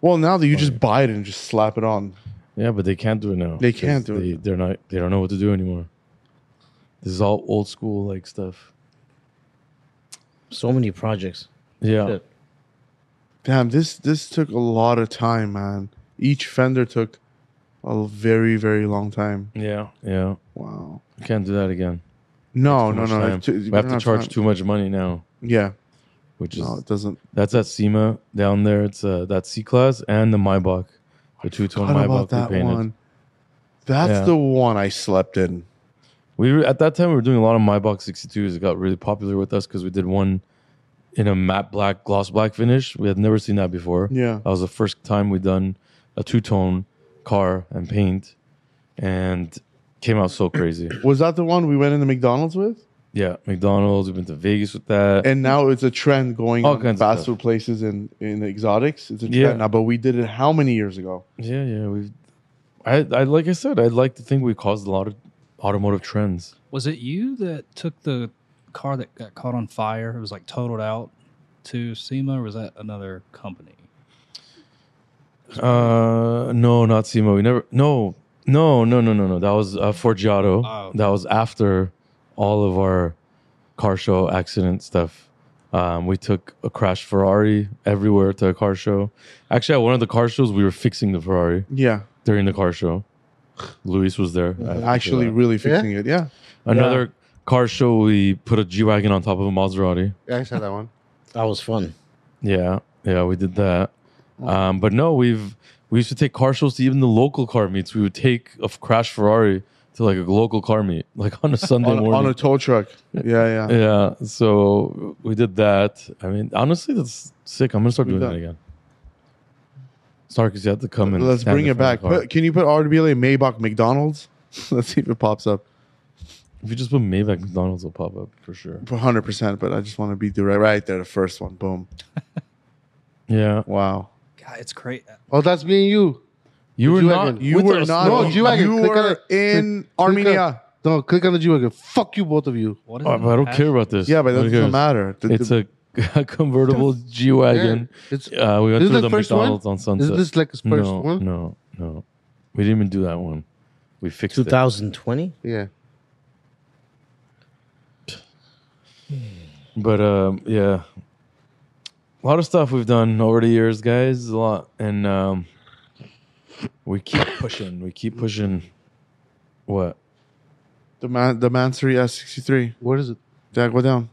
[SPEAKER 3] Well, now that you just buy it and just slap it on,
[SPEAKER 2] Yeah, but they can't do it now.
[SPEAKER 3] They can't
[SPEAKER 2] 'cause
[SPEAKER 3] do it
[SPEAKER 2] they,
[SPEAKER 3] now.
[SPEAKER 2] They're not. They don't know what to do anymore. This is all old school like stuff.
[SPEAKER 4] So many projects.
[SPEAKER 2] Yeah.
[SPEAKER 4] Shit.
[SPEAKER 3] Damn, this this took a lot of time, man. Each fender took a very very long time.
[SPEAKER 2] Yeah. Yeah.
[SPEAKER 3] Wow.
[SPEAKER 2] We can't do that again.
[SPEAKER 3] No,
[SPEAKER 2] Too
[SPEAKER 3] no,
[SPEAKER 2] much
[SPEAKER 3] no.
[SPEAKER 2] time.
[SPEAKER 3] it took-
[SPEAKER 2] we
[SPEAKER 3] we're
[SPEAKER 2] have to
[SPEAKER 3] not
[SPEAKER 2] charge
[SPEAKER 3] trying-
[SPEAKER 2] too much money now,
[SPEAKER 3] Yeah.
[SPEAKER 2] which is
[SPEAKER 3] No, it doesn't.
[SPEAKER 2] that's at SEMA down there. It's uh, that C class and the Maybach, the two tone Maybach
[SPEAKER 3] Forgot about
[SPEAKER 2] we
[SPEAKER 3] that
[SPEAKER 2] painted.
[SPEAKER 3] one. That's
[SPEAKER 2] Yeah.
[SPEAKER 3] the one I slept in.
[SPEAKER 2] We were, at that time we were doing a lot of Maybach 62s. It got really popular with us because we did one in a matte black, gloss black finish. We had never seen that before.
[SPEAKER 3] Yeah.
[SPEAKER 2] That was the first time we done a two tone car and paint, and came out so
[SPEAKER 3] [CLEARS THROAT]
[SPEAKER 2] crazy.
[SPEAKER 3] Was that the one we went into McDonald's with?
[SPEAKER 2] yeah, McDonald's. We've been to Vegas with that.
[SPEAKER 3] And now it's a trend going
[SPEAKER 2] All
[SPEAKER 3] on
[SPEAKER 2] kinds of
[SPEAKER 3] fast
[SPEAKER 2] stuff.
[SPEAKER 3] food places and in exotics. It's a trend
[SPEAKER 2] Yeah.
[SPEAKER 3] now, but we did it how many years ago?
[SPEAKER 2] yeah, yeah. We've. I, I like I said, I'd like to think we caused a lot of automotive trends.
[SPEAKER 5] Was it you that took the car that got caught on fire? It was like totaled out to SEMA, or was that another company?
[SPEAKER 2] Uh, no, not SEMA. We never. No, no, no, no, no, no. That was uh, Forgiato.
[SPEAKER 5] Oh.
[SPEAKER 2] That was after all of our car show accident stuff. Um, we took a crash Ferrari everywhere to a car show. Actually, at one of the car shows, we were fixing the Ferrari
[SPEAKER 3] Yeah,
[SPEAKER 2] during the car show. Luis was there. I have to say
[SPEAKER 3] Uh, actually,
[SPEAKER 2] that.
[SPEAKER 3] really fixing it. Yeah,
[SPEAKER 2] another car show. We put a G wagon on top of a Maserati.
[SPEAKER 1] Yeah, I saw that one.
[SPEAKER 4] That was fun.
[SPEAKER 2] Yeah, yeah, we did that. Um, but no, we've we used to take car shows to even the local car meets. We would take a f- crash Ferrari to like a local car meet, [LAUGHS] like on a Sunday
[SPEAKER 3] on, on
[SPEAKER 2] morning.
[SPEAKER 3] a tow truck. Yeah, yeah.
[SPEAKER 2] yeah, so we did that. I mean, honestly, that's sick. I'm gonna start
[SPEAKER 3] We've
[SPEAKER 2] doing that
[SPEAKER 3] done-
[SPEAKER 2] again. Sarkis, you have to come and
[SPEAKER 3] Let's
[SPEAKER 2] stand
[SPEAKER 3] bring
[SPEAKER 2] in
[SPEAKER 3] it
[SPEAKER 2] front of
[SPEAKER 3] back.
[SPEAKER 2] the car.
[SPEAKER 3] Put, can you put RWLA Maybach McDonald's? [LAUGHS] Let's see if it pops up
[SPEAKER 2] If you just put Maybach McDonald's, will pop up for sure.
[SPEAKER 3] for 100%, but I just want to be direct right there, the first one. Boom.
[SPEAKER 2] Yeah,
[SPEAKER 3] Wow.
[SPEAKER 5] God, it's uh, great.
[SPEAKER 1] Oh, that's me and you.
[SPEAKER 2] you were
[SPEAKER 1] G-Wagon.
[SPEAKER 2] not.
[SPEAKER 3] You
[SPEAKER 2] with
[SPEAKER 3] were
[SPEAKER 2] us,
[SPEAKER 3] not.
[SPEAKER 2] though.
[SPEAKER 1] No, G-Wagon,
[SPEAKER 3] You
[SPEAKER 1] click on
[SPEAKER 3] were
[SPEAKER 1] it.
[SPEAKER 3] in
[SPEAKER 1] Click on-
[SPEAKER 3] Armenia.
[SPEAKER 1] No, click on the G wagon. Fuck you, both of you.
[SPEAKER 5] What is
[SPEAKER 2] Oh,
[SPEAKER 5] it?
[SPEAKER 2] but I don't
[SPEAKER 5] Ash-
[SPEAKER 2] care about this.
[SPEAKER 3] Yeah, but that
[SPEAKER 2] Who
[SPEAKER 3] doesn't
[SPEAKER 2] cares?
[SPEAKER 3] matter. The-
[SPEAKER 2] It's
[SPEAKER 3] the-
[SPEAKER 2] a, a [LAUGHS] convertible G wagon.
[SPEAKER 1] Yeah, it's
[SPEAKER 2] Uh, we went
[SPEAKER 1] Isn't
[SPEAKER 2] through
[SPEAKER 1] that
[SPEAKER 2] the
[SPEAKER 1] first one?
[SPEAKER 2] McDonald's on Sunset.
[SPEAKER 1] Isn't this like his first
[SPEAKER 2] no,
[SPEAKER 1] one?
[SPEAKER 2] No, no, we didn't even do that one. We fixed it.
[SPEAKER 4] 2020.
[SPEAKER 1] Yeah.
[SPEAKER 2] But um, yeah, a lot of stuff we've done over the years, guys. A lot, and um, we keep pushing. We keep pushing. What?
[SPEAKER 3] the, man, the Mansory S63.
[SPEAKER 1] What is it?
[SPEAKER 3] Yeah, go down.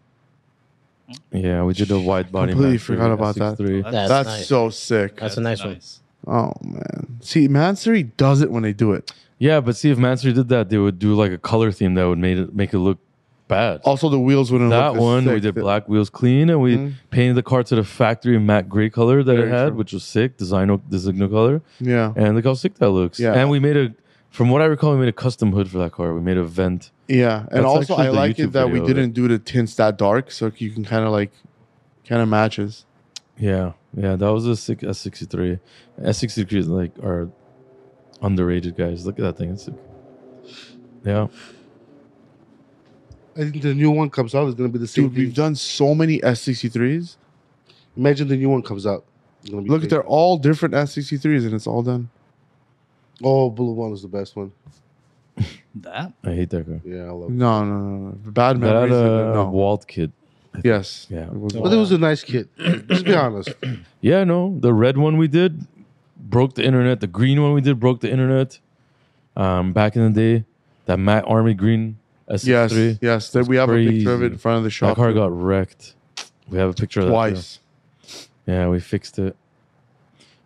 [SPEAKER 2] Yeah, we did a wide body.
[SPEAKER 3] Completely
[SPEAKER 2] match for
[SPEAKER 3] forgot
[SPEAKER 2] the
[SPEAKER 3] about that.
[SPEAKER 2] S63.
[SPEAKER 5] That's
[SPEAKER 4] That's,
[SPEAKER 3] That's
[SPEAKER 4] nice.
[SPEAKER 3] so sick.
[SPEAKER 4] That's a nice one.
[SPEAKER 3] Oh, man. See, Mansory does it when they do it.
[SPEAKER 2] Yeah, but see, if Mansory did that, they would do like a color theme that would make it make it look bad.
[SPEAKER 3] Also, the wheels wouldn't
[SPEAKER 2] that
[SPEAKER 3] look this
[SPEAKER 2] one we
[SPEAKER 3] Mm-hmm. sick.
[SPEAKER 2] did black wheels clean and we
[SPEAKER 3] Mhm.
[SPEAKER 2] painted the car to the factory matte gray color that
[SPEAKER 3] Very
[SPEAKER 2] it had
[SPEAKER 3] true.
[SPEAKER 2] which was sick design design color
[SPEAKER 3] Yeah.
[SPEAKER 2] and look how sick that looks
[SPEAKER 3] Yeah.
[SPEAKER 2] and we made a from what i recall we made a custom hood for that car we made a vent
[SPEAKER 3] Yeah, and
[SPEAKER 2] That's
[SPEAKER 3] also
[SPEAKER 2] actually
[SPEAKER 3] I
[SPEAKER 2] the
[SPEAKER 3] like
[SPEAKER 2] YouTube
[SPEAKER 3] it that we
[SPEAKER 2] video of it.
[SPEAKER 3] didn't do the tints that dark, so you can kind of like, kind of matches.
[SPEAKER 2] yeah yeah that was a sick s63 s63 is like our underrated guys look at that thing it's sick yeah
[SPEAKER 1] I think the new one comes out. It's gonna be the same.
[SPEAKER 3] Dude, we've
[SPEAKER 1] thing.
[SPEAKER 3] done so many S63s.
[SPEAKER 1] Imagine the new one comes out. It's gonna be
[SPEAKER 3] Look,
[SPEAKER 1] crazy.
[SPEAKER 3] they're all different S63s, and it's all done.
[SPEAKER 1] Oh, blue one is the best one.
[SPEAKER 5] That
[SPEAKER 2] i hate that car
[SPEAKER 1] Yeah, I love. it.
[SPEAKER 3] No, no, no, no. bad
[SPEAKER 2] that
[SPEAKER 3] memories.
[SPEAKER 2] uh,
[SPEAKER 3] no.
[SPEAKER 2] walt kid
[SPEAKER 3] Yes.
[SPEAKER 2] Yeah.
[SPEAKER 3] It was-
[SPEAKER 1] But it was a nice kid. Let's be honest.
[SPEAKER 2] yeah no the red one we did broke the internet the green one we did broke the internet um back in the day that matte army green s63
[SPEAKER 3] yes. Yes. That we have a picture of it
[SPEAKER 2] crazy.
[SPEAKER 3] in front of the
[SPEAKER 2] That
[SPEAKER 3] shop
[SPEAKER 2] car got wrecked. We have a picture of that. too.
[SPEAKER 3] twice.
[SPEAKER 2] Yeah, we fixed it.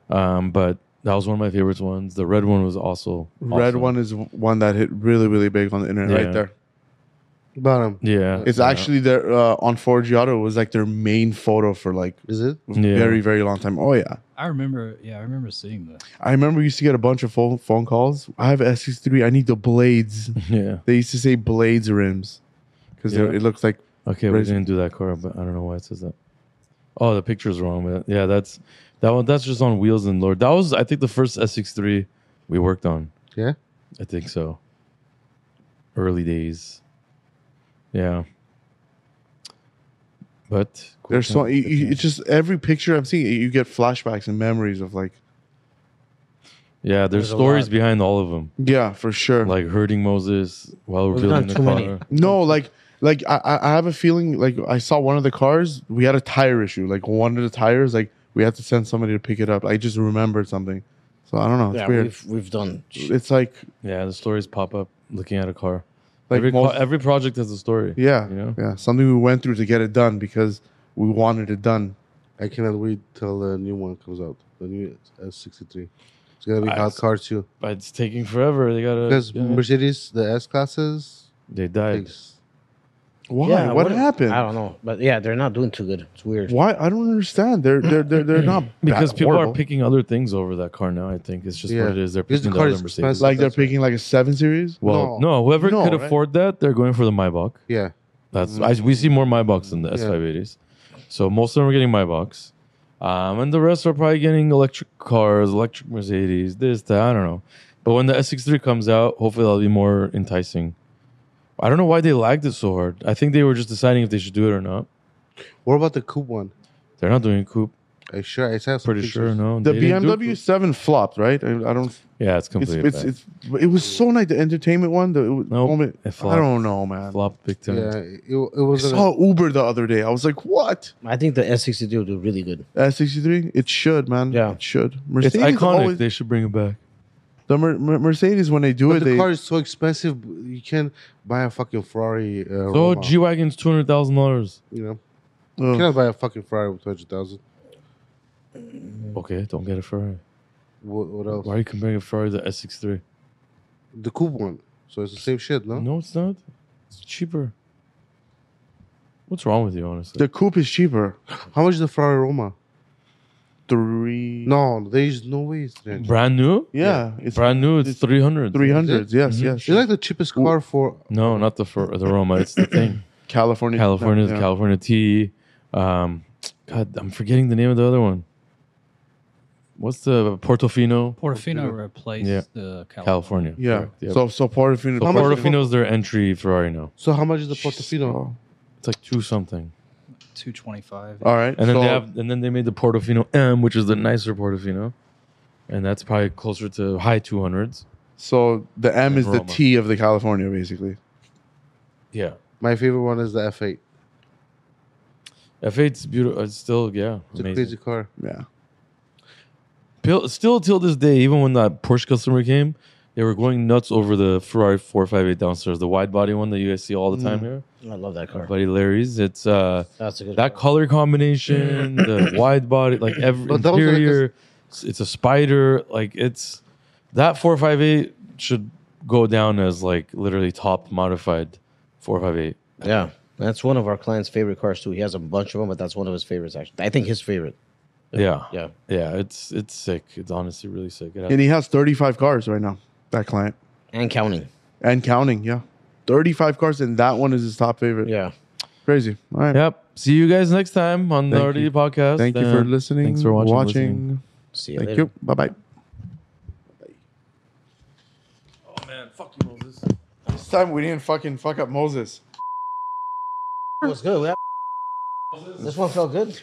[SPEAKER 2] Um, but that was one of my favorites ones. The red one was also
[SPEAKER 3] Red
[SPEAKER 2] awesome.
[SPEAKER 3] one is one that hit really, really big on the internet
[SPEAKER 2] Yeah.
[SPEAKER 3] right there.
[SPEAKER 1] Bottom.
[SPEAKER 2] Yeah, [LAUGHS]
[SPEAKER 3] It's
[SPEAKER 2] yeah.
[SPEAKER 3] actually their uh, on 4G Auto was like their main photo for like
[SPEAKER 1] Is it?
[SPEAKER 2] Yeah.
[SPEAKER 3] very, very long time. Oh yeah,
[SPEAKER 5] I remember. Yeah, I remember seeing that.
[SPEAKER 3] I remember we used to get a bunch of phone phone calls. I have a S63. I need
[SPEAKER 2] [LAUGHS]
[SPEAKER 3] the blades.
[SPEAKER 2] yeah.
[SPEAKER 3] They used to say blades rims because
[SPEAKER 2] Yeah.
[SPEAKER 3] it looks like
[SPEAKER 2] Okay, we
[SPEAKER 3] Raise-
[SPEAKER 2] didn't do that car, but I don't know why it says that. Oh, the picture's wrong. But yeah, that's that one. That's just on wheels and Lord. That was, I think, the first SX3 we worked on.
[SPEAKER 1] Yeah?
[SPEAKER 2] I think so. Early days. Yeah. But cool
[SPEAKER 3] there's so
[SPEAKER 2] times,
[SPEAKER 3] you,
[SPEAKER 2] good
[SPEAKER 3] you,
[SPEAKER 2] times.
[SPEAKER 3] it's just every picture I'm seeing. You get flashbacks and memories of like
[SPEAKER 2] yeah. There's,
[SPEAKER 4] there's a
[SPEAKER 2] stories
[SPEAKER 4] lot.
[SPEAKER 2] behind all of them,
[SPEAKER 3] yeah for sure.
[SPEAKER 2] like hurting Moses while we're
[SPEAKER 4] We've
[SPEAKER 2] building
[SPEAKER 4] done
[SPEAKER 2] the
[SPEAKER 4] too many.
[SPEAKER 2] car.
[SPEAKER 3] No, like like I, I I have a feeling like I saw one of the cars, we had a tire issue. Like one of the tires, like we had to send somebody to pick it up. I just remembered something. So I don't know. It's
[SPEAKER 4] yeah,
[SPEAKER 3] weird.
[SPEAKER 4] we've we've done. sh-
[SPEAKER 3] It's like
[SPEAKER 2] Yeah, the stories pop up looking at a car.
[SPEAKER 3] like
[SPEAKER 2] every,
[SPEAKER 3] most,
[SPEAKER 2] car, every project has a story.
[SPEAKER 3] yeah,
[SPEAKER 2] you know?
[SPEAKER 3] yeah. Something we went through to get it done because we wanted it done.
[SPEAKER 1] I cannot wait till the new one comes out. The new S63. It's gonna be
[SPEAKER 2] I-
[SPEAKER 1] hot car too.
[SPEAKER 2] But it's taking forever. They gotta
[SPEAKER 1] Because
[SPEAKER 2] yeah.
[SPEAKER 1] Mercedes, the S classes,
[SPEAKER 2] They died.
[SPEAKER 1] takes-
[SPEAKER 3] Why?
[SPEAKER 4] Yeah,
[SPEAKER 3] what,
[SPEAKER 4] if-
[SPEAKER 3] happened?
[SPEAKER 4] I don't know, but yeah, they're not doing too good. It's weird.
[SPEAKER 3] Why? I don't understand. They're they're they're, they're not
[SPEAKER 2] [CLEARS THROAT] Because
[SPEAKER 3] bad-
[SPEAKER 2] people
[SPEAKER 3] horrible.
[SPEAKER 2] are picking other things over that car now. I think it's just
[SPEAKER 1] Yeah.
[SPEAKER 2] what it is. They're
[SPEAKER 1] Because the
[SPEAKER 2] picking the
[SPEAKER 1] car
[SPEAKER 2] other
[SPEAKER 1] is
[SPEAKER 2] Mercedes.
[SPEAKER 1] expensive.
[SPEAKER 3] like they're
[SPEAKER 1] That's right.
[SPEAKER 3] picking like a seven series.
[SPEAKER 2] well, no, whoever
[SPEAKER 3] No,
[SPEAKER 2] could
[SPEAKER 3] right?
[SPEAKER 2] afford that, they're going for the Maybach.
[SPEAKER 1] yeah.
[SPEAKER 2] That's I, we see more Maybachs than the
[SPEAKER 1] Yeah.
[SPEAKER 2] S580s. So most of them are getting Maybachs, um, and the rest are probably getting electric cars, electric Mercedes, this, that. I don't know. But when the S63 comes out, hopefully that'll be more enticing. I don't know why they lagged it so hard. I think they were just deciding if they should do it or not.
[SPEAKER 1] What about the coupe one?
[SPEAKER 2] They're not doing a coupe.
[SPEAKER 1] I sure I saw some
[SPEAKER 2] Pretty
[SPEAKER 1] pictures.
[SPEAKER 2] sure, no.
[SPEAKER 3] The
[SPEAKER 2] they didn't do a
[SPEAKER 3] BMW
[SPEAKER 2] coupe.
[SPEAKER 3] 7 flopped, right? I, I don't
[SPEAKER 2] yeah, it's
[SPEAKER 3] it's,
[SPEAKER 2] completely
[SPEAKER 3] it's,
[SPEAKER 2] bad.
[SPEAKER 3] it's, it was so nice. The entertainment one, the it was-
[SPEAKER 2] Nope,
[SPEAKER 3] moment.
[SPEAKER 2] it
[SPEAKER 3] I
[SPEAKER 2] flopped.
[SPEAKER 3] don't know, man.
[SPEAKER 2] flopped big time.
[SPEAKER 1] Yeah, it, it
[SPEAKER 3] I
[SPEAKER 1] was.
[SPEAKER 3] saw Uber the other day. I was like, what?
[SPEAKER 4] I think the S63 will do really good.
[SPEAKER 3] S63? It should, man.
[SPEAKER 4] Yeah.
[SPEAKER 3] It should.
[SPEAKER 2] It's
[SPEAKER 3] Mercedes
[SPEAKER 2] iconic.
[SPEAKER 3] always-
[SPEAKER 2] they should bring it back.
[SPEAKER 3] the Mer- Mer- Mercedes, when they do
[SPEAKER 1] But
[SPEAKER 3] it,
[SPEAKER 1] the
[SPEAKER 3] they.
[SPEAKER 1] car is so expensive. You can't buy a fucking Ferrari. Uh,
[SPEAKER 2] So
[SPEAKER 1] Roma,
[SPEAKER 2] G wagon's two hundred thousand dollars.
[SPEAKER 1] you know, you
[SPEAKER 3] Ugh.
[SPEAKER 1] cannot buy a fucking Ferrari with two hundred thousand.
[SPEAKER 2] Okay, don't get a Ferrari.
[SPEAKER 1] What, what else?
[SPEAKER 2] Why are you comparing a Ferrari to S 63
[SPEAKER 1] The coupe one. So it's the same shit, no?
[SPEAKER 2] No, it's not. It's cheaper. What's wrong with you, honestly?
[SPEAKER 3] the coupe is cheaper.
[SPEAKER 1] How much is the Ferrari Roma?
[SPEAKER 3] Three.
[SPEAKER 1] No, there is no way. It's, that.
[SPEAKER 2] brand new?
[SPEAKER 3] Yeah. It's
[SPEAKER 2] brand new. It's,
[SPEAKER 3] it's
[SPEAKER 2] three hundred.
[SPEAKER 3] 300. Yes,
[SPEAKER 2] Mhm.
[SPEAKER 3] yes.
[SPEAKER 1] it's like the cheapest car for.
[SPEAKER 2] No, not the Fer- the Roma. It's the thing.
[SPEAKER 3] California.
[SPEAKER 2] California's
[SPEAKER 3] yeah.
[SPEAKER 2] California T. Um, God, I'm forgetting the name of the other one. What's the Portofino?
[SPEAKER 5] Portofino replaced
[SPEAKER 2] Yeah.
[SPEAKER 5] the California.
[SPEAKER 2] California.
[SPEAKER 3] Yeah.
[SPEAKER 2] correct, Yep.
[SPEAKER 3] So, so Portofino.
[SPEAKER 2] So
[SPEAKER 1] How much-
[SPEAKER 2] Portofino's their entry Ferrari now.
[SPEAKER 1] So how much is the Portofino?
[SPEAKER 3] Oh.
[SPEAKER 2] It's like two something.
[SPEAKER 5] Two twenty five.
[SPEAKER 3] All right.
[SPEAKER 2] And then
[SPEAKER 3] so,
[SPEAKER 2] they have, and then they made the Portofino M, which is the nicer Portofino, and that's probably closer to high two hundreds.
[SPEAKER 3] so the M
[SPEAKER 2] And
[SPEAKER 3] is the
[SPEAKER 2] Roma.
[SPEAKER 3] T of the California, basically.
[SPEAKER 2] Yeah,
[SPEAKER 1] My favorite one is the F8.
[SPEAKER 2] F 8s beautiful. It's still yeah,
[SPEAKER 1] It's a crazy
[SPEAKER 2] amazing.
[SPEAKER 1] car.
[SPEAKER 3] Yeah.
[SPEAKER 2] Pil- Still till this day, even when that Porsche customer came, they were going nuts over the Ferrari four five eight downstairs, the wide body one that you guys see all the
[SPEAKER 1] Mm.
[SPEAKER 2] time here.
[SPEAKER 4] I love that car.
[SPEAKER 2] Buddy Larry's, it's uh
[SPEAKER 4] That's a good.
[SPEAKER 2] that
[SPEAKER 4] car.
[SPEAKER 2] color [LAUGHS] combination, the wide body, like every
[SPEAKER 1] But that was like
[SPEAKER 2] interior, it's, it's a spider. Like it's that four five eight should go down as like literally top modified four five eight.
[SPEAKER 4] Yeah, that's one of our client's favorite cars too. He has a bunch of them, but that's one of his favorites. Actually, I think his favorite.
[SPEAKER 2] Yeah,
[SPEAKER 4] Yeah,
[SPEAKER 2] yeah, it's it's sick. It's honestly really sick. It has-
[SPEAKER 3] And he has 35 cars right now, that client.
[SPEAKER 4] and counting.
[SPEAKER 3] And counting, yeah. 35 cars, and that one is his top favorite.
[SPEAKER 4] Yeah,
[SPEAKER 3] Crazy. All right.
[SPEAKER 2] yep. See you guys next time on the
[SPEAKER 3] Thank
[SPEAKER 2] RD
[SPEAKER 3] you.
[SPEAKER 2] podcast.
[SPEAKER 3] Thank you for
[SPEAKER 2] and
[SPEAKER 3] listening.
[SPEAKER 2] Thanks for watching. listening.
[SPEAKER 4] see you
[SPEAKER 3] Thank
[SPEAKER 4] later.
[SPEAKER 3] you. Bye bye.
[SPEAKER 2] Oh man, fuck you, Moses.
[SPEAKER 3] This time we didn't fucking fuck up Moses.
[SPEAKER 4] What's good? We have- This one felt good.